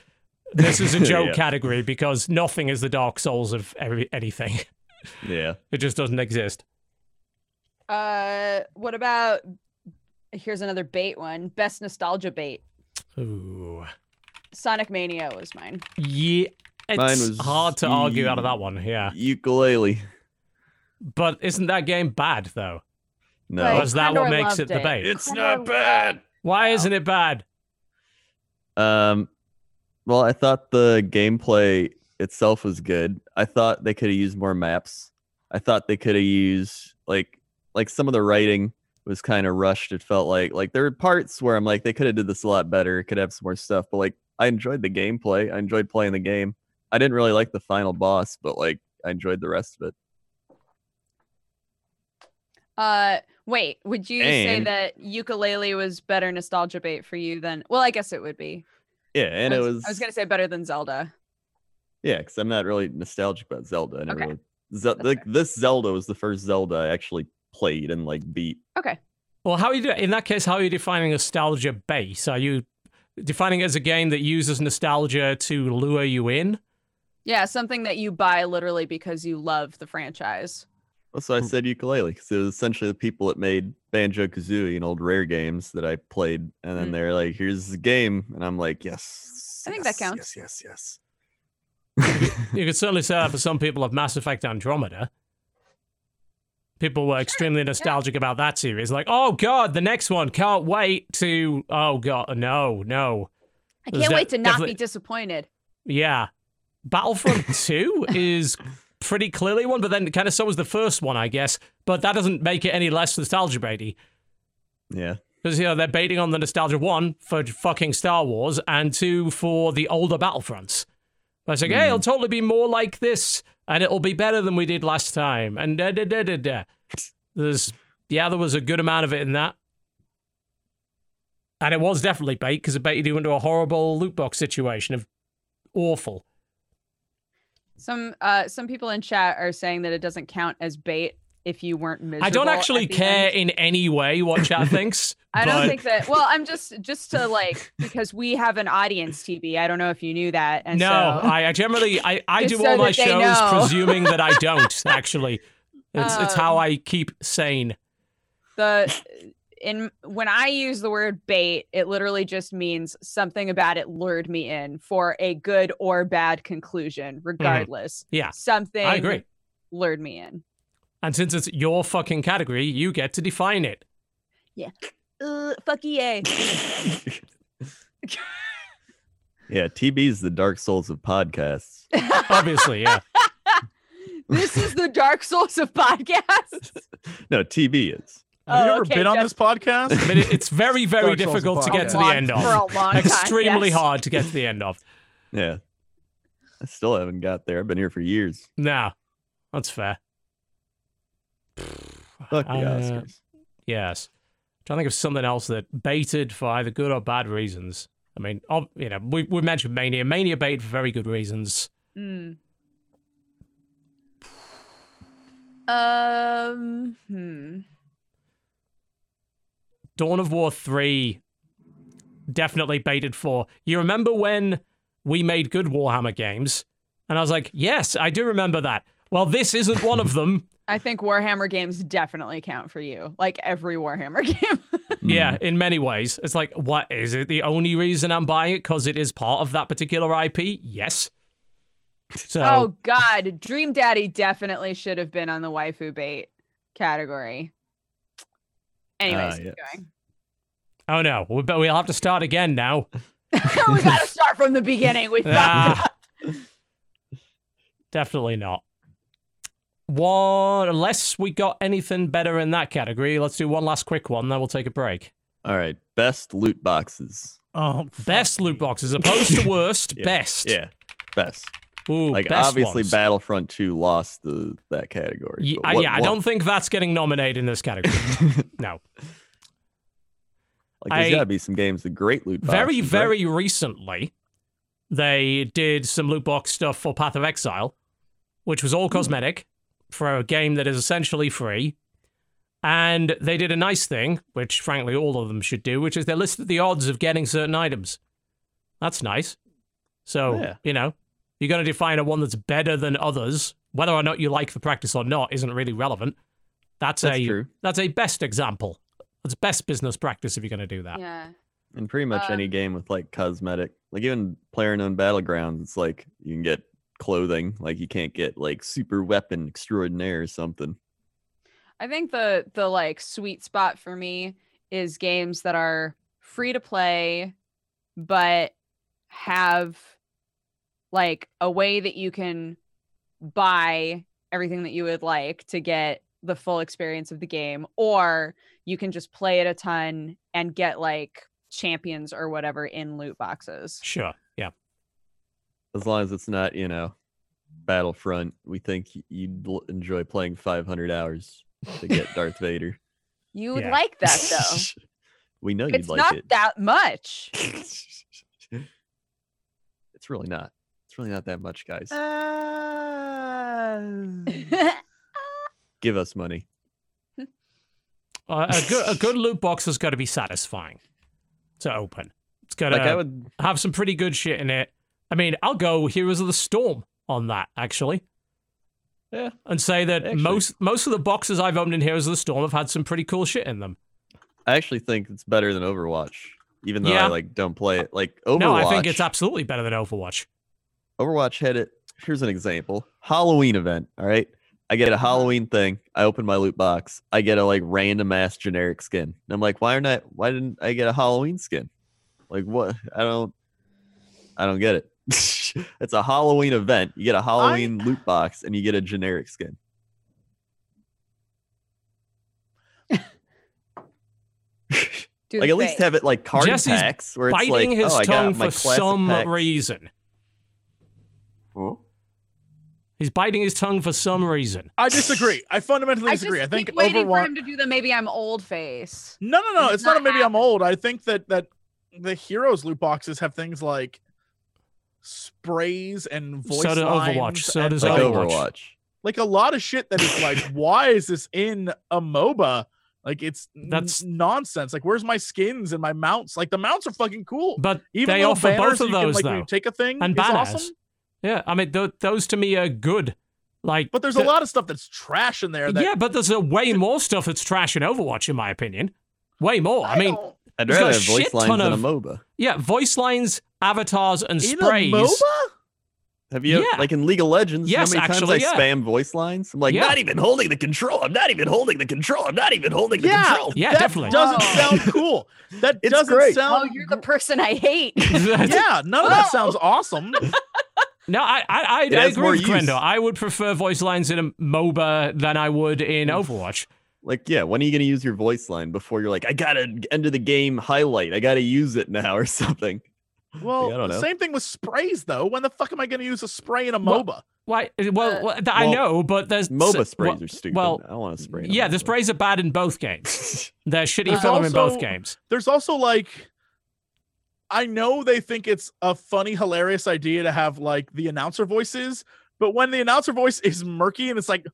A: This is a joke
B: Yeah.
A: category because nothing is the Dark Souls of every, anything.
B: yeah.
A: It just doesn't exist.
C: Uh, what about? Here's another bait one. Best nostalgia bait.
A: Ooh.
C: Sonic Mania was mine.
A: Yeah, it's
B: Mine was
A: hard to argue out of
B: the-
A: that one. Yeah,
B: Ukulele.
A: but isn't that game bad though?
B: No.
C: Like-
A: That's that what
C: Condor
A: makes
C: loved
A: it the
C: it.
A: bait.
B: it's
C: kinda
B: not
C: like-
B: bad.
A: Why isn't it bad?
B: Um, well, I thought the gameplay itself was good. I thought they could have used more maps. I thought they could have used like like some of the writing was kind of rushed. It felt like like there were parts where I'm like they could have did this a lot better. Could have some more stuff, but like I enjoyed the gameplay. I enjoyed playing the game. I didn't really like the final boss, but like I enjoyed the rest of it.
C: Uh, wait. Would you say
B: And-
C: that ukulele was better nostalgia bait for you than? Well, I guess it would be.
B: Yeah, and
C: I
B: it
C: was,
B: was.
C: I was gonna say better than Zelda.
B: Yeah, because I'm not really nostalgic about Zelda. I never
C: Okay.
B: really, Ze-
C: That's
B: like this Zelda was the first Zelda I actually played and like beat.
A: Well, how are you do- in that case? How are you defining nostalgia base? Are you defining it as a game that uses nostalgia to lure you in?
C: Yeah, something that you buy literally because you love the franchise.
B: Also, I
A: Hmm.
B: said ukulele because it was essentially the people that made Banjo Kazooie and old rare games that I played, and then
C: Hmm.
B: they're like, "Here's the game," and I'm like, "Yes."
C: I think that
B: yes,
C: counts.
B: Yes, yes, yes.
A: You could certainly say that for some people of Mass Effect Andromeda. People were extremely nostalgic about that series. Like, oh god, the next one, can't wait to. Oh god, no, no,
C: I
A: Is
C: can't
A: that
C: wait to not
A: definitely-
C: be disappointed.
A: yeah. Battlefront Two is pretty clearly one, but then kind of so was the first one, I guess. But that doesn't make it any less nostalgia baity.
B: yeah.
A: Because you know they're baiting on the nostalgia one for fucking Star Wars and two for the older Battlefronts. But it's like, hey, it'll totally be more like this, and it'll be better than we did last time. And da da da da da. There's yeah, there was a good amount of it in that, and it was definitely bait because it baited you into a horrible loot box situation of awful.
C: Some uh, some people in chat are saying that it doesn't count as bait if you weren't miserable.
A: I don't
C: at
A: actually
C: the
A: care
C: end.
A: in any way what chat thinks.
C: I don't
A: but-
C: think that. Well, I'm just just to like because we have an audience, TB. I don't know if you knew that. And
A: no,
C: so, uh,
A: I, I generally I, I
C: Just
A: do
C: so
A: all my
C: that they
A: shows
C: know.
A: presuming that I don't actually. It's it's how
C: Um,
A: I keep sane.
C: the in when I use the word bait, it literally just means something about it lured me in for a good or bad conclusion, regardless.
A: Mm. Yeah,
C: Something
A: I agree.
C: lured me in.
A: And since it's your fucking category, you get to define it.
C: Uh, fuck EA.
B: yeah, TB's the Dark Souls of podcasts.
A: Obviously, yeah.
C: this is the Dark Souls of podcasts.
B: No, TB is.
D: Have you
C: Oh,
D: ever
C: okay,
D: been on
C: yeah.
D: this podcast?
A: I mean, it, it's very very
D: Dark Souls
A: difficult to
D: apart.
A: get to
D: A
A: the
C: Long-
A: end
C: for
A: of.
C: a long time.
A: Extremely
C: yes.
A: hard to get to the end of.
B: Yeah. I still haven't got there. I've been here for years.
A: No, that's fair.
B: Fuck the
A: Uh,
B: Oscars.
A: Yes. Trying to think of something else that baited for either good or bad reasons. I mean, ob- you know, we, we mentioned Mania. Mania baited for very good reasons.
C: Mm. Um. Hmm.
A: Dawn of War 3 definitely baited for. You remember when we made good Warhammer games? And I was like, yes, I do remember that. Well, this isn't one of them.
C: I think Warhammer games definitely count for you, like every Warhammer game.
B: Hmm. Mm.
A: yeah, in many ways. It's like, what is it? The only reason I'm buying it because it is part of that particular IP? Yes. So,
C: oh God, Dream Daddy definitely should have been on the waifu bait category. Anyways,
B: Ah,
C: keep
B: yes.
A: oh no, we, but we'll have to start again now.
C: going. we gotta start from the beginning. We fucked
A: Ah.
C: up.
A: Definitely not. One, unless we got anything better in that category, let's do one last quick one, then we'll take a break.
B: All right. Best loot boxes.
D: Oh,
A: Best loot box as opposed to worst,
B: Yeah,
A: best.
B: Yeah. Best.
A: Ooh,
B: Like
A: best
B: obviously
A: ones.
B: Battlefront 2 lost the that category.
A: Ye-
B: but
A: I-
B: what
A: yeah, I
B: won?
A: don't think that's getting nominated in this category. no.
B: like there's
A: I-
B: gotta be some games with great loot boxes.
A: Very,
B: right?
A: very recently, they did some loot box stuff for Path of Exile, which was
B: Hmm.
A: all cosmetic for a game that is essentially free. And they did a nice thing, which frankly all of them should do, which is they listed the odds of getting certain items. That's nice. So,
B: Yeah.
A: you know, you're going to define a one that's better than others. Whether or not you like the practice or not isn't really relevant. That's,
B: That's
A: a
B: true.
A: that's a best example. That's best business practice if you're going to do that.
C: Yeah.
B: And pretty much any
C: Um,
B: game with like cosmetic, like even player known battlegrounds, it's like you can get clothing, like you can't get like super weapon extraordinaire or something.
C: I think the the like sweet spot for me is games that are free to play but have like a way that you can buy everything that you would like to get the full experience of the game or you can just play it a ton and get like champions or whatever in loot boxes.
A: Sure. Yeah.
B: As long as it's not, you know, Battlefront, we think y- you'd l- enjoy playing 500 hours. to get Darth Vader.
C: You would
A: Yeah.
C: like that though.
B: we know you'd
C: it's
B: like
C: not
B: it.
C: that much.
B: it's really not. It's really not that much, guys.
C: Uh,
B: Give us money.
A: Uh, a good a good loot box has got to be satisfying to open. It's got to
B: Like I would
A: have some pretty good shit in it. I mean, I'll go Heroes of the Storm on that actually.
B: Yeah.
A: and say that
B: Actually.
A: most most of the boxes I've opened in Heroes of the Storm have had some pretty cool shit in them.
B: I actually think it's better than Overwatch. Even though
A: Yeah.
B: I like don't play it. Like Overwatch
A: No, I think it's absolutely better than Overwatch.
B: Overwatch had it. Here's an example: Halloween event. All right, I get a Halloween thing. I open my loot box. I get a like random ass generic skin. And I'm like, why aren't I? Why didn't I get a Halloween skin? Like what? I don't. I don't get it. it's a Halloween event. You get a Halloween loot box and you get a generic skin.
C: Dude,
B: Like at least
C: fake.
B: have it like card
A: Jesse's
B: packs where it's
A: Biting
B: like,
A: his
B: oh, I
A: tongue
B: got my
A: for
B: classic
A: some
B: pack.
A: reason.
B: Oh.
A: He's biting his tongue for some reason.
D: I disagree. I fundamentally
C: I just
D: disagree. I think
C: keep waiting for
D: Overwatch.
C: him to do the maybe I'm old face.
D: No, no, no.
C: It's
D: It's not,
C: not
D: a maybe I'm old. I think that that the heroes loot boxes have things like sprays and voice
A: So does Overwatch.
D: lines
A: So
D: and,
A: does
B: Like
D: like,
A: Overwatch.
B: Overwatch.
D: like a lot of shit that is like, why is this in a MOBA? Like it's
A: That's-
D: that's nonsense. Like where's my skins and my mounts? Like the mounts are fucking cool.
A: But
D: Even
A: they
D: little
A: offer both
D: banners
A: of
D: you can,
A: those
D: like, when
A: though,
D: You take a thing
A: and
D: is
A: banners.
D: awesome.
A: Yeah, I mean th- those to me are good. Like,
D: But there's a
A: th-
D: lot of stuff that's trash in there. That
A: yeah, but there's a way more stuff that's trash in Overwatch, in my opinion. Way more. I, mean,
D: don't-
B: I'd
A: It's got
B: rather
A: a
B: have voice
A: shit
B: lines
A: ton
B: than a
A: of-
B: MOBA.
A: yeah, voice lines, avatars, and
D: in
A: sprays.
D: a MOBA.
B: Have you
A: Yeah.
B: like in League of Legends?
A: Yes,
B: how many
A: actually,
B: times I
A: yeah.
B: spam voice lines? I'm like,
A: Yeah.
B: not even holding the control. I'm not even holding the control. I'm not even holding the
D: Yeah.
B: control.
A: Yeah,
D: that
A: definitely.
D: doesn't
C: Oh.
D: sound cool. That
B: It's
D: doesn't
B: great.
C: Oh,
D: sound.
C: you're the person I hate.
D: yeah, none of
C: Oh.
D: that sounds awesome.
A: No, I I, I,
B: It
A: I
B: has
A: agree
B: more
A: with
B: use.
A: Grendel. I would prefer voice lines in a MOBA than I would in
D: Mm.
A: Overwatch.
B: Like, yeah, when are you gonna use your voice line before you're like, I gotta end of the game highlight. I gotta use it now or something.
D: Well,
B: Like, I don't know.
D: same thing with sprays though. When the fuck am I going to use a spray in a
A: Well-
D: MOBA?
A: Why? Well,
C: Uh,
A: well, th- I
B: well,
A: know, but there's
B: MOBA sprays
A: well,
B: are stupid.
A: well,
B: I don't want to spray. in a
A: Yeah, the
B: MOBA.
A: sprays are bad in both games. They're shitty
D: There's
A: filler in both
D: also-
A: games.
D: There's also like, I know they think it's a funny, hilarious idea to have like the announcer voices, but when the announcer voice is murky and it's like.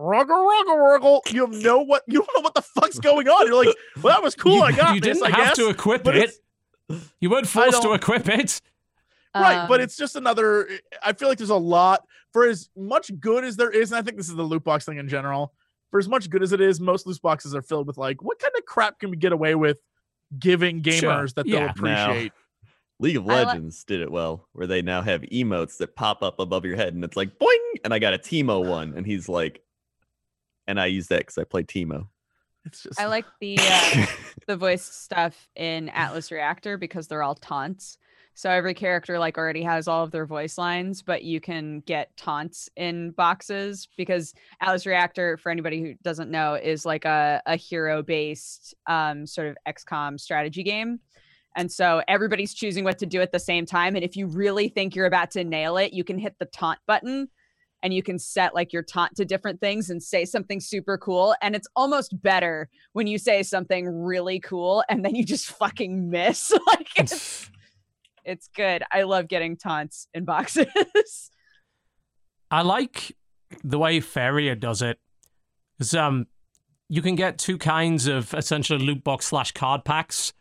D: Ruggle, ruggle, ruggle. You have no what you don't know what the fuck's going on. You're like, well, that was cool.
A: You,
D: I got
A: you
D: this.
A: didn't
D: I
A: have
D: guess.
A: to equip
D: but
A: it.
D: it's-
A: You weren't forced to
D: don't-
A: equip it.
D: right but
C: Um,
D: it's just another i feel like there's a lot for as much good as there is and i think this is the loot box thing in general for as much good as it is most loot boxes are filled with like what kind of crap can we get away with giving gamers
A: Sure,
D: that
A: yeah.
D: they'll appreciate
B: League of
C: I li-
B: Legends did it well, where they now have emotes that pop up above your head, and it's like boing, and I got a Teemo one, and he's like, and I use that because I play Teemo.
D: it's just
C: I like the uh, the voice stuff in Atlas Reactor because they're all taunts. So every character like already has all of their voice lines, but you can get taunts in boxes because Atlas Reactor, for anybody who doesn't know, is like a, a hero based um, sort of XCOM strategy game. And so everybody's choosing what to do at the same time. And if you really think you're about to nail it, you can hit the taunt button and you can set like your taunt to different things and say something super cool. And it's almost better when you say something really cool and then you just fucking miss. like it's, it's good. I love getting taunts in boxes.
A: I like the way Feria does it. 'Cause, um, you can get two kinds of essentially loot box slash card packs.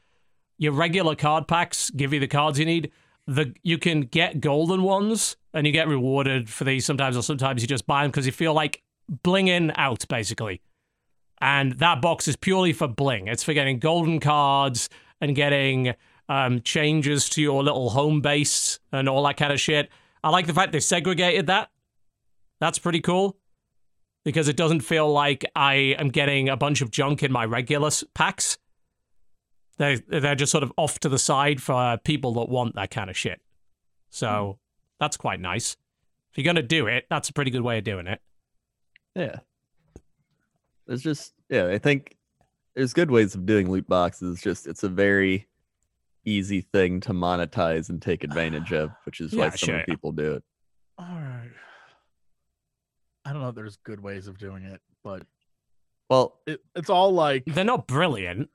A: Your regular card packs give you the cards you need. The you can get golden ones, and you get rewarded for these sometimes, or sometimes you just buy them because you feel like blinging out basically. And that box is purely for bling. It's for getting golden cards and getting um, changes to your little home base and all that kind of shit. I like the fact they segregated that. That's pretty cool because it doesn't feel like I am getting a bunch of junk in my regular s- packs. They they're just sort of off to the side for uh, people that want that kind of shit. So that's quite nice. If you're gonna do it, that's a pretty good way of doing it.
B: Yeah. There's just yeah, I think there's good ways of doing loot boxes. It's just it's a very easy thing to monetize and take advantage of, which is
A: Yeah,
B: why so many
A: sure.
B: people do it.
D: all right i don't know if there's good ways of doing it but
B: Well,
D: It, it's all like,
A: They're not brilliant,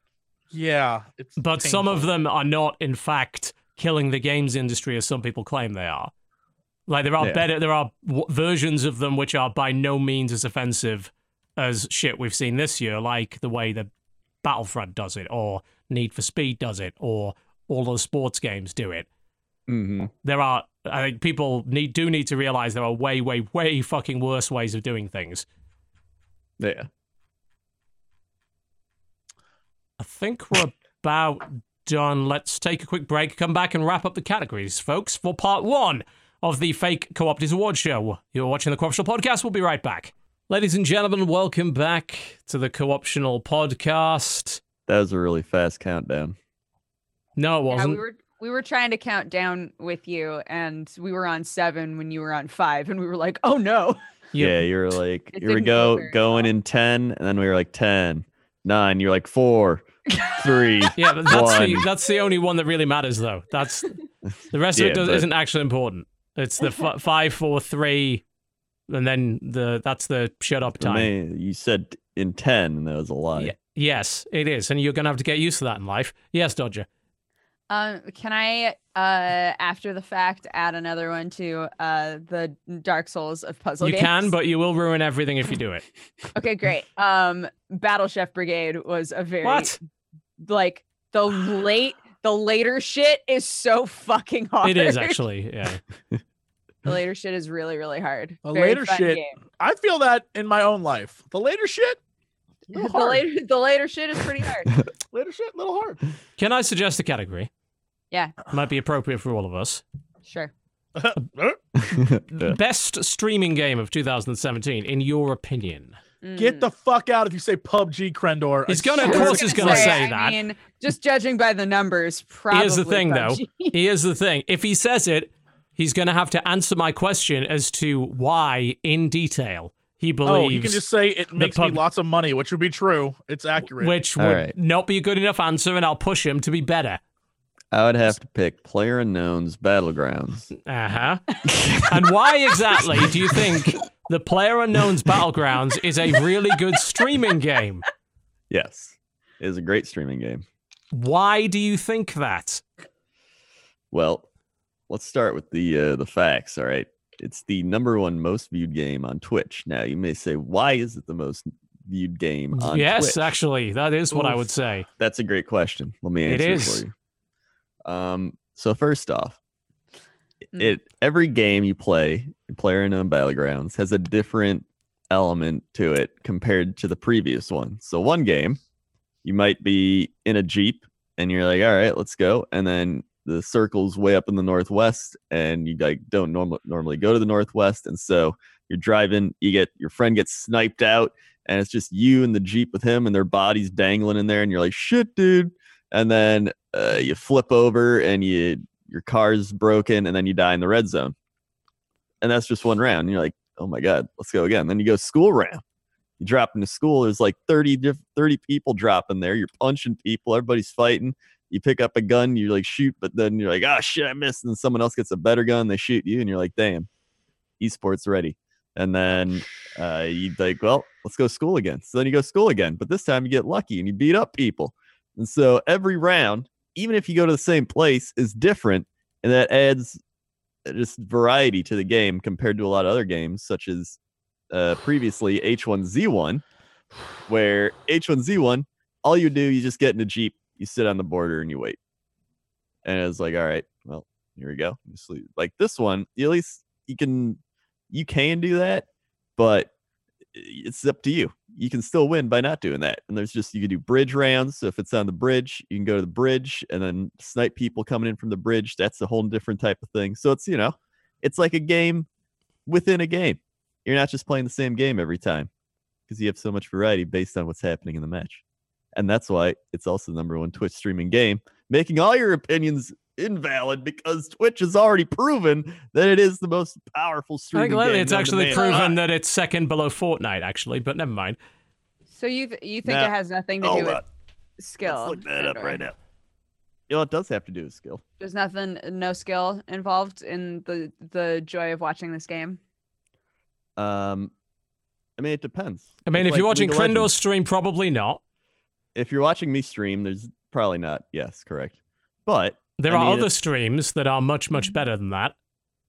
D: yeah. It's
A: but some of
D: painful.
A: them are not, in fact, killing the games industry as some people claim they are. Like there are
B: Yeah.
A: better, there are w- versions of them which are by no means as offensive as shit we've seen this year, like the way that Battlefront does it, or Need for Speed does it, or all those sports games do it.
B: mhm.
A: there are I think people need do need to realize there are way, way, way fucking worse ways of doing things.
B: yeah.
A: I think we're about done. Let's take a quick break, come back and wrap up the categories, folks, for part one of the fake co-opters award show. You're watching the Co-optional Podcast. We'll be right back. Ladies and gentlemen, welcome back to the Co-optional Podcast.
B: That was a really fast countdown.
A: No, it
C: Yeah,
A: wasn't.
C: we were we were trying to count down with you, and we were on seven when you were on five, and we were like, "Oh no!"
A: You-
B: Yeah, you were like,
C: It
B: here we
C: didn't go
B: go,
C: very
B: going
C: well.
B: in 10. And then we were like 10, 9. You're like 4, 3.
A: Yeah, but that's the
B: One.
A: that's the only one that really matters, though. That's the rest of
B: Yeah,
A: it does,
B: but-
A: isn't actually important. It's the f- five, four, three, and then the that's the shut up
B: I
A: time.
B: mean, you said in 10, and that was a lie.
A: Ye- yes, it is, and you're gonna have to get used to that in life. Yes, Dodger.
C: Um, can I, uh, after the fact, add another one to uh the Dark Souls of puzzle
A: you
C: games?
A: can, but you will ruin everything if you do it.
C: okay, great. Um, Battle Chef Brigade was a very
A: What?
C: like the late the later shit is so fucking hard.
A: It is actually. Yeah.
C: the later shit is really really hard.
D: The
C: Very
D: later
C: fun
D: shit-
C: game.
D: I feel that in my own life. The later shit, little
C: The
D: hard.
C: later the later shit is pretty hard.
D: later shit, little hard.
A: Can I suggest a category?
C: Yeah.
A: Might be appropriate for all of us.
C: Sure.
B: Yeah.
A: Best streaming game of 2017, in your opinion?
D: Get the fuck out if you say PUBG Crendor.
A: He's gonna- of
C: Mm. I
D: swear
C: was
A: course
D: to
A: he's
D: God.
A: gonna say
C: I
A: that.
C: mean, just judging by the numbers, probably.
A: thing, though.
C: PUBG.
A: Here's the thing. If he says it, he's going to have to answer my question as to why in detail he
D: Oh, you can
A: believes,
D: just say it makes me
A: pub-
D: lots of money, which would be true. It's accurate.
A: which
B: All
A: would
B: right.
A: not be a good enough answer, and I'll push him to be better.
B: I would have to pick Player Unknown's Battlegrounds.
A: Uh huh. and why exactly do you think the Player Unknown's Battlegrounds is a really good streaming game?
B: Yes. It is a great streaming game.
A: Why do you think that?
B: Well, let's start with the uh, the facts. All right, it's the number one most viewed game on Twitch. Now you may say, why is it the most viewed game on
A: Mm, yes,
B: Twitch?
A: actually, that is what I
D: Oof.
A: would say.
B: that's a great question. Let me
A: It
B: answer it,
A: is.
B: for you. Um, so first off,
C: Mm.
B: it every game you play, Player Unknown Battlegrounds, has a different element to it compared to the previous one. So one game, you might be in a jeep and you're like, all right, let's go, and then the circle's way up in the northwest, and you like don't normally normally go to the northwest, and so you're driving, you get your friend gets sniped out and it's just you and the jeep with him and their bodies dangling in there and you're like shit dude and then uh, you flip over and you your car's broken and then you die in the red zone and that's just one round you're like oh my god let's go again then you go school round you drop into school there's like 30 diff- 30 people dropping there you're punching people everybody's fighting you pick up a gun you like shoot but then you're like oh shit i missed and then someone else gets a better gun they shoot you and you're like damn esports ready and then uh, you'd like, well, let's go school again. So then you go school again, but this time you get lucky and you beat up people. And so every round, even if you go to the same place, is different, and that adds uh, just variety to the game compared to a lot of other games, such as uh, previously H1Z1, where H1Z1, all you do, you just get in a jeep, you sit on the border, and you wait. And it's like, all right, well, here we go. Just leave. Like this one, you at least you can you can do that, but eh, it's up to you. You can still win by not doing that. And there's just you can do bridge rounds. So if it's on the bridge, you can go to the bridge and then snipe people coming in from the bridge. That's a whole different type of thing. So it's you know, it's like a game within a game. You're not just playing the same game every time because you have so much variety based on what's happening in the match. And that's why it's also the number one Twitch streaming game, making all your opinions invalid because Twitch has already proven that it is the most
A: I
B: powerful streaming
A: think lately
B: game
A: it's
B: known to
A: actually
B: man.
A: proven that it's second below Fortnite, actually, but never mind.
C: So you th- you think
B: Nah.
C: it has nothing to
B: Hold
C: do with
B: on.
C: skill?
B: Let's look that up
C: Pandora.
B: right now. You know, it does have to do with skill.
C: There's nothing, no skill involved in the the joy of watching this game.
B: Um, I I mean, it depends.
A: I mean,
B: It's
A: if you're
B: like
A: watching
B: League of
A: Krendo's
B: Legends.
A: stream, probably not.
B: if you're watching me stream, there's probably not. Yes, correct. But
A: There
B: I
A: are
B: mean,
A: other
B: it's-
A: streams that are much, much better than that.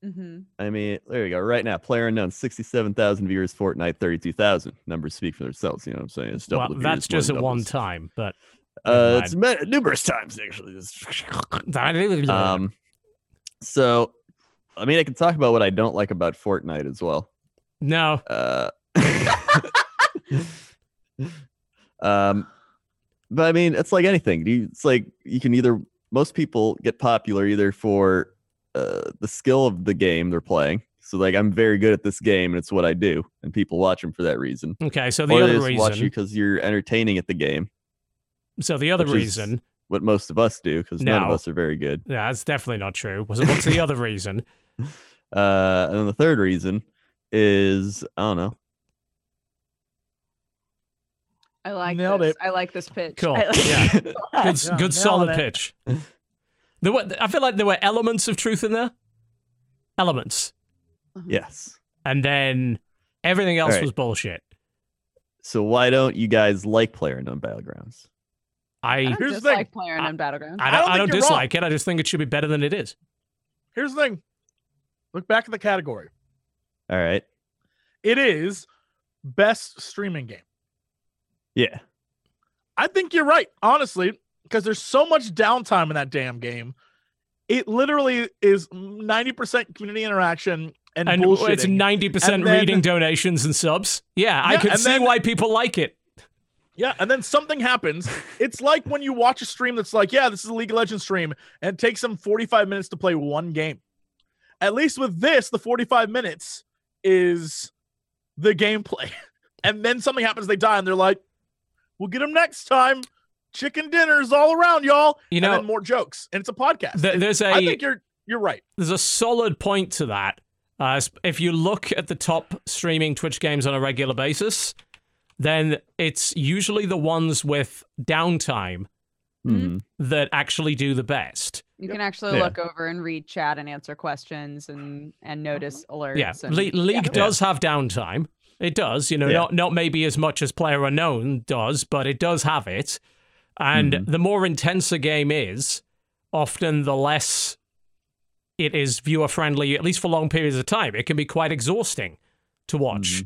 C: Mm-hmm.
B: I mean, there you go. Right now, player unknown, sixty-seven thousand viewers. Fortnite, thirty-two thousand. Numbers speak for themselves. You know what I'm saying? It's double
A: Well,
B: the viewers,
A: that's
B: more
A: just
B: than
A: at one
B: doubles.
A: time, but
B: Uh,
A: Never
B: it's met numerous times actually. It's-
A: um,
B: Um, so, I mean, I can talk about what I don't like about Fortnite as well.
A: no,
B: Uh, um, but I mean, it's like anything. You, it's like you can either most people get popular either for uh, the skill of the game they're playing. So like, I'm very good at this game, and it's what I do, and people watch them for that reason.
A: okay. So the
B: Or they
A: other
B: just watch you
A: reason,
B: because you're entertaining at the game.
A: so the other
B: which is-
A: reason,
B: What most of us do, because none of
A: No.
B: us are very good.
A: yeah, that's definitely not true. Was what's the other reason?
B: Uh, and then the third reason is I don't know.
C: I like
D: Nailed
C: this.
D: it.
C: I like this pitch.
A: Cool.
C: I like-
A: Yeah. Good, s-
D: Yeah,
A: good
D: nailed
A: solid
D: it.
A: pitch. There were, I feel like there were elements of truth in there, elements,
B: yes.
A: and then everything else
B: All right.
A: was bullshit.
B: So why don't you guys like player unknown battlegrounds?
C: I
A: I,
C: don't
D: Here's the thing.
C: dislike player on Battleground.
A: I
D: I
A: don't,
D: don't
A: I
D: think
A: don't
D: you're wrong.
A: dislike it. I just think it should be better than it is.
D: Here's the thing. Look back at the category.
B: All right.
D: It is best streaming game.
B: Yeah.
D: I think you're right, honestly, because there's so much downtime in that damn game. It literally is 90% community interaction and,
A: And it's
D: bullshitting.
A: ninety percent
D: And then-
A: reading donations and subs. Yeah, I
D: Yeah,
A: could
D: and
A: see
D: then-
A: why people like it.
D: yeah, and then something happens. It's like when you watch a stream that's like, yeah, this is a League of Legends stream, and it takes them 45 minutes to play one game. At least with this, the 45 minutes is the gameplay. And then something happens, they die, and they're like, we'll get them next time. Chicken dinners all around, y'all.
A: You
D: and
A: know,
D: then more jokes. And it's a podcast.
A: th- there's a
D: I think you're you're right.
A: there's a solid point to that. Uh, s- if you look at the top streaming Twitch games on a regular basis, then it's usually the ones with downtime Mm-hmm.
C: Mhm.
B: Mhm.
A: that actually do the best.
C: You can actually
B: Yeah.
C: look over and read chat and answer questions and and notice alerts.
A: Mm-hmm. Yeah,
C: and,
A: Le- League does have downtime. It does, you know,
B: Yeah.
A: not not maybe as much as Player Unknown does, but it does have it. And
B: Mhm.
A: the more intense a game is, often the less it is viewer friendly, at least for long periods of time. It can be quite exhausting to watch.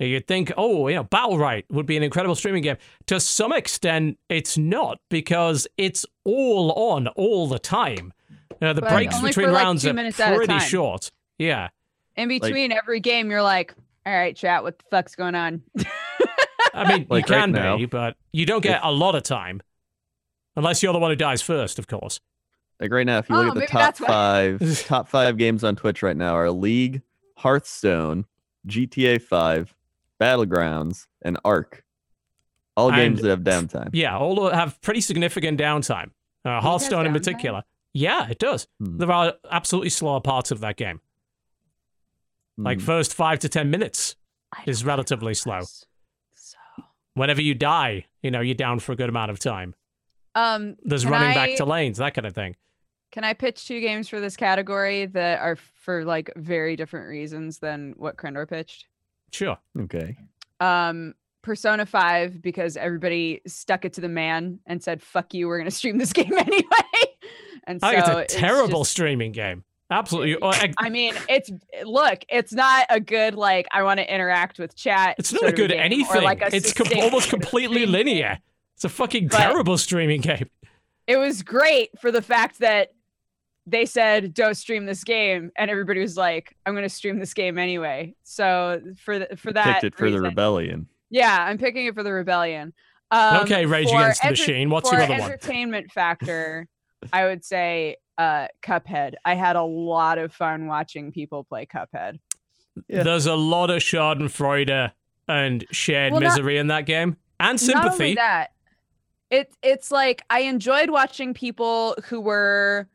A: And You'd think, oh, you know, Battle Right would be an incredible streaming game. To some extent, it's not because it's all on all the time. You know, the
C: But
A: breaks
C: only for,
A: between
C: like,
A: rounds
C: two
A: are
C: minutes at a
A: pretty
C: time.
A: short. Yeah.
C: In between every game, you're like, all right, chat, what the fuck's going on?
A: I mean,
B: Like,
A: you
B: right
A: can be,
B: now,
A: but you don't get a lot of time. Unless you're the one who dies first, of course.
B: Like right now, if you
C: Oh,
B: look at the
C: maybe
B: top
C: that's why-
B: five, top five games on Twitch right now are League, Hearthstone, GTA Five, Battlegrounds, and Arc. All games
A: And-
B: that have downtime.
A: Yeah, all have pretty significant downtime. Uh, Hearthstone in
C: downtime?
A: particular. Yeah, it does.
B: Hmm.
A: There are absolutely slower parts of that game. Like
B: Mhm.
A: first five to ten minutes.
C: I
A: It's
C: don't know
A: relatively
C: what
A: slow.
C: else. So,
A: Whenever you die, you know, you're down for a good amount of time.
C: um,
A: There's
C: can
A: running
C: I-
A: back to lanes, that kind of thing.
C: Can I pitch two games for this category that are for like very different reasons than what Krendor pitched?
A: Sure.
B: okay.
C: Um, Persona 5, because everybody stuck it to the man and said, fuck you, we're going to stream this game anyway. and so
A: I think Oh, it's a terrible
C: just-
A: streaming game. Absolutely. or-
C: I mean, it's look, it's not a good like I want to interact with chat.
A: It's not
C: sort
A: a
C: of
A: good
C: game, or
A: anything.
C: like a
A: it's com-
C: succinct
A: almost
C: sort of
A: completely
C: thing.
A: linear. It's a fucking
C: But-
A: terrible streaming game.
C: It was great for the fact that they said don't stream this game, and everybody was like, "I'm going to stream this game anyway." So for the, for that,
B: Picked it for the
C: reason-
B: rebellion.
C: Yeah, I'm picking it for the rebellion. Um,
A: okay, Rage
C: for
A: Against the
C: enter-
A: Machine. What's
C: for
A: your other one?
C: entertainment factor, I would say uh, Cuphead. I had a lot of fun watching people play Cuphead.
B: Yeah.
A: There's a lot of Schadenfreude and shared
C: Well, not-
A: misery in that game, and
C: Not only
A: sympathy.
C: that, it it's like I enjoyed watching people who were,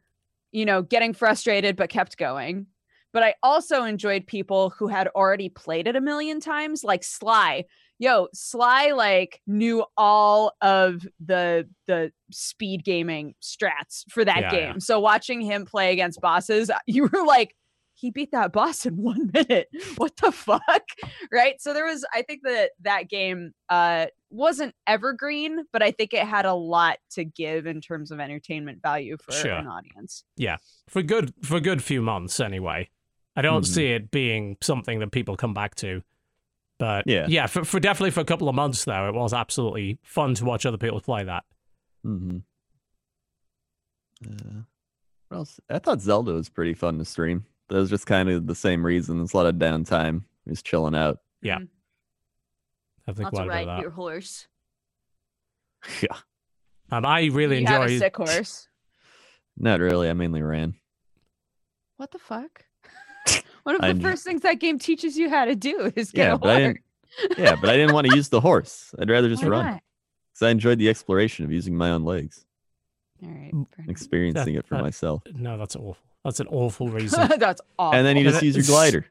C: you know, getting frustrated but kept going. But I also enjoyed people who had already played it a million times, like Sly. Yo, Sly like knew all of the the speed gaming strats for that
A: Yeah, yeah.
C: game. So watching him play against bosses, you were like, he beat that boss in one minute. What the fuck? Right. So there was, I think that that game uh, wasn't evergreen, but I think it had a lot to give in terms of entertainment value for
A: Sure.
C: an audience.
A: for good for a good few months anyway. I don't
B: Mhm.
A: see it being something that people come back to. But
B: Yeah.
A: yeah for, for definitely for a couple of months though, it was absolutely fun to watch other people play that.
B: Mm-hmm. Uh, what else? I thought Zelda was pretty fun to stream. That was just kind of the same reason. There's a lot of downtime. Just chilling out.
A: I think
E: Not to
A: quite about
E: ride
A: that.
E: your horse.
B: Yeah.
A: Um, I really
C: You have a
A: enjoy
C: sick horse.
B: Not really. I mainly ran.
C: What the fuck? One of
B: I
C: the
B: know.
C: first things that game teaches you how to do is get
B: Yeah,
C: a
B: but I
C: horse.
B: didn't. Yeah, but I didn't want to use the horse. I'd rather just
C: Why
B: run
C: not?
B: because I enjoyed the exploration of using my own legs,
C: All right.
A: Mm.
B: and
C: fair enough.
B: experiencing it for
A: that-
B: myself.
A: No, that's awful. That's an awful reason.
C: That's awful.
B: And then you
A: awful.
B: just use your glider.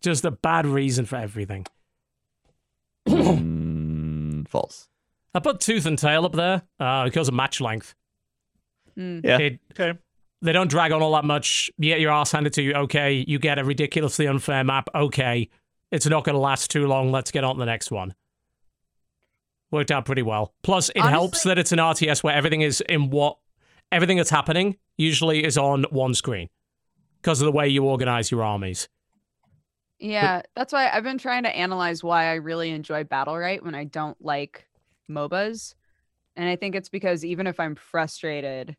A: Just a bad reason for everything.
B: Mm, false.
A: I put tooth and tail up there uh, because of match length.
C: Mm.
B: Yeah.
A: It,
D: Okay.
A: They don't drag on all that much. You get your ass handed to you. Okay. You get a ridiculously unfair map. Okay. It's not going to last too long. Let's get on to the next one. Worked out pretty well. Plus, it helps
E: Honestly-
A: that it's an RTS where everything is in what everything that's happening usually is on one screen because of the way you organize your armies.
C: Yeah, that's why I've been trying to analyze why I really enjoy Battle Right when I don't like MOBAs. And I think it's because even if I'm frustrated,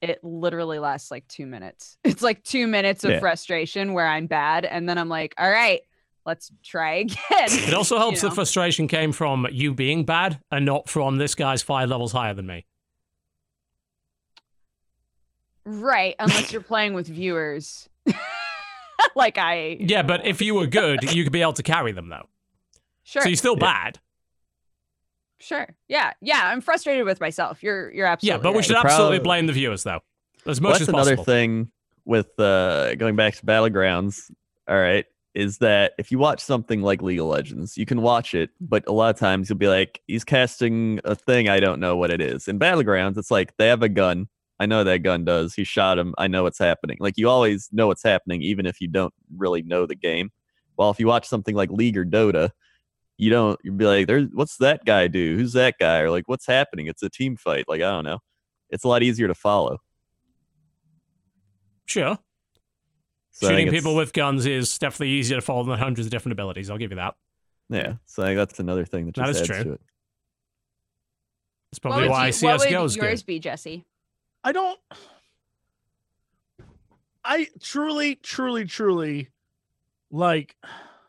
C: it literally lasts like two minutes. It's like two minutes of
B: Yeah.
C: frustration where I'm bad. And then I'm like, all right, let's try again.
A: It also
C: You
A: helps
C: know?
A: the frustration came from you being bad and not from this guy's five levels higher than me.
C: Right. Unless you're playing with viewers. like I.
A: Yeah, but if you were good, you could be able to carry them though.
C: Sure.
A: So you're still
B: Yeah.
A: bad.
C: Sure. Yeah. Yeah. I'm frustrated with myself. You're you're
A: Yeah,
C: absolutely
A: but we
C: right.
A: should
B: The
A: absolutely
B: prob-
A: blame the viewers though, as much
B: Well, that's
A: as
B: another
A: possible.
B: thing with uh, going back to battlegrounds. All right, is that if you watch something like League of Legends, you can watch it, but a lot of times you'll be like, "He's casting a thing. I don't know what it is." In battlegrounds, it's like they have a gun. I know that gun does. He shot him. I know what's happening. Like you always know what's happening, even if you don't really know the game. Well, if you watch something like League or Dota, you don't. You'd be like, "There's what's that guy do? Who's that guy?" Or like, "What's happening?" It's a team fight. Like I don't know. It's a lot easier to follow.
A: Sure,
B: So I
A: shooting
B: think
A: people
B: it's-
A: with guns is definitely easier to follow than hundreds of different abilities. I'll give you that.
B: Yeah, so I think that's another thing that
A: That
B: just
A: is
B: adds
A: true.
B: to it.
A: That's probably
E: would
A: why
E: you- what
A: CS:GO
E: would
A: is
E: yours
A: good.
E: be, Jesse?
D: I don't. I truly, truly, truly, like.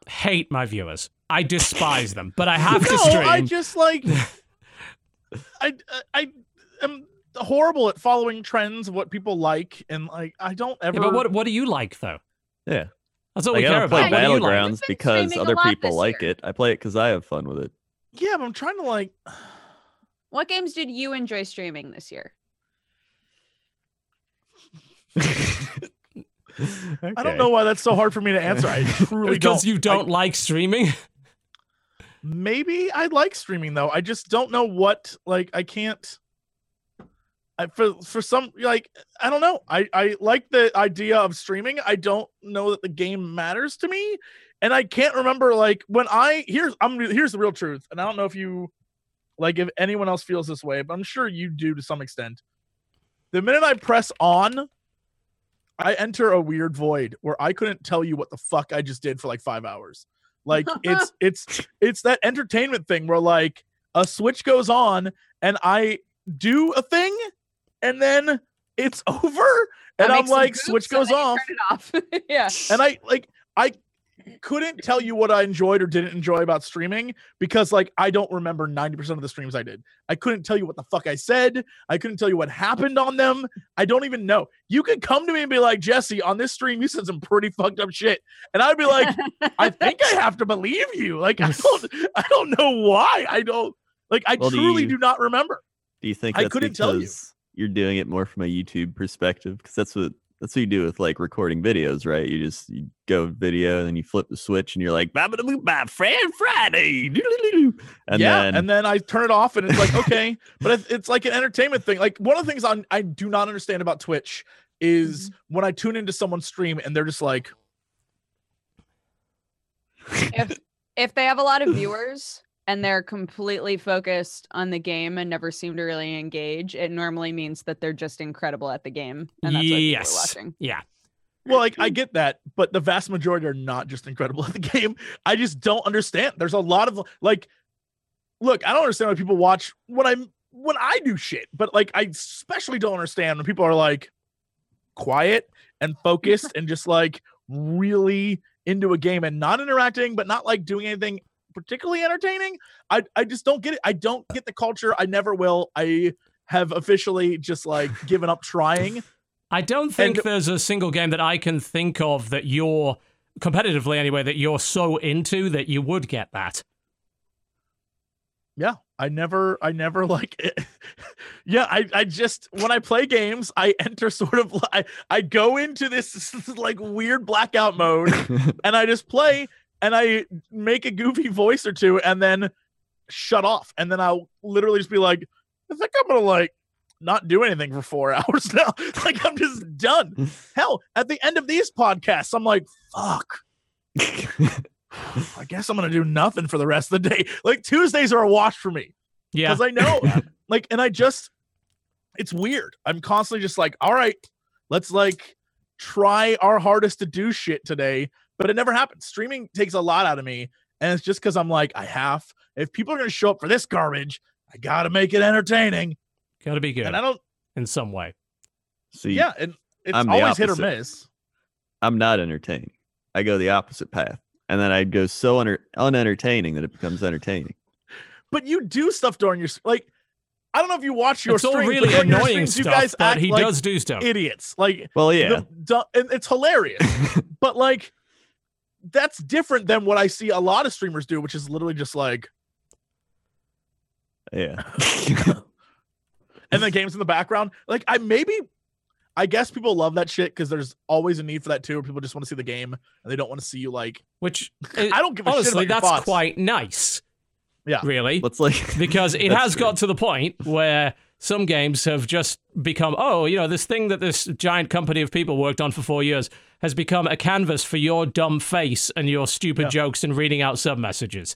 A: Hate my viewers. I despise them, but I have
D: no,
A: to stream.
D: I just like. I I am horrible at following trends of what people like, and like I don't ever.
A: Yeah, but what what do you like though?
B: Yeah.
A: that's all
B: Like,
A: we
B: I
A: care
B: don't play
A: about. What do you like?
B: Battlegrounds
E: We've been
B: because
E: streaming a
B: other
E: lot
B: people
E: this
B: like
E: year.
B: it. I play it because I have fun with it.
D: Yeah, but I'm trying to like.
E: What games did you enjoy streaming this year?
D: I don't know why that's so hard for me to answer. I truly
A: Because
D: don't.
A: you don't like streaming.
D: Maybe I like streaming though. I just don't know what like I can't I for for some like I don't know. I I like the idea of streaming. I don't know that the game matters to me and I can't remember like when I here's I'm here's the real truth and I don't know if you like if anyone else feels this way, but I'm sure you do to some extent. The minute I press on I enter a weird void where I couldn't tell you what the fuck I just did for like 5 hours. Like it's it's it's that entertainment thing where like a switch goes on and I do a thing and then it's over
C: I
D: and
C: make
D: I'm
C: some
D: like
C: boobs
D: switch
C: and
D: goes
C: then
D: off
C: you turn it off. yeah.
D: and I like I couldn't tell you what I enjoyed or didn't enjoy about streaming because like I don't remember 90% of the streams I did. I couldn't tell you what the fuck I said. I couldn't tell you what happened on them. I don't even know. You could come to me and be like, "Jesse, on this stream you said some pretty fucked up shit." And I'd be like, "I think I have to believe you." Like I don't I don't know why. I don't like I
B: Well, do
D: truly
B: you-
D: do not remember.
B: Do you think
D: I
B: that's
D: couldn't tell you.
B: because you. are doing it more from a YouTube perspective? Because that's what that's what you do with like recording videos, right? You just you go video and then you flip the switch and you're like, "Baba da boo ba, Fran Friday," doo-doo-doo-doo." and
D: yeah,
B: then
D: and then I turn it off, and it's like okay, but it's, it's like an entertainment thing. Like one of
B: Mm-hmm.
D: the things I I do not understand about Twitch is when I tune into someone's stream and they're just like,
E: if if they have a lot of viewers and they're completely focused on the game and never seem to really engage, it normally means that they're just incredible at the game. And that's
A: yes.
E: what people are watching.
A: Yeah.
D: Well, like I get that, but the vast majority are not just incredible at the game. I just don't understand. There's a lot of like, look, I don't understand why people watch when I'm when I do shit, but like I especially don't understand when people are like quiet and focused and just like really into a game and not interacting, but not like doing anything particularly entertaining. I I just don't get it. I don't get the culture. I never will. I have officially just like given up trying.
A: I don't think
D: And-
A: there's a single game that I can think of that you're competitively anyway that you're so into that you would get that.
D: yeah i never i never like yeah i i just when i play games i enter sort of li- i, I go into this like weird blackout mode and i just play and i make a goofy voice or two and then shut off and then i'll literally just be like i think i'm gonna like not do anything for four hours now like i'm just done hell at the end of these podcasts i'm like fuck i guess i'm gonna do nothing for the rest of the day like tuesdays are a wash for me
A: Yeah.
D: because I know, like, and I just, it's weird. I'm constantly just like, all right, let's like try our hardest to do shit today, but it never happens. Streaming takes a lot out of me, and it's just because I'm like, I have. If people are gonna show up for this garbage, I gotta make it entertaining,
A: Got to be good
D: and I don't.
A: in some way.
B: See,
D: yeah, and it's
B: I'm the
D: always hit or
B: opposite.
D: miss.
B: I'm not entertaining. I go the opposite path. And then I go so un- unentertaining that it becomes entertaining.
D: But you do stuff during your s- like. I don't know if you watch your
A: it's all
D: stream, but
A: really
D: during your
A: annoying
D: streams,
A: stuff,
D: you guys
A: but
D: act
A: he
D: like
A: does do stuff.
D: idiots. Like
B: Well, yeah.
D: the du- and it's hilarious. but like, that's different than what I see a lot of streamers do, which is literally just like,
B: yeah.
D: and the games in the background. Like, I maybe, I guess people love that shit because there's always a need for that too. Where people just want to see the game and they don't want to see you like.
A: Which
D: I don't give a shit
A: honestly,
D: about your
A: that's
D: thoughts.
A: quite nice.
D: Yeah.
A: Really,
B: Let's like
A: because it
B: That's
A: has got to the point where some games have just become oh, you know, this thing that this giant company of people worked on for four years has become a canvas for your dumb face and your stupid
D: Yeah.
A: jokes and reading out sub messages.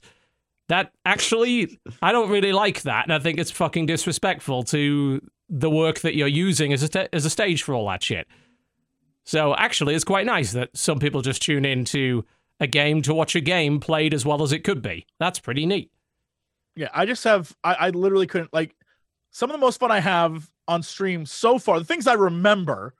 A: That actually, I don't really like that, and I think it's fucking disrespectful to the work that you're using as a t- as a stage for all that shit. So actually, it's quite nice that some people just tune into a game to watch a game played as well as it could be. That's pretty neat.
D: Yeah, I just have I, I literally couldn't like some of the most fun I have on stream so far, the things I remember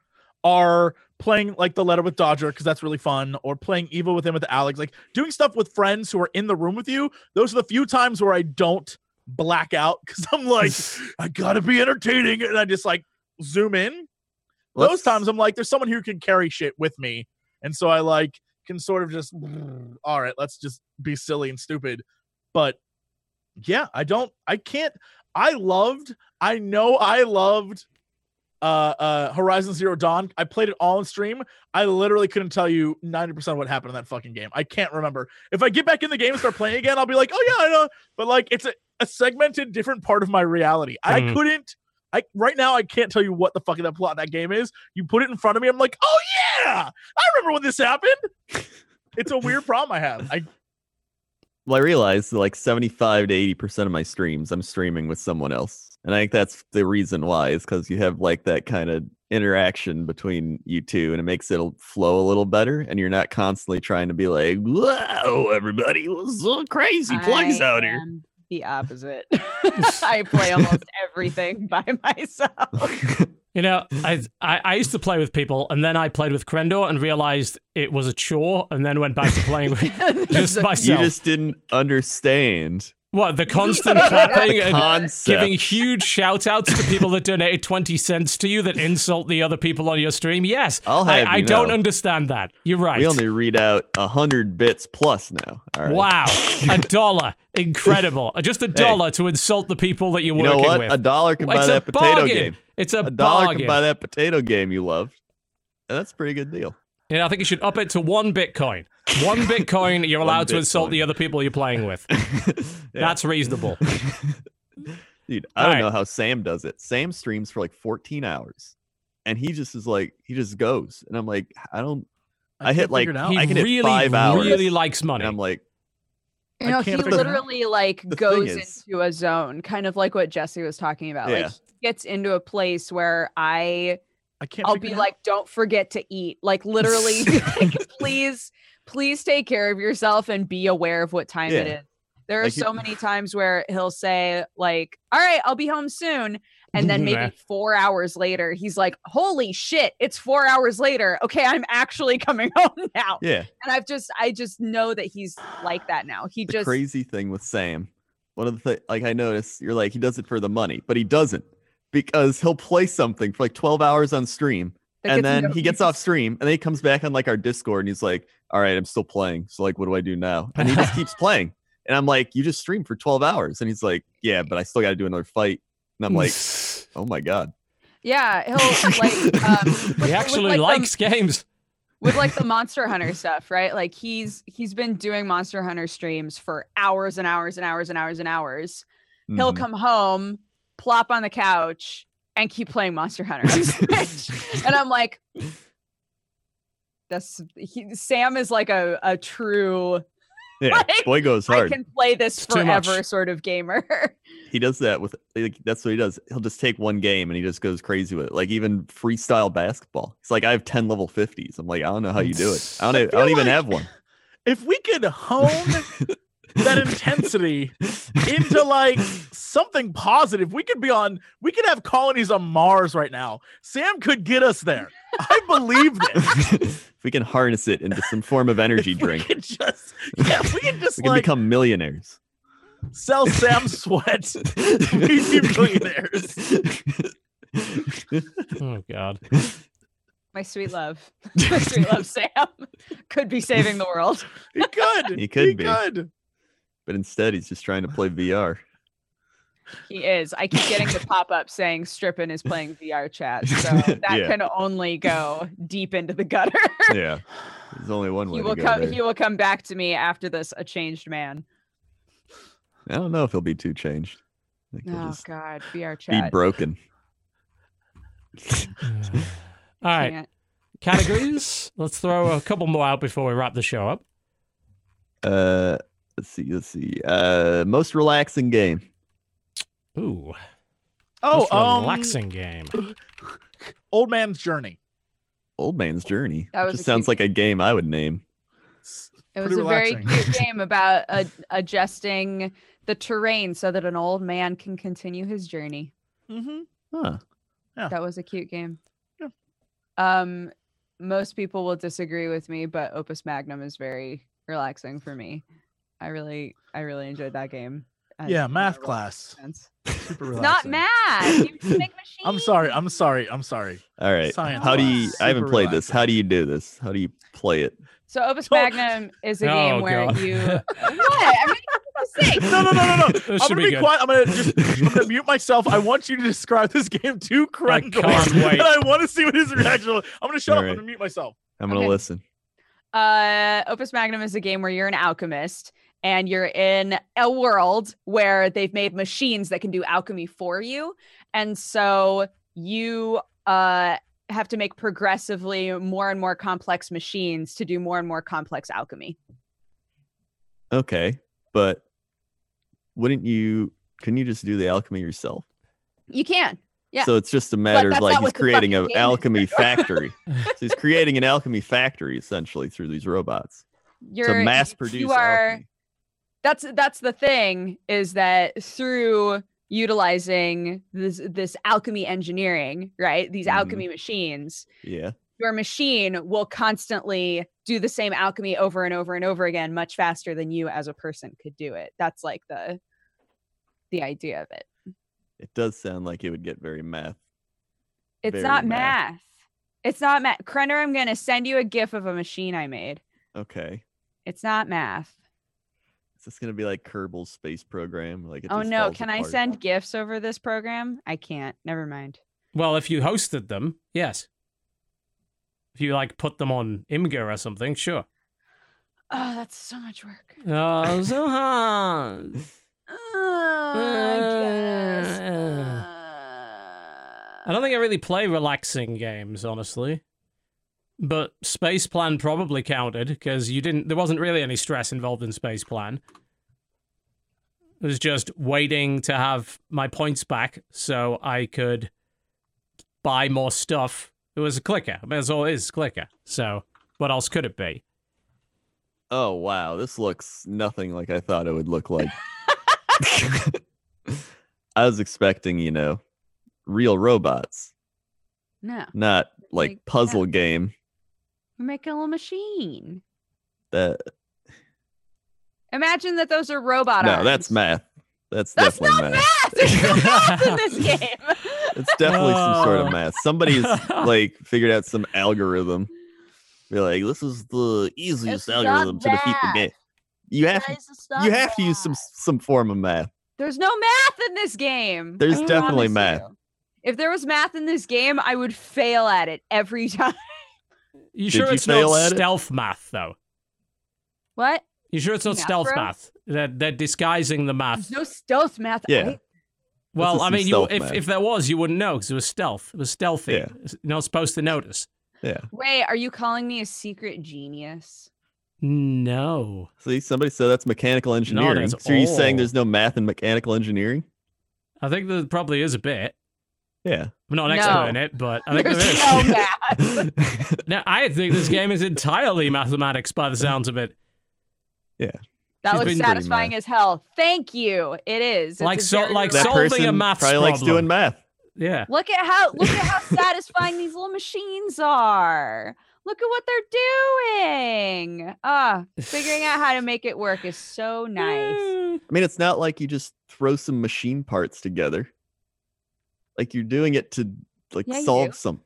D: are playing like the letter with Dodger because that's really fun, or playing evil with him with Alex, like doing stuff with friends who are in the room with you. Those are the few times where I don't black out because I'm like, I gotta be entertaining, and I just like zoom in. Those
B: let's-
D: times I'm like, there's someone who can carry shit with me, and so I like can sort of just, all right, let's just be silly and stupid, but yeah, I don't I can't I loved I know I loved uh uh Horizon Zero Dawn. I played it all on stream. I literally couldn't tell you 90% of what happened in that fucking game. I can't remember. If I get back in the game and start playing again, I'll be like, "Oh yeah, I know." But like it's a, a segmented different part of my reality. I
A: Mhm.
D: couldn't I right now I can't tell you what the fuck that plot of that game is. You put it in front of me, I'm like, "Oh yeah! I remember when this happened." it's a weird problem I have. I
B: Well, I realize that like 75 to 80 percent of my streams I'm streaming with someone else. And I think that's the reason why is because you have like that kind of interaction between you two and it makes it flow a little better and you're not constantly trying to be like, Whoa, everybody was so crazy
C: Uh,
B: plugs
E: I
B: out here.
E: am-
C: The opposite. I play almost everything by myself.
A: You know, I, I I used to play with people, and then I played with Krendor and realized it was a chore, and then went back to playing with just
B: You
A: myself.
B: just didn't understand
A: what the constant clapping
B: the
A: and
B: concept.
A: uh, giving huge shout outs to people that donated twenty cents to you that insult the other people on your stream. Yes,
B: I'll
A: I,
B: have
A: I
B: you
A: don't
B: know.
A: understand that. You're right.
B: We only read out a hundred bits plus now. All right.
A: Wow, a dollar, incredible! Just a dollar to insult the people that you're
B: You know
A: working
B: what?
A: with.
B: A dollar can buy
A: it's a
B: that potato
A: bargain.
B: game.
A: It's a,
B: A dollar
A: bargain.
B: can buy that potato game you loved. And that's a pretty good deal.
A: Yeah, I think you should up it to one Bitcoin. One Bitcoin, you're
B: One
A: allowed to insult
B: Bitcoin.
A: the other people you're playing with.
B: Yeah.
A: That's reasonable.
B: Dude, I
A: All
B: don't
A: right.
B: know how Sam does it. Sam streams for like 14 hours and he just is like, he just goes. And I'm like, I don't, I hit,
D: can't
B: like,
D: figure it out.
A: He
B: Oh, I can hit
A: really,
B: five hours.
A: really likes money.
B: And I'm like,
C: You
D: I
C: know,
D: can't
C: he
D: figure it out.
C: literally like
B: The thing
C: goes
B: is-
C: into a zone, kind of like what Jesse was talking about.
B: Yeah.
C: Like he gets into a place where I
D: I can't.
C: I'll
D: figure
C: be
D: it out.
C: like, don't forget to eat. Like literally, like, please, please take care of yourself and be aware of what time it
B: Yeah.
C: is. There are
B: Like, you-
C: so many times where he'll say, like, all right, I'll be home soon. And then
A: Yeah.
C: maybe four hours later, he's like, holy shit, it's four hours later. Okay, I'm actually coming home now.
B: yeah.
C: And I've just, I just know that he's like that now. He
B: The
C: just,
B: crazy thing with Sam, one of the things, like I noticed, you're like, he does it for the money, but he doesn't because he'll play something for like 12 hours on stream.
C: that
B: and
C: gets
B: then
C: no
B: he gets
C: views.
B: off stream and then he comes back on like our discord and he's like all right i'm still playing so like what do i do now and he just keeps playing and i'm like you just streamed for 12 hours and he's like yeah but i still got to do another fight and i'm like oh my god
C: Yeah, he'll like, um, with- with,
A: he actually
C: like, um, the-
A: likes games.
C: with like the Monster Hunter stuff, right? Like he's he's been doing Monster Hunter streams for hours and hours and hours and hours and hours. He'll
A: Mm-hmm.
B: Mhm.
C: come home, plop on the couch, and keep playing Monster Hunter on Switch. and I'm like, that's he, Sam is like a a true
B: Mm-hmm. yeah
C: like,
B: boy goes
C: I
B: hard
C: can play this
A: It's too much.
C: forever sort of gamer.
B: he does that with like that's what he does he'll just take one game and he just goes crazy with it like even freestyle basketball he's like i have 10 level 50s i'm like i don't know how you do it i don't, e- I
D: feel
B: don't even
D: like-
B: have one
D: if we could hone that intensity into like something positive, we could be on. We could have colonies on Mars right now. Sam could get us there. I believe this.
B: if we can harness it into some form of energy
D: If we
B: drink
D: could just yeah, if we could just
B: we can
D: like
B: become millionaires
D: sell Sam sweat. We'd be millionaires.
A: Oh god.
C: My sweet love, my sweet love Sam could be saving the world.
D: He could.
B: He could
D: he
B: be.
D: Could.
B: but instead, he's just trying to play VR.
C: He is. I keep getting the pop up saying Strippin is playing VR chat. So that
B: Yeah.
C: can only go deep into the gutter.
B: Yeah, there's only one way
C: he
B: to
C: will
B: go
C: come
B: there.
C: he will come back to me after this a changed man.
B: I don't know if he'll be too changed. I think he'll
C: Oh
B: just
C: god, VR
B: be
C: chat.
B: broken.
A: All right.
C: Can't-
A: Categories. Let's throw a couple more out before we wrap the show up.
B: Uh, let's see. Let's see. Uh, most relaxing game.
A: Ooh.
D: Oh,
A: that's
D: um,
A: relaxing game.
D: Old man's journey.
B: Old Man's Journey.
C: That
B: That
C: was a
B: just sounds
C: cute
B: like a game I would name.
C: It was
D: Pretty
C: a very
D: relaxing.
C: cute game about uh, adjusting the terrain so that an old man can continue his journey.
D: Mm-hmm.
B: Huh.
C: That was a cute game.
D: Yeah.
C: Um most people will disagree with me, but Opus Magnum is very relaxing for me. I really I really enjoyed that game. as
D: Yeah,
C: in a
D: math
C: relaxing
D: class.
C: sense.
D: Super
C: It's
D: relaxing.
C: not math. You just make machines.
D: I'm sorry. I'm sorry. I'm sorry.
B: All right.
D: Science
B: How do
D: class.
B: you? I haven't
D: Super
B: played this.
D: relaxing.
B: How do you do this? How do you play it?
C: So Opus
D: Don't-
C: Magnum is a
A: Oh,
C: game where
A: God.
C: you what? I mean, it's the same.
D: No, no, no, no, no.
A: This
D: I'm
A: should
D: gonna
A: be
D: be,
A: good.
D: quiet. I'm gonna just I'm gonna mute myself. I want you to describe this game to Krendel.
A: can't wait.
D: And I want to see what his reaction will. I'm gonna shut up.
B: Alright.
D: I'm gonna mute myself.
B: I'm gonna
C: Okay.
B: listen.
C: Uh, Opus Magnum is a game where you're an alchemist and you're in a world where they've made machines that can do alchemy for you. And so you uh, have to make progressively more and more complex machines to do more and more complex alchemy.
B: Okay, but wouldn't you? Couldn't you just do the alchemy yourself?
C: You can. Yeah.
B: So it's just a matter of
C: that's
B: like
C: not
B: he's
C: what the
B: creating
C: fucking
B: an
C: game is.
B: alchemy factory. so he's creating an alchemy factory essentially through these robots
C: You're
B: to mass produce.
C: You are.
B: alchemy.
C: that's that's the thing is that through utilizing this this alchemy engineering right these
B: Mhm.
C: alchemy machines
B: Yeah.
C: your machine will constantly do the same alchemy over and over and over again much faster than you as a person could do it that's like the the idea of it
B: It does sound like it would get very math.
C: it's
B: Very
C: not
B: math.
C: math. it's not math krenner i'm going to send you a gif of a machine i made
B: Okay.
C: it's not math
B: Is this gonna be like Kerbal's space program? Like it
C: oh
B: just
C: no
B: falls
C: can i
B: apart?
C: send gifs over this program i can't never mind
A: Well, if you hosted them, yes. If you like put them on Imgur or something, sure.
C: oh that's so much work
A: Oh, so hard.
C: Oh, I guess.
A: Uh, I don't think I really play relaxing games, honestly. but space plan probably counted because you didn't. There wasn't really any stress involved in space plan. It was just waiting to have my points back so I could buy more stuff. It was a clicker. I mean, that's all it is, clicker. So what else could it be?
B: Oh wow, this looks nothing like I thought it would look like. I was expecting, you know, real robots,
C: No,
B: not like,
C: Like, yeah.
B: puzzle game
C: we're making a little machine.
B: that
C: Imagine that those are robot
B: No,
C: arms.
B: that's math. That's,
C: That's
B: definitely
C: not
B: math.
C: math. There's no math in this game.
B: It's definitely some sort
A: Oh.
B: of math. Somebody's like figured out some algorithm. Be like, this is the easiest
C: It's not
B: algorithm to defeat the
C: math.
B: game. You have you have to use some some form of math.
C: There's no math in this game.
B: There's
C: I
B: definitely
C: promise
B: math.
C: you. If there was math in this game, I would fail at it every time.
A: You
B: Did
A: sure
B: you
A: it's
B: fail
A: not
B: at it?
A: stealth math though?
C: What?
A: You sure it's not
C: Math
A: stealth
C: bro?
A: math? They're, they're disguising the math.
C: There's no stealth math.
B: Yeah.
C: right?
A: Well,
B: is
A: I
B: some
A: mean, you,
B: stealth
A: if,
B: math.
A: if there was, you wouldn't know because it was stealth. It was stealthy.
B: Yeah.
A: It's- You're not supposed to notice.
C: Wait, are you calling me a secret genius?
A: No.
B: See, somebody said that's mechanical engineering.
A: it's
B: so are you saying
A: all-
B: there's no math in mechanical engineering?
A: I think there probably is a bit.
B: Yeah.
A: I'm not an
C: No.
A: expert in it, but I think
C: There's
A: there is.
C: no math.
A: No, I think this game is entirely mathematics by the sounds of it.
C: That
A: She's
C: looks
A: been
B: pretty
C: satisfying
B: math.
C: as hell. Thank you. It is. It's
A: Like
C: a
A: so-
C: very
A: like
B: that
C: relaxing-
A: solving a
B: person
A: maths
B: probably likes
A: problem.
B: doing math.
A: Yeah.
C: Look at how look at how satisfying these little machines are. Look at what they're doing. Ah, figuring out how to make it work is so nice.
A: Mm.
B: I mean, it's not like you just throw some machine parts together. Like you're doing it to like
C: Yeah, you
B: solve
C: do.
B: some.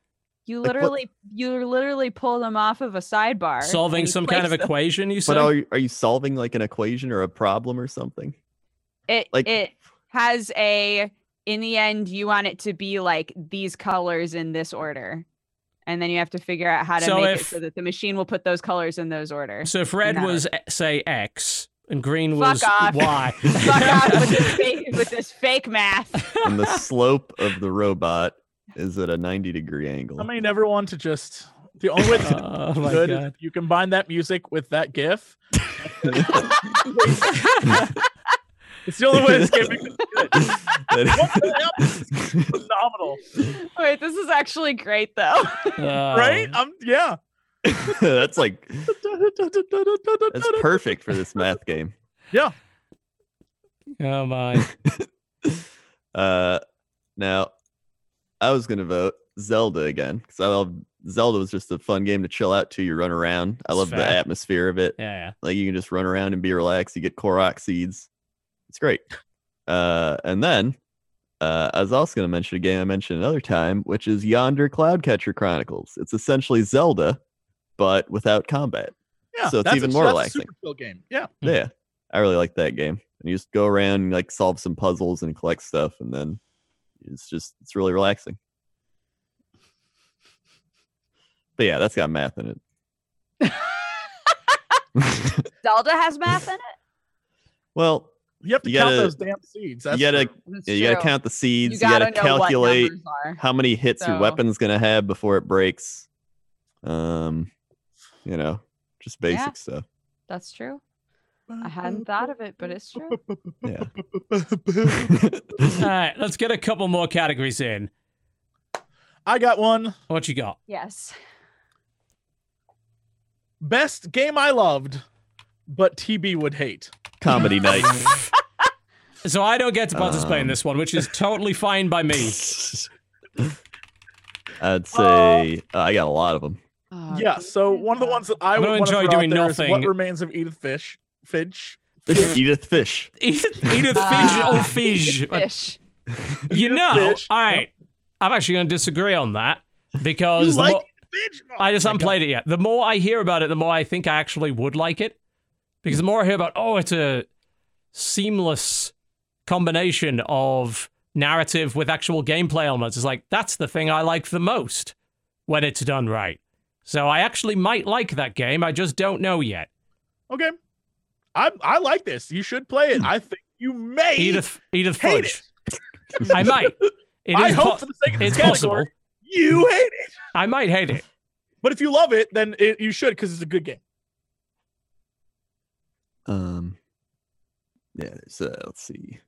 C: You
B: Like, what-
C: literally you literally pull them off of a sidebar.
A: Solving
C: and you
A: some kind of
C: place them-
A: equation, you
B: But
A: said?
B: are you, are you solving like an equation or a problem or something?
C: it
B: like-
C: it has a in the end you want it to be like these colors in this order. And then you have to figure out how to
A: So
C: make
A: if-
C: it so that the machine will put those colors in those order.
A: so if red
C: No.
A: was, eh, say, X and green
C: Fuck
A: was
C: off.
A: Y.
C: Fuck off with this fake with this fake math.
B: and the slope of the robot is at a 90 degree angle.
D: I mean, everyone to just the only way to
A: oh, my
D: good is
A: God.
D: if you combine that music with that GIF. It's the only way this game becomes What the hell? phenomenal,
C: Wait, this is actually great though.
A: Uh,
D: right? Um, yeah.
B: that's like that's perfect for this math game.
A: Oh, oh, my.
B: Uh, now, I was gonna vote Zelda again because I love Zelda was just a fun game to chill out to. You run around. I
A: It's
B: love the
A: fair.
B: atmosphere of it.
A: Yeah.
B: Like you can just run around and be relaxed. You get Korok seeds. It's great. Uh, and then uh, I was also going to mention a game I mentioned another time, which is Yonder Cloudcatcher Chronicles. It's essentially Zelda, but without combat.
D: Yeah,
B: So it's
D: that's
B: even
D: a,
B: more
D: that's
B: relaxing.
D: A super chill game. Yeah,
A: Mhm.
B: Yeah, I really like that game. And you just go around and like solve some puzzles and collect stuff, and then it's just it's really relaxing. But yeah, that's got math in it.
C: Zelda has math in it.
B: well,
D: you have to
B: You
D: count
B: gotta-
D: those damn seeds. That's
B: you gotta
D: true.
C: That's
B: Yeah, you gotta
C: true.
B: count the
C: You
B: seeds. You
C: gotta
B: gotta,
C: know what
B: calculate
C: numbers are.
B: how many hits
C: So-
B: your weapon's gonna have before it breaks. Um, you know, just basic
C: Yeah.
B: stuff.
C: That's true. I hadn't thought of it, but it's true.
B: Yeah.
A: All
C: Uh,
A: right, let's get a couple more categories in.
D: I got one.
A: What you got?
C: Yes.
D: Best game I loved, but TB would hate.
B: Comedy night.
A: So I don't get to participate in
B: Um.
A: this one, which is totally fine by me.
B: I'd say uh, I got a lot of them.
C: Oh,
D: Uh, yeah. So one of the ones that I
A: I'm
D: would
A: gonna
D: wanna
A: enjoy
D: throw out
A: doing
D: there is
A: nothing.
D: What remains of Edith Fish? Finch.
B: Edith Fish.
A: Edith, Edith
C: Ah.
A: Finch or oh, Fish.
C: Fish.
A: You know,
D: Fish.
A: all right. I'm actually going to disagree on that because the
D: like
A: more,
D: Finch. Oh
A: I just
D: my
A: haven't
D: God.
A: played it yet. The more I hear about it, the more I think I actually would like it. Because the more I hear about, oh, it's a seamless combination of narrative with actual gameplay elements, it's like, that's the thing I like the most when it's done right. So I actually might like that game. I just don't know yet.
D: Okay. I I like this. You should play it. I think you may.
A: Edith, Edith
D: Hate
A: Fudge. I might. It
D: I
A: is
D: hope
A: po-
D: for the sake of this
A: it's possible.
D: category, you hate it.
A: I might hate it.
D: But if you love it, then it, you should because it's a good game.
B: Um, yeah. So let's see.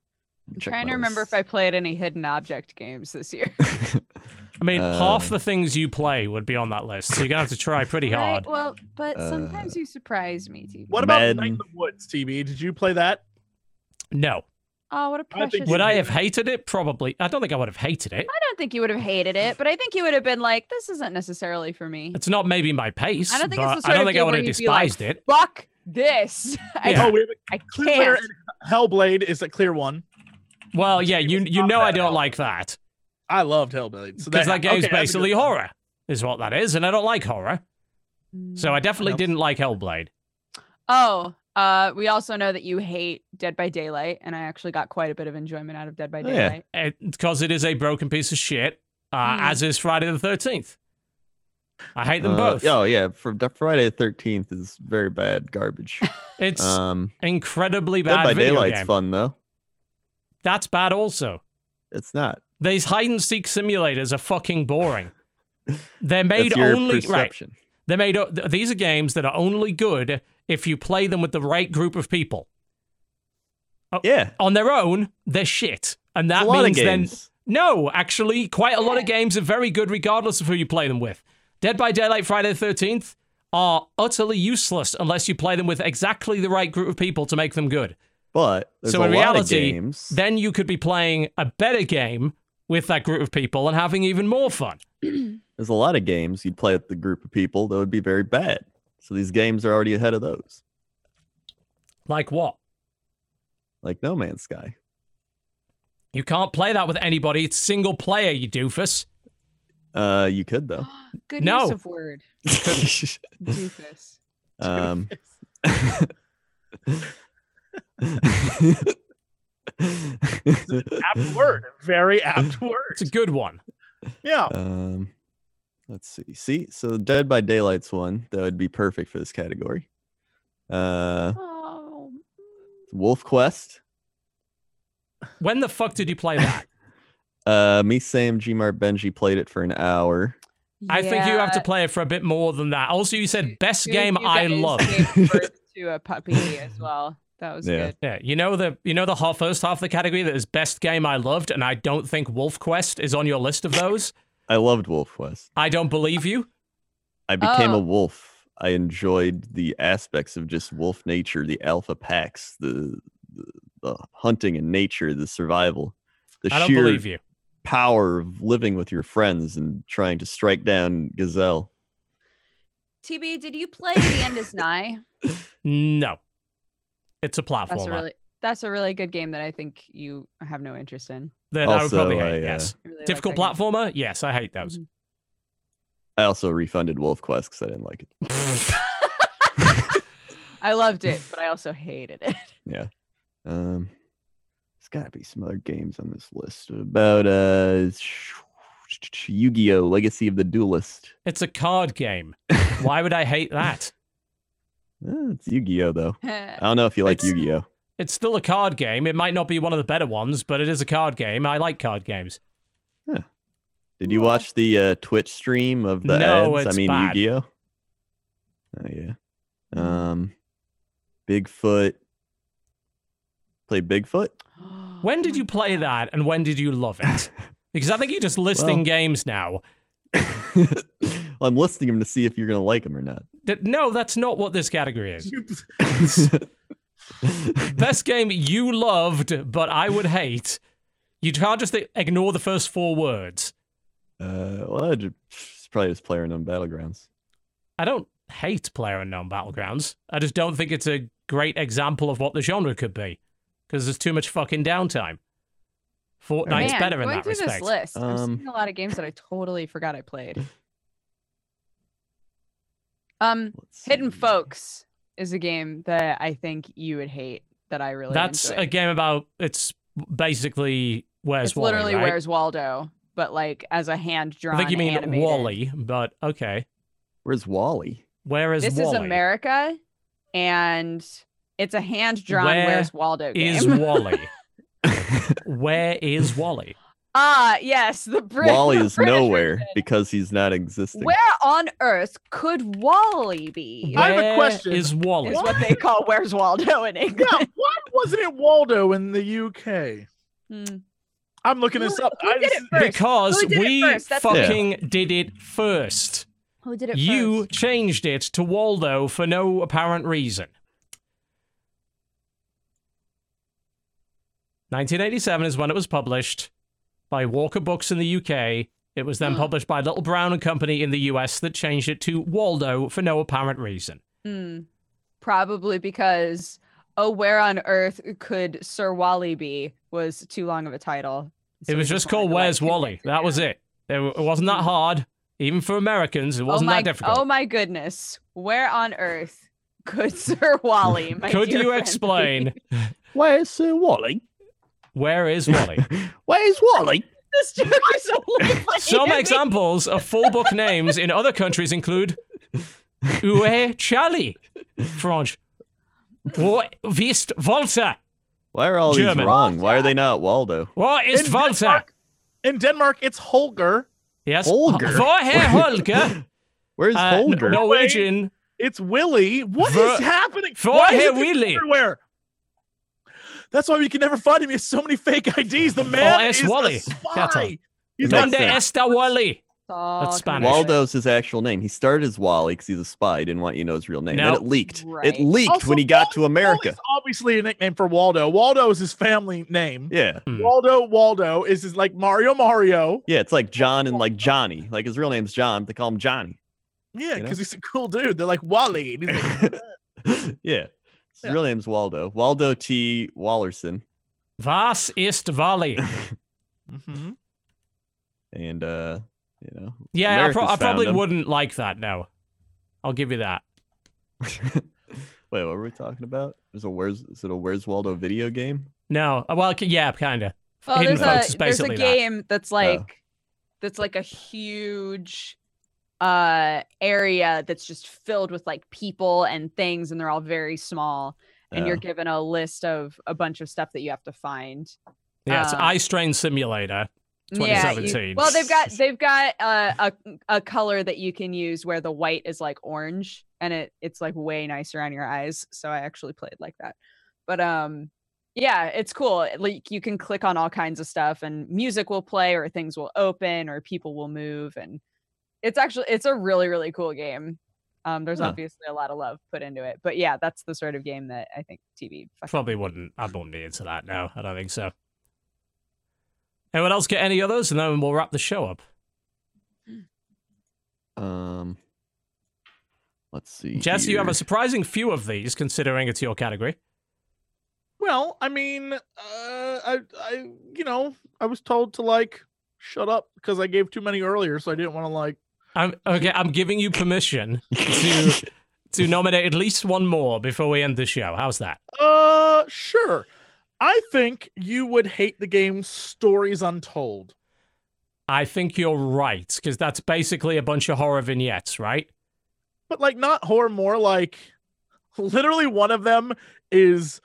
C: I'm trying to remember if I played any hidden object games this year.
B: I.
A: I mean, half
B: Um,
A: the things you play would be on that list, so you're gonna have to try pretty
C: Right,
A: hard.
C: Well, but
B: Uh,
C: sometimes you surprise me, TV.
D: What about
B: Madden.
D: Night in the Woods, TB? Did you play that?
A: No,
C: Oh, what a
D: I think
C: precious.
A: would I
C: game.
A: have hated it? Probably. I don't think I would have hated it.
C: I don't think you would have hated it, but I think you would have been like, "This isn't necessarily for me."
A: It's not maybe my pace.
C: I don't think
A: but
C: it's the sort
A: I don't
C: of
A: think I
C: game
A: would
C: where
A: have
C: you'd be like-
A: despised it.
C: Fuck this! I,
A: Yeah.
D: Oh, we have
C: I
D: Clear Winter
C: can't.
D: and Hellblade is a clear one.
A: Well, yeah, you
D: It's
A: you
D: not
A: know I
D: bad at
A: don't
D: all.
A: like that
D: I loved Hellblade. So
A: because that game's
D: okay, that's a good
A: basically
D: one.
A: horror, is what that is, and I don't like horror, so I definitely
D: Nope.
A: didn't like Hellblade.
C: Oh, uh, we also know that you hate Dead by Daylight, and I actually got quite a bit of enjoyment out of Dead by
B: Oh, yeah.
C: Daylight.
A: because it is a broken piece of shit, uh,
C: Hmm.
A: as is Friday the 13th. I hate them
B: Uh,
A: both.
B: Oh yeah, for the Friday the Thirteenth is very bad garbage.
A: It's
B: um,
A: incredibly
B: Dead
A: bad
B: by
A: video
B: Daylight's
A: game.
B: fun though.
A: That's bad also.
B: It's not.
A: These hide and seek simulators are fucking boring. They're
B: That's
A: made
B: your
A: only right.
B: perception.
A: They're made o- th- these are games that are only good if you play them with the right group of people.
B: Yeah,
A: On their own, they're shit. And
B: it's
A: that
B: a lot
A: means
B: of
A: then
B: games.
A: No, actually, quite a lot of games are very good regardless of who you play them with. Dead by Daylight Friday the 13th are utterly useless unless you play them with exactly the right group of people to make them good.
B: But there's
A: So
B: a
A: in
B: lot
A: reality,
B: of games.
A: Then you could be playing a better game with that group of people and having even more fun.
B: there's a lot of games you'd play with the group of people that would be very bad. So these games are already ahead of those,
A: Like what?
B: like No Man's Sky.
A: You can't play that with anybody. It's single player, you doofus.
B: Uh, you could though.
C: Good
A: Oh. No.
C: use of word, doofus.
B: um,
D: Apt word. Very apt word.
A: It's a good one.
D: Yeah.
B: um, let's see. See, so Dead by Daylight's one that would be perfect for this category. Uh,
C: Oh,
B: Wolf Quest.
A: When the fuck did you play that?
B: Uh, me, Sam, Gmar, Benji played it for an hour.
A: I think you have to
C: yeah.
A: play it for a bit more than that. Also, you said best
C: Good
A: game
C: you
A: I
C: guys
A: love.
C: gave birth to a puppy as well. That was
B: Yeah.
C: good.
A: Yeah, you know the you know the whole first half of the category that is best game I loved, and I don't think Wolf Quest is on your list of those.
B: I loved Wolf Quest.
A: I don't believe you.
B: I became a
C: Oh.
B: wolf. I enjoyed the aspects of just wolf nature, the alpha packs, the the, the hunting and nature, the survival, the
A: I don't
B: sheer
A: believe you.
B: power of living with your friends and trying to strike down gazelle.
C: TB, did you play The End Is Nigh?
A: No, it's a
C: That's
A: platformer
C: a really that's a really good game that I think you have no interest in.
A: that I would
B: Also,
A: probably
B: I,
A: hate.
B: uh,
A: yes,
C: I really like
A: difficult
C: that game.
A: platformer. Yes, I hate those.
C: Mhm.
B: I also refunded Wolf Quest because I didn't like it.
C: I loved it, but I also hated it.
B: Um, there's got to be some other games on this list about uh, Yu-Gi-Oh! Legacy of the Duelist.
A: It's a card game. Why would I hate that?
B: Eh, it's Yu-Gi-Oh though. I
A: Uh,
B: don't know if you like
A: It's-
B: Yu-Gi-Oh.
A: It's still a card game. It might not be one of the better ones, but it is a card game. I like card games.
B: Did you watch the uh, Twitch stream of the
A: No,
B: ads?
A: it's
B: I mean,
A: bad.
B: Yu-Gi-Oh. Oh yeah. Um, Bigfoot. Play Bigfoot.
C: Oh,
A: When did you play that, and when did you love it? Because I think you're just listing
B: Well-
A: games now.
B: well, I'm listing them to see if you're gonna like them or not.
A: Th- No, that's not what this category is.
B: That's
A: best game you loved but I would hate. You can't just ignore the first four words.
B: Uh, well, I'd ju- it's probably just player on battlegrounds.
A: I don't hate Player Unknown Battlegrounds. I just don't think it's a great example of what the genre could be because there's too much fucking downtime. Fortnite's
C: Oh, Man,
A: better in
C: going
A: that
C: through
A: respect.
C: this list, I'm
B: Um,
C: seeing a lot of games that I totally forgot I played. Um,
B: Let's
C: Hidden
B: see.
C: Folks is a game that I think you would hate that I really
A: That's a
C: enjoyed.
A: game about it's basically where's
C: it's
A: Wally,
C: literally
A: right?
C: Where's Waldo, but like as a hand drawn.
A: I think you mean
C: animated.
A: Wally, but okay.
B: Where's Wally?
A: Where is
C: This
A: Wally?
C: is America, and it's a hand drawn
A: Where
C: Where's Waldo game.
A: Is Wally? Where is Wally?
C: Ah, yes, the Brit.
B: Wally's
C: British
B: nowhere
C: version.
B: because he's not existing.
C: Where on earth could Wally be?
D: I have a
A: Where
D: question.
A: Is Wally?
C: Is what they call Where's Waldo in
D: Yeah,
C: England.
D: why wasn't it Waldo in the UK?
C: Hmm.
D: I'm looking this
C: Who-
D: up.
C: who
D: I
C: did
D: just,
C: it first?
A: Because
C: Who did it
A: we
C: first? That's the
A: fucking did it first.
C: Who did it
A: You
C: first?
A: changed it to Waldo for no apparent reason. 1987 is when it was published by Walker Books in the UK. It was then published by Little Brown and Company in the US that changed it to Waldo for no apparent reason.
C: Hmm. Probably because oh, where on earth could Sir Wally be was too long of a title. So
A: it
C: we
A: was just
C: wanted
A: called
C: to, like,
A: Where's Wally.
C: condense it
A: That was
C: down.
A: it. It w- it wasn't that hard, even for Americans. It wasn't
C: oh my,
A: that difficult.
C: Oh my goodness, where on earth could Sir Wally? My
A: Could
C: dear
A: you
C: friend, be?
A: explain
B: Where's Sir Wally?
A: where is Wally?
B: Where's Wally?
C: this joke is so funny
A: Some
C: to me.
A: examples of full book names in other countries include Où est Charlie? French. Wo ist Walter?
B: Why are all these
A: German.
B: wrong? Why are they not Waldo?
A: Wo ist
D: In
A: Walter?
D: Denmark- in Denmark, it's Holger.
A: Yes.
B: Holger.
A: Woher Holger?
B: Where's
A: Uh,
B: Holger?
A: Norwegian.
D: It's Willie. What is
A: Ver-
D: happening?
A: Ver-
D: Why is
A: Hey,
D: it
A: Willy.
D: everywhere? That's why we can never find him. He has so many fake IDs. The
A: Oh,
D: man
A: it's
D: is
A: Wally.
D: a
A: That's
D: spy. He's
B: Makes
D: got
A: Donde
B: sense.
A: está Wally?
C: It's all
A: That's
C: coming
A: Spanish.
C: together.
B: Waldo's his actual name. He started as Wally because he's a spy. He didn't want you to know his real name.
A: No.
B: Then it leaked.
C: Right.
B: It leaked
D: Also,
B: when he got to
D: Wally's
B: America.
D: obviously a nickname for Waldo. Waldo is his family name.
B: Yeah.
A: Hmm.
D: Waldo Waldo is his like Mario Mario.
B: Yeah, it's like John and like Johnny. Like his real name's John, but they call him Johnny.
D: Yeah,
B: You know?
D: because he's a cool dude. They're like Wally. And he's like,
B: yeah. His
D: Yeah.
B: real name's Waldo. Waldo T. Wallerson.
A: Was ist Wally?
D: "Mhm."
B: And uh, you know.
A: Yeah, I, pro-
B: Americans
A: I probably
B: found him.
A: wouldn't like that. No, I'll give you that.
B: Wait, what were we talking about? Is a where's is it a Where's Waldo video game?
A: No, uh, well, k- yeah, kind of.
C: Well,
A: Hidden
C: there's
A: Folks is
C: a there's a
A: basically that.
C: game that's like that's like a huge uh area that's just filled with like people and things and they're all very small and you're
B: Uh,
C: given a list of a bunch of stuff that you have to find.
A: Yeah,
D: Uh.
A: it's
C: Um,
A: Eye Strain Simulator.
C: Yeah, you-
A: 2017.
C: well, they've got they've got uh, a a color that you can use where the white is like orange, and it it's like way nicer on your eyes. So I actually played like that, but um, yeah, it's cool. Like you can click on all kinds of stuff, and music will play, or things will open, or people will move, and it's actually it's a really really cool game. Um, there's
B: Huh.
C: obviously a lot of love put into it, but yeah, that's the sort of game that I think TV. fucking-
A: Probably wouldn't. I wouldn't be into that. No, I don't think so. Anyone else get any others, and then we'll wrap the show up.
B: Um let's see.
A: Jess, you have a
B: here.
A: surprising few of these, considering it's your category.
D: Well, I mean, uh, I, I, you know, I was told to like shut up because I gave too many earlier, so I didn't want to like.
A: I'm okay. I'm giving you permission to to nominate at least one more before we end the show. How's that?
D: Uh, sure. I think you would hate the game Stories Untold.
A: I think you're right because that's basically a bunch of horror vignettes, right?
D: but like not horror more like literally one of them is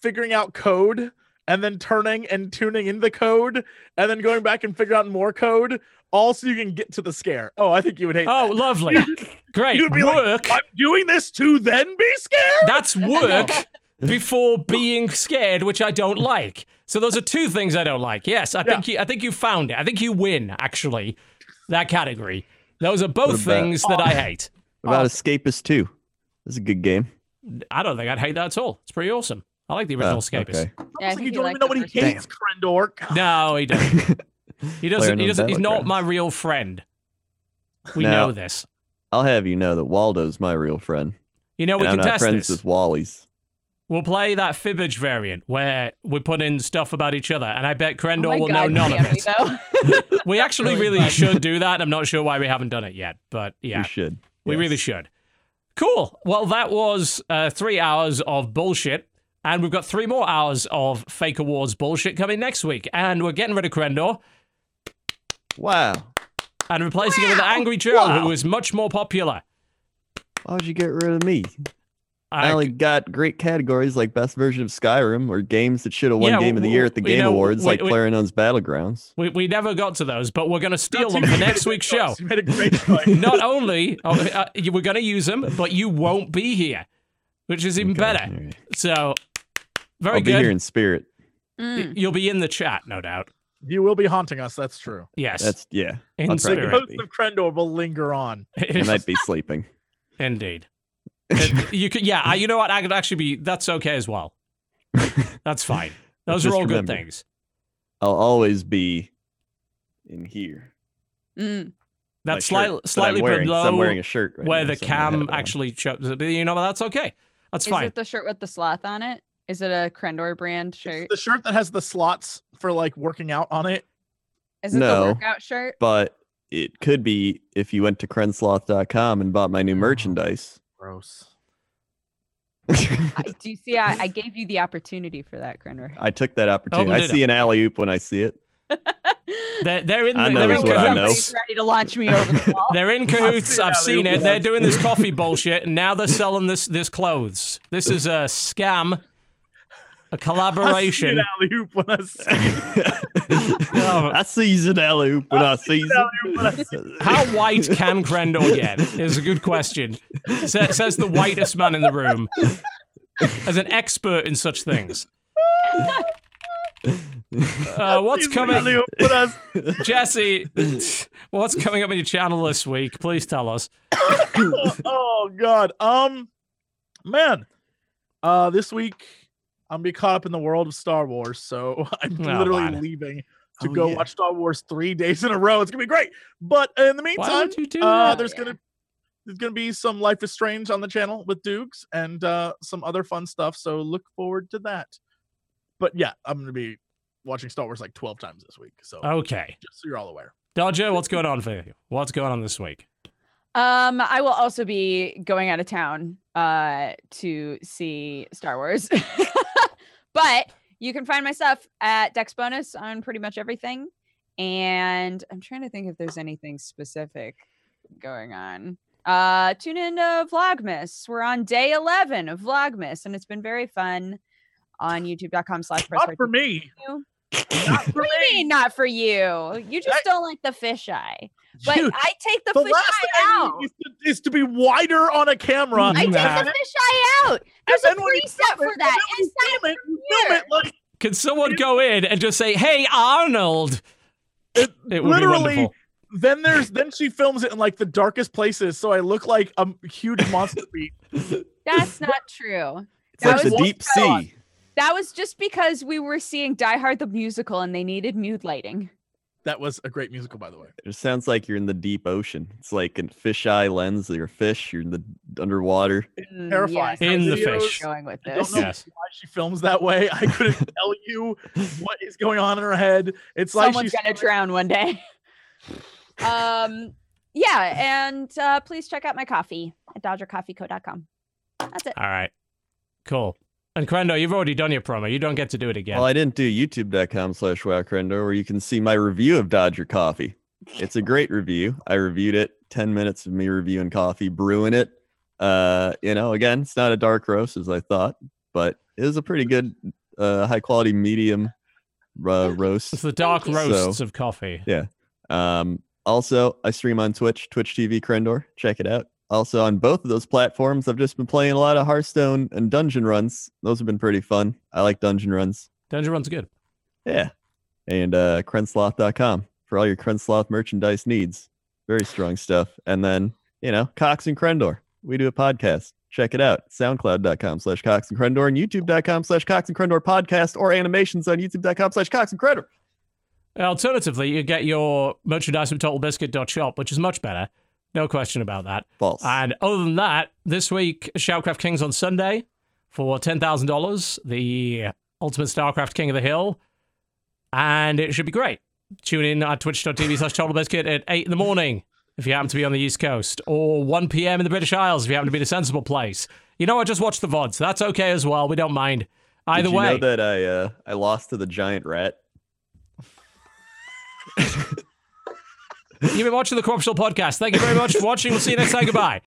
D: figuring out code and then turning and tuning in the code and then going back and figuring out more code all so you can get to the scare oh i think you would hate
A: Oh,
D: that.
A: lovely, great
D: You'd be like,
A: work.
D: i'm doing this to then be scared
A: That's work before being scared, which I don't like. So those are two things I don't like. Yes, I think you, I think you found it. I think you win actually that category. Those are both
B: about-
A: things that I
C: Oh.
A: hate.
B: What about Escapist 2? That's a good game.
A: I don't think I'd hate that at all. It's pretty awesome. I like the original
B: Oh,
A: Escapist.
B: okay.
C: Yeah, I
D: It's like
C: think
D: you
C: he
D: don't
C: liked
D: even know what
C: the
D: he
C: first one.
D: hates Krendork.
A: No, he doesn't. He doesn't. He
B: Player
A: doesn't. He's not
B: Battlegrounds.
A: my real friend. We
B: No.
A: know this.
B: I'll have you know that Waldo's my real friend.
A: You know Oh, we
B: and I'm
A: can
B: not
A: test
B: friends
A: this.
B: with Wally's.
A: We'll play that fibbage variant where we put in stuff about each other, and I bet
C: Oh
A: Krendor
C: my
A: will
C: God,
A: know none of
C: Sammy,
A: it.
C: though.
A: We actually
D: Really
A: really
D: fun.
A: should do that. I'm not sure why we haven't done it yet, but
B: We
A: yeah,
B: should.
A: we
B: Yes.
A: really should. Cool. Well, that was uh, three hours of bullshit, and we've got three more hours of fake awards bullshit coming next week, and we're getting rid of Krendor
B: Wow.
A: and replacing him with Angry Joe, who is much more popular. Uh,
B: Why would you get rid of me? I
A: I,
B: only got great categories like best version of Skyrim or games that should have won
A: Yeah,
B: Game of the
A: w-
B: Year at the
A: w- you
B: Game
A: know,
B: Awards,
A: we-
B: like
A: we-
B: PlayerUnknown's Battlegrounds.
A: we, we never got to those, but we're going to steal
D: That's-
A: them
D: you
A: for
D: made a
A: next
D: good
A: week's show.
D: choice. You made a great choice.
A: Not only oh, uh, you were going to use them, but you won't be here, which is even
B: Okay,
A: better.
B: all right.
A: So, very
B: I'll
A: good.
B: be here in spirit.
A: Y- You'll be in the chat, no doubt.
D: You will be haunting us. That's true.
A: Yes,
B: That's yeah.
A: in
B: I'll try to
D: The
A: spirit.
B: go.
D: ghost of Krendor will linger on.
B: I might be sleeping.
A: Indeed. And you could, yeah. I- You know what? I could actually be. That's okay as well. That's fine. Those are
B: Just
A: all good
B: remember.
A: things.
B: I'll always be in here.
C: Mm.
B: My
A: That's
B: shirt
A: slightly
B: that I'm
A: slightly
B: wearing, 'cause I'm
A: below
B: wearing a shirt right
A: where
B: now,
A: the
B: so I'm gonna have
A: cam
B: it on.
A: actually shows. but You know, what? that's okay. That's
C: Is
A: fine.
C: it the shirt with the sloth on it? Is it a Krendor brand
D: It's
C: shirt?
D: the shirt that has the slots for like working out on it.
C: Is it
B: No.
C: the workout shirt?
B: but it could be if you went to crensloth.com and bought my new
D: Oh.
B: merchandise.
D: Gross.
C: I, do you see? I, I gave you the opportunity for that, Krendor.
B: I took that opportunity. I
A: did
B: see an alley oop when I see it.
A: They're, they're in.
B: I
A: the-
B: know
A: they're
B: is
A: in
B: what I know.
A: cahoots.
C: Somebody's ready to launch me over the wall.
A: They're in cahoots. I've seen it. They're doing this coffee bullshit, and now they're selling this this clothes. This is a scam, a collaboration.
D: Alley oop when I see
B: I see an alley oop when I see
D: alley-oop when I
B: it.
A: How white can Crandall get? Is a good question. Sa- says the whitest man in the room, as an expert in such things. Uh, what's coming,
D: alley-oop when I see-
A: Jesse? What's coming up on your channel this week? Please tell us.
D: oh, oh, god. Um man. Uh this week I'm gonna be caught up in the world of Star Wars, so I'm
A: Oh,
D: literally
A: man.
D: leaving to
B: Oh,
D: go
B: yeah.
D: watch Star Wars three days in a row. It's gonna be great. But in the
A: Why
D: meantime,
A: would you do
D: uh,
A: that?
D: there's gonna there's gonna be some Life is Strange on the channel with Dukes and uh some other fun stuff. So look forward to that. But yeah, I'm gonna be watching Star Wars like 12 times this week. So
A: Okay,
D: just so you're all aware.
A: Dodger, what's going on for you? What's going on this week?
C: Um, I will also be going out of town uh to see Star Wars. but you can find my stuff at Dex Bonus on pretty much everything. And I'm trying to think if there's anything specific going on. Uh tune in to Vlogmas. We're on day eleven of Vlogmas, and it's been very fun on youtube.com slash press
D: Not
C: right
D: for
C: to-
D: me.
C: you.
D: Not for
C: What do you mean not for you? You just
D: I-
C: don't like the fisheye. But
D: Dude.
C: I take the,
D: the
C: fisheye
D: last thing
C: out.
D: I need is to, is to be wider on a camera.
A: I
C: I take the
A: Nah.
C: fisheye out. There's a
D: And when you
C: preset
D: film
C: for
D: it,
C: that.
D: and
C: It's
D: then
C: not
D: when you
C: from
D: film it, film it, like,
A: Can someone go in and just say, "Hey, Arnold"?
D: It
A: It would be
D: literally.
A: wonderful.
D: Then there's then she films it in like the darkest places, so I look like a huge monster beat.
C: That's not true.
B: It's like
C: That
B: the
C: was-
B: deep sea.
C: That was just because we were seeing Die Hard the musical and they needed mood lighting.
D: That was a great musical, by the way.
B: It sounds like you're in the deep ocean. It's like a fisheye lens. You're a fish. You're in the underwater.
C: Mm,
D: Terrifying.
C: yes, I
A: In the
C: see where you're
A: fish.
C: Going with
D: I don't
C: this.
D: know
A: Yes.
D: why she films that way. I couldn't tell you what is going on in her head. It's like
C: Someone's
D: she's
C: gonna drown one day. um, yeah, and uh, please check out my coffee at DodgerCoffeeCo.com. That's it.
A: All right, cool. And Crendo, you've already done your promo. You don't get to do it again.
B: Well, I didn't do youtube.com slash wowcrendo where you can see my review of Dodger Coffee. It's a great review. I reviewed it. 10 minutes of me reviewing coffee, brewing it. Uh, you know, again, it's not a dark roast as I thought, but it was a pretty good, uh, high quality medium uh, roast.
A: It's the dark
C: Thank
B: you.
A: roasts
B: So-
A: of coffee.
B: Um, also, I stream on Twitch, Twitch TV Krendor. Check it out. Also, on both of those platforms, I've just been playing a lot of Hearthstone and dungeon runs. Those have been pretty fun. I like dungeon runs.
A: Dungeon Run's good.
B: Yeah. And uh, crensloth.com for all your Crensloth merchandise needs. Very strong stuff. And then, you know, Cox and Krendor. We do a podcast. Check it out. Soundcloud.com slash Cox and Krendor and YouTube.com slash Cox and Krendor podcast or animations on YouTube.com slash Cox and Krendor.
A: Alternatively, you get your merchandise from TotalBiscuit.shop, which is much better. No question about that.
B: False.
A: And other than that, this week, Shoutcraft Kings on Sunday for $10,000, the Ultimate StarCraft King of the Hill. And it should be great. Tune in at twitch.tv slash TotalBiscuit at 8 in the morning if you happen to be on the East Coast, or 1 p.m. in the British Isles if you happen to be in a sensible place. You know, I just watched the VODs. That's okay as well. We don't mind. Either
B: Did you
A: way.
B: know that I uh, I lost to the giant rat.
A: You've been watching the Corpse Show podcast. Thank you very much for watching. We'll see you next time. Goodbye.